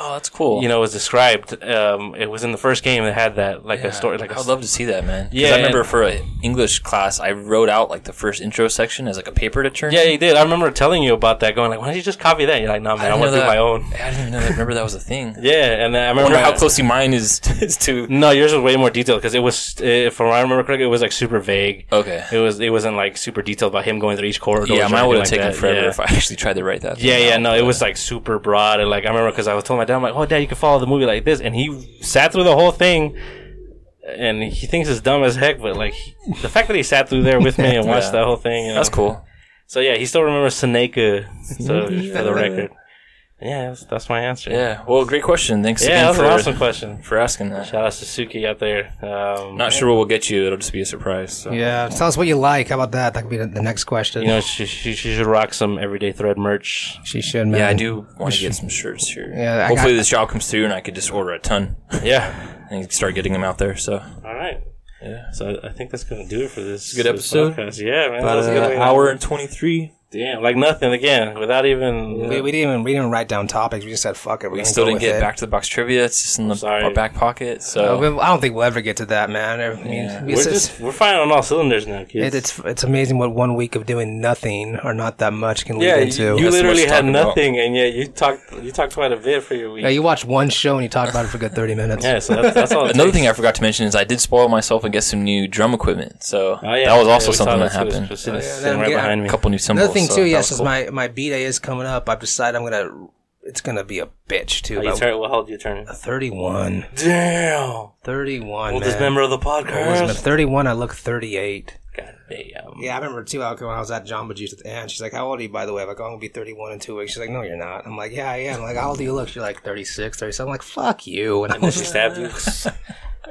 S2: Oh, that's cool.
S1: You know, it was described. Um, it was in the first game that had that like a story, like a
S2: I would love to see that, man. 'Cause
S1: Yeah,
S2: I remember
S1: and-
S2: for an English class, I wrote out like the first intro section as like a paper to turn.
S1: Yeah, you did. I remember telling you about that. Going like, why don't you just copy that? You're like, no, man, I,
S2: didn't
S1: want to
S2: know
S1: do
S2: that-
S1: my own.
S2: I didn't even know that. Remember that was a thing.
S1: Yeah, and then I
S2: I
S1: remember
S2: wonder how
S1: I-
S2: closely mine is, is to.
S1: No, yours was way more detailed because it was, uh, from what I remember correctly, it was like super vague.
S2: Okay.
S1: It was. It wasn't like super detailed about him going through each corridor.
S2: Yeah,
S1: or
S2: mine
S1: anything
S2: would have
S1: like
S2: taken
S1: that.
S2: forever
S1: Yeah.
S2: if I actually tried to write that.
S1: Yeah,
S2: thing
S1: yeah,
S2: out.
S1: no, it was like super broad, and like I remember because I was telling my dad, I'm like, "Oh, dad, you can follow the movie like this," and he sat through the whole thing, and he thinks it's dumb as heck, but like he- the fact that he sat through there with me and watched
S2: Yeah.
S1: the whole thing, you know?
S2: That's cool.
S1: So yeah, he still remembers Seneca. So for the record, yeah, that's, that's my answer.
S2: Yeah. Well, great question. Thanks
S1: yeah,
S2: again
S1: that's
S2: for,
S1: an awesome question.
S2: for asking that.
S1: Shout out to Suki out there. Um,
S2: Not sure what we'll get you. It'll just be a surprise. So.
S3: Yeah. Tell us what you like. How about that? That could be the, the next question.
S1: you know, she, she she should rock some everyday thread merch.
S3: she should, man.
S2: Yeah, I do want to get some shirts here.
S3: Yeah, I
S2: Hopefully
S3: got-
S2: this job comes through and I could just order a ton
S1: Yeah.
S2: and start getting them out there. So
S1: All right.
S2: Yeah.
S1: So I think that's gonna do it for this
S2: good
S1: this
S2: episode.
S1: podcast. Yeah, man. That
S2: about
S1: was a good
S2: an
S1: one.
S2: hour and twenty three.
S1: Damn, like nothing again, without even.
S3: We, we didn't even we didn't write down topics. We just said fuck it. We're
S2: We
S3: gonna
S2: still
S3: go
S2: didn't
S3: with
S2: get
S3: it.
S2: back to the box trivia. It's just in the,
S1: sorry.
S2: our back pocket.
S3: Uh,
S2: So
S3: we- I don't think we'll ever get to that, man. I mean,
S2: Yeah.
S1: We're
S3: it's, it's-
S1: just we're firing on all cylinders now, kids.
S3: it- it's it's amazing what one week of doing nothing or not that much can
S1: yeah,
S3: lead
S1: you,
S3: into.
S1: you
S2: That's
S1: literally
S2: much to
S1: had
S2: talk about.
S1: nothing, and yet you talked you talked quite a bit for your week.
S3: yeah, you watch one show and you talk about it for a good thirty minutes.
S1: yeah, so that's, that's all. it
S2: another
S1: takes.
S2: thing I forgot to mention is I did spoil myself and get some new drum equipment. So
S1: Oh, yeah.
S2: that was
S1: Yeah,
S2: also
S1: we saw
S2: something that
S1: too. It's
S2: happened.
S1: just sitting-
S3: Oh, yeah,
S1: sitting
S3: then
S1: right
S3: get-
S1: behind
S2: A
S1: me.
S2: couple new symbols.
S3: Another thing
S2: so
S3: too,
S2: that
S3: yes,
S2: was
S3: since
S2: cool.
S3: my my B day is coming up, I've decided I'm gonna. It's gonna be a bitch too.
S1: Oh, you
S3: but
S1: turn, well, how old you turn?
S3: 31.
S1: Damn.
S3: 31.
S1: Oldest
S3: man.
S1: member of the
S3: Oldest member.
S1: podcast.
S3: 31, I look 38.
S1: God damn.
S3: Yeah, I remember too, like, when I was at Jamba Juice with Ann. She's like, How old are you, by the way? I'm like, oh, I'm going to be 31 in two weeks. She's like, No, you're not. I'm like, Yeah, I am. like, How old do you look? She's like, 36, 37. I'm like, Fuck you. And I
S1: She stabbed you.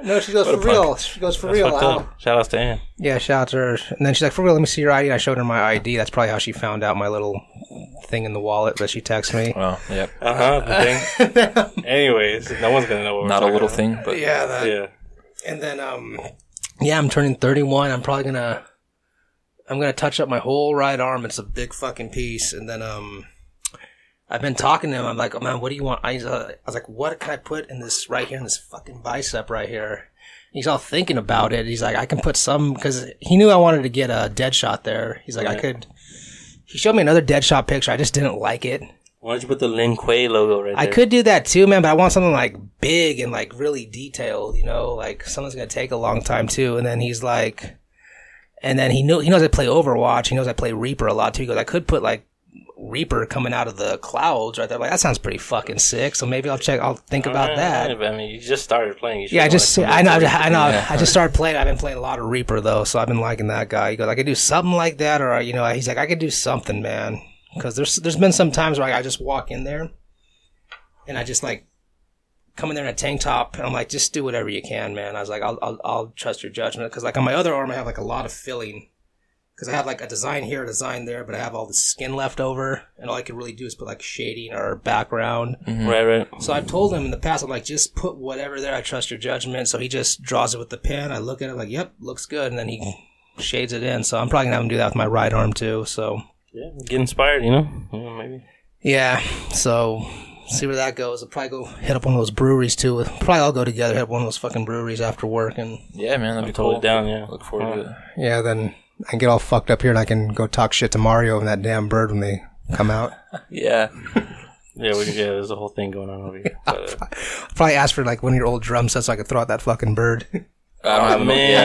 S3: No, she goes, For real. She goes, For real.
S1: Fucked
S3: Al."
S1: up. Shout outs to Ann.
S3: Yeah, shout out to her. And then she's like, For real, let me see your ID. And I showed her my ID. That's probably how she found out my little thing in the wallet that she texted me.
S2: Well, yep.
S1: Uh huh. The thing. Anyways, no one's gonna know what we're
S2: Not a
S1: talking
S2: little
S1: about.
S2: thing, but
S3: Yeah, that.
S1: Yeah.
S3: And then um yeah, I'm turning 31. I'm probably going to I'm going to touch up my whole right arm. It's a big fucking piece and then um I've been talking to him. I'm like, oh, "Man, what do you want?" I, he's, uh, I was like, "What can I put in this right here in this fucking bicep right here?" He's all thinking about it. He's like, "I can put some cuz he knew I wanted to get a dead shot there." He's like, "I could He showed me another dead shot picture. I just didn't like it.
S1: Why don't you put the Lin Kuei logo right
S3: I
S1: there?
S3: could do that too, man, but I want something like big and like really detailed, you know, like something's gonna take a long time too. And then he's like, and then he knew he knows I play Overwatch. He knows I play Reaper a lot too. He goes, I could put like Reaper coming out of the clouds right there. Like that sounds pretty fucking sick. So maybe I'll check. I'll think
S1: Oh,
S3: about that.
S1: Uh, I mean, you just started playing. You
S3: Yeah, I
S1: should
S3: just
S1: like-
S3: I know I know
S2: Yeah.
S3: I just started playing. I've been playing a lot of Reaper though, so I've been liking that guy. He goes, I could do something like that, or you know, he's like, I could do something, man. Because there's there's been some times where I, I just walk in there, and I just like come in there in a tank top, and I'm like, just do whatever you can, man. I was like, I'll I'll, I'll trust your judgment because like on my other arm, I have like a lot of filling. Because I have like a design here, a design there, but I have all the skin left over, and all I could really do is put like shading or background.
S1: right, right.
S3: So I've told him in the past, I'm like, just put whatever there. I trust your judgment. So he just draws it with the pen. I look at it like, yep, looks good, and then he shades it in. So I'm probably gonna have him do that with my right arm too. So
S1: Yeah, get inspired. You know, yeah, maybe.
S3: yeah, so see where that goes. I'll probably go hit up one of those breweries too. With probably all go together, hit up one of those fucking breweries after work, and
S2: Yeah, man, that'd be
S1: Hold
S2: cool.
S1: it down. Oh, Yeah,
S2: Look forward to it.
S3: yeah, then
S4: I can get all fucked up here and I can go talk shit to Mario and that damn bird when they come out.
S2: Yeah,
S1: yeah, we, yeah. There's a whole thing going on over here. But, uh,
S4: Probably ask for like one of your old drum sets so I could throw out that fucking bird.
S2: I don't have an old- yeah.
S1: oh,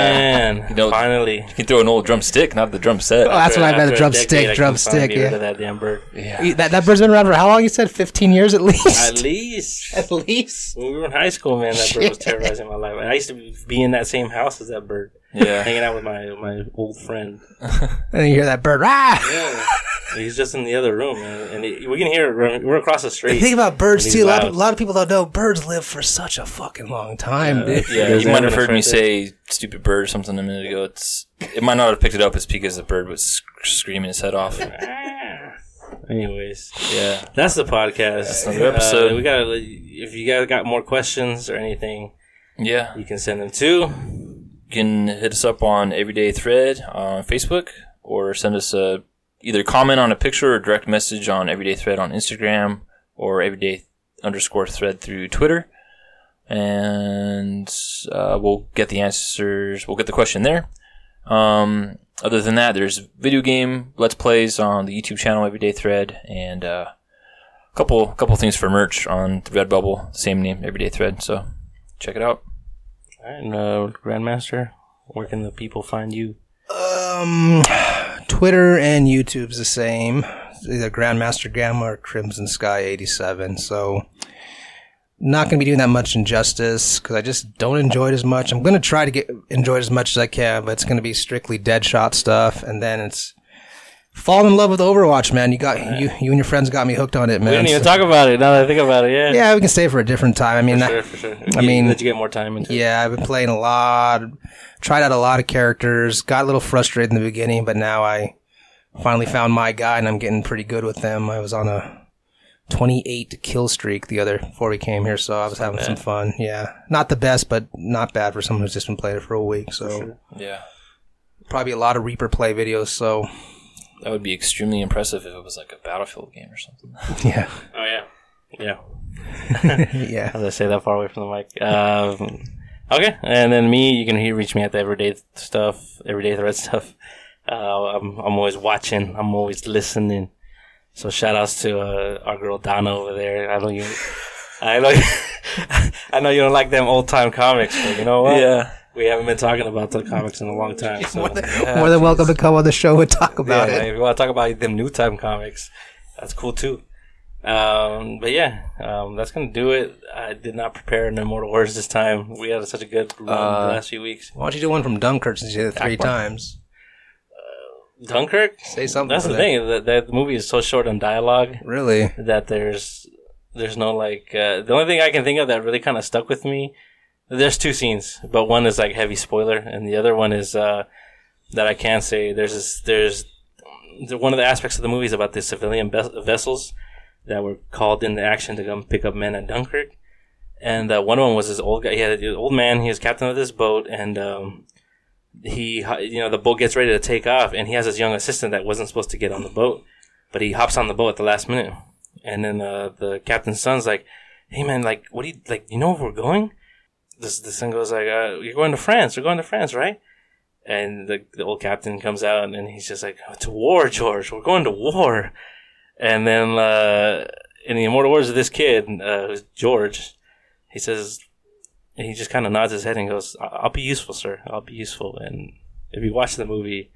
S1: man,
S2: know-
S1: finally.
S2: You can throw an old drumstick, not the drum set.
S4: Oh, that's what I meant,
S1: After
S4: a
S1: a decade,
S4: drumstick,
S1: I can finally
S4: drumstick,
S1: get rid
S4: yeah.
S1: of that damn bird.
S2: yeah.
S4: That, that bird's been around for how long? You said 15 years at least?
S1: At least
S4: At least?
S1: when we were in high school, man, that bird was terrorizing my life. And I used to be in that same house as that bird,
S2: Yeah.
S1: hanging out with my my old friend.
S4: And you hear that bird, ah!
S1: Yeah, he's just in the other room, man, and he, we can hear. it. We're- We're across the
S4: The
S1: street.
S4: thing about birds
S1: He's
S4: too, a lot,
S1: loud.
S4: of, a lot of people don't know birds live for such a fucking long time, dude.
S2: Yeah,
S1: Because
S2: you might
S1: they're
S2: have heard
S1: gonna
S2: me
S1: start
S2: say "stupid bird" or something a minute ago. It's it might not have picked it up. It's because the bird was sc- screaming his head off.
S1: Anyways,
S2: Yeah,
S1: that's the podcast. That's
S2: another episode.
S1: we got. If you guys got more questions or anything,
S2: yeah.
S1: you can send them to.
S2: You can hit us up on Everyday Thread on Facebook, or send us a either comment on a picture or direct message on Everyday Thread on Instagram or Everyday underscore Thread through Twitter, and uh, we'll get the answers. We'll get the question there. Um, other than that, there's video game let's plays on the YouTube channel Everyday Thread, and uh, a couple couple things for merch on Redbubble, same name Everyday Thread. So check it out.
S1: All right, and, uh, Grandmaster, where can the people find you?
S3: Um, Twitter and YouTube's the same. It's either Grandmaster Gamma or Crimson Sky 87. So, not going to be doing that much injustice because I just don't enjoy it as much. I'm going to try to get enjoy it as much as I can, but it's going to be strictly Deadshot stuff. And then it's fall in love with Overwatch, man. You got you you and your friends got me hooked on it,
S1: We
S3: man.
S1: didn't even
S3: So-
S1: talk about it. Now that I think about it, yeah,
S3: yeah, we can stay for a different time. I mean, I-
S1: Sure, for sure.
S3: I
S1: You-
S3: mean-
S1: let you get more time into. it.
S3: yeah, I've been playing a lot, tried out a lot of characters, got a little frustrated in the beginning, but now I finally found my guy and I'm getting pretty good with them. I was on a 28 kill streak the other before we came here, so I was having some fun. Yeah, not the best, but not bad for someone who's just been playing it for a week. So
S2: Yeah.
S3: probably a lot of Reaper play videos. So
S2: That would be extremely impressive if it was like a battlefield game or something.
S3: yeah,
S1: Oh yeah. Yeah.
S3: yeah.
S1: As I say that far away from the mic. Um, okay, and then me, you can he- reach me at the everyday stuff, everyday thread stuff. Uh, I'm I'm always watching. I'm always listening. So shout outs to uh, our girl Donna over there. I know you. I know. I know you don't like them old time comics, but you know what?
S2: Yeah.
S1: We haven't been talking about the comics in a long time. So.
S3: More than welcome to come on the show and talk about
S1: Yeah,
S3: it.
S1: If you want to talk about them new time comics, that's cool too. Um, but yeah, um, that's gonna do it. I did not prepare an Immortal Wars this time. We had such a good run the last few weeks.
S3: Why don't you do one from Dunkirk since you did it three times?
S1: Dunkirk.
S3: Say something.
S1: That's
S3: for
S1: the
S3: that.
S1: thing. That that movie is so short on dialogue
S3: Really?
S1: that there's there's no like uh, the only thing I can think of that really kind of stuck with me. There's two scenes, but one is like heavy spoiler, and the other one is uh, that I can say. There's this, there's the- one of the aspects of the movie is about the civilian ves- vessels that were called into action to come pick up men at Dunkirk, and uh, one of them was this old guy. He had an old man. He was captain of this boat, and um, he you know the boat gets ready to take off, and he has his young assistant that wasn't supposed to get on the boat, but he hops on the boat at the last minute. And then uh, the captain's son's like, "Hey man, like, what do you like? You know where we're going?" This this thing goes like, uh, "You're going to France. You're going to France, right?" And the, the old captain comes out and he's just like, "Oh, "To war, George. We're going to war." And then uh, in the immortal words of this kid, uh, who's George, he says, he just kind of nods his head and goes, "I- "I'll be useful, sir. I'll be useful." And if you watch the movie,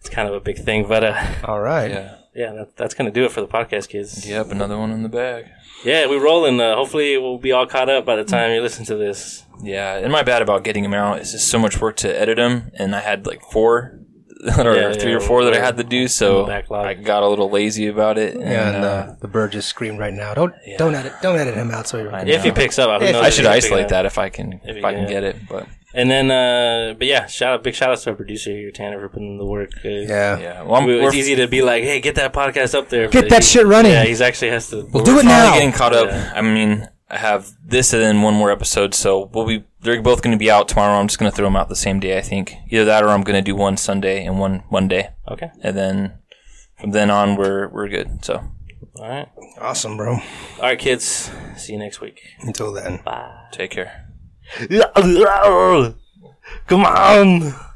S1: It's kind of a big thing, but uh,
S4: All right.
S2: Yeah.
S1: yeah, that, that's gonna do it for the podcast, kids. Yeah,
S2: Yep, another one in the bag.
S1: we're rolling. Uh, hopefully, we'll be all caught up by the time you listen to this.
S2: Yeah, and my bad about getting them out. It's just so much work to edit them, and I had like four or
S1: Yeah,
S2: three
S1: yeah,
S2: or four that I had to do, so
S1: backlog.
S2: I got a little lazy about it. And,
S4: And
S2: uh,
S4: uh, the bird just screamed right now. Don't
S2: Yeah.
S4: don't edit don't edit him out. So you're
S2: I
S4: right.
S1: If he
S2: know.
S1: picks up, who
S4: If-
S1: knows
S2: I
S1: if
S2: should
S1: he'll pick it
S2: isolate
S1: up.
S2: that if I can if,
S1: you
S2: I
S1: can
S2: can get it, but
S1: And then, uh, but yeah, shout out, big shout outs to our producer here, Tanner, for putting in the work. Uh,
S4: Yeah.
S2: yeah, well, I'm,
S1: It was
S2: we're
S1: easy to be like, hey, get that podcast up there.
S4: Get
S1: but
S4: that shit running.
S1: Yeah, he's actually has to.
S4: We'll do it
S2: finally
S4: now.
S2: getting caught up. I mean, I have this and then one more episode, so we'll be they're both going to be out tomorrow. I'm just going to throw them out the same day, I think. Either that or I'm going to do one Sunday and one Monday,
S1: Okay.
S2: and then from then on we're we're good. So
S1: All right.
S4: Awesome, bro.
S1: All right, kids. See you next week.
S4: Until then.
S2: take care.
S1: Come on.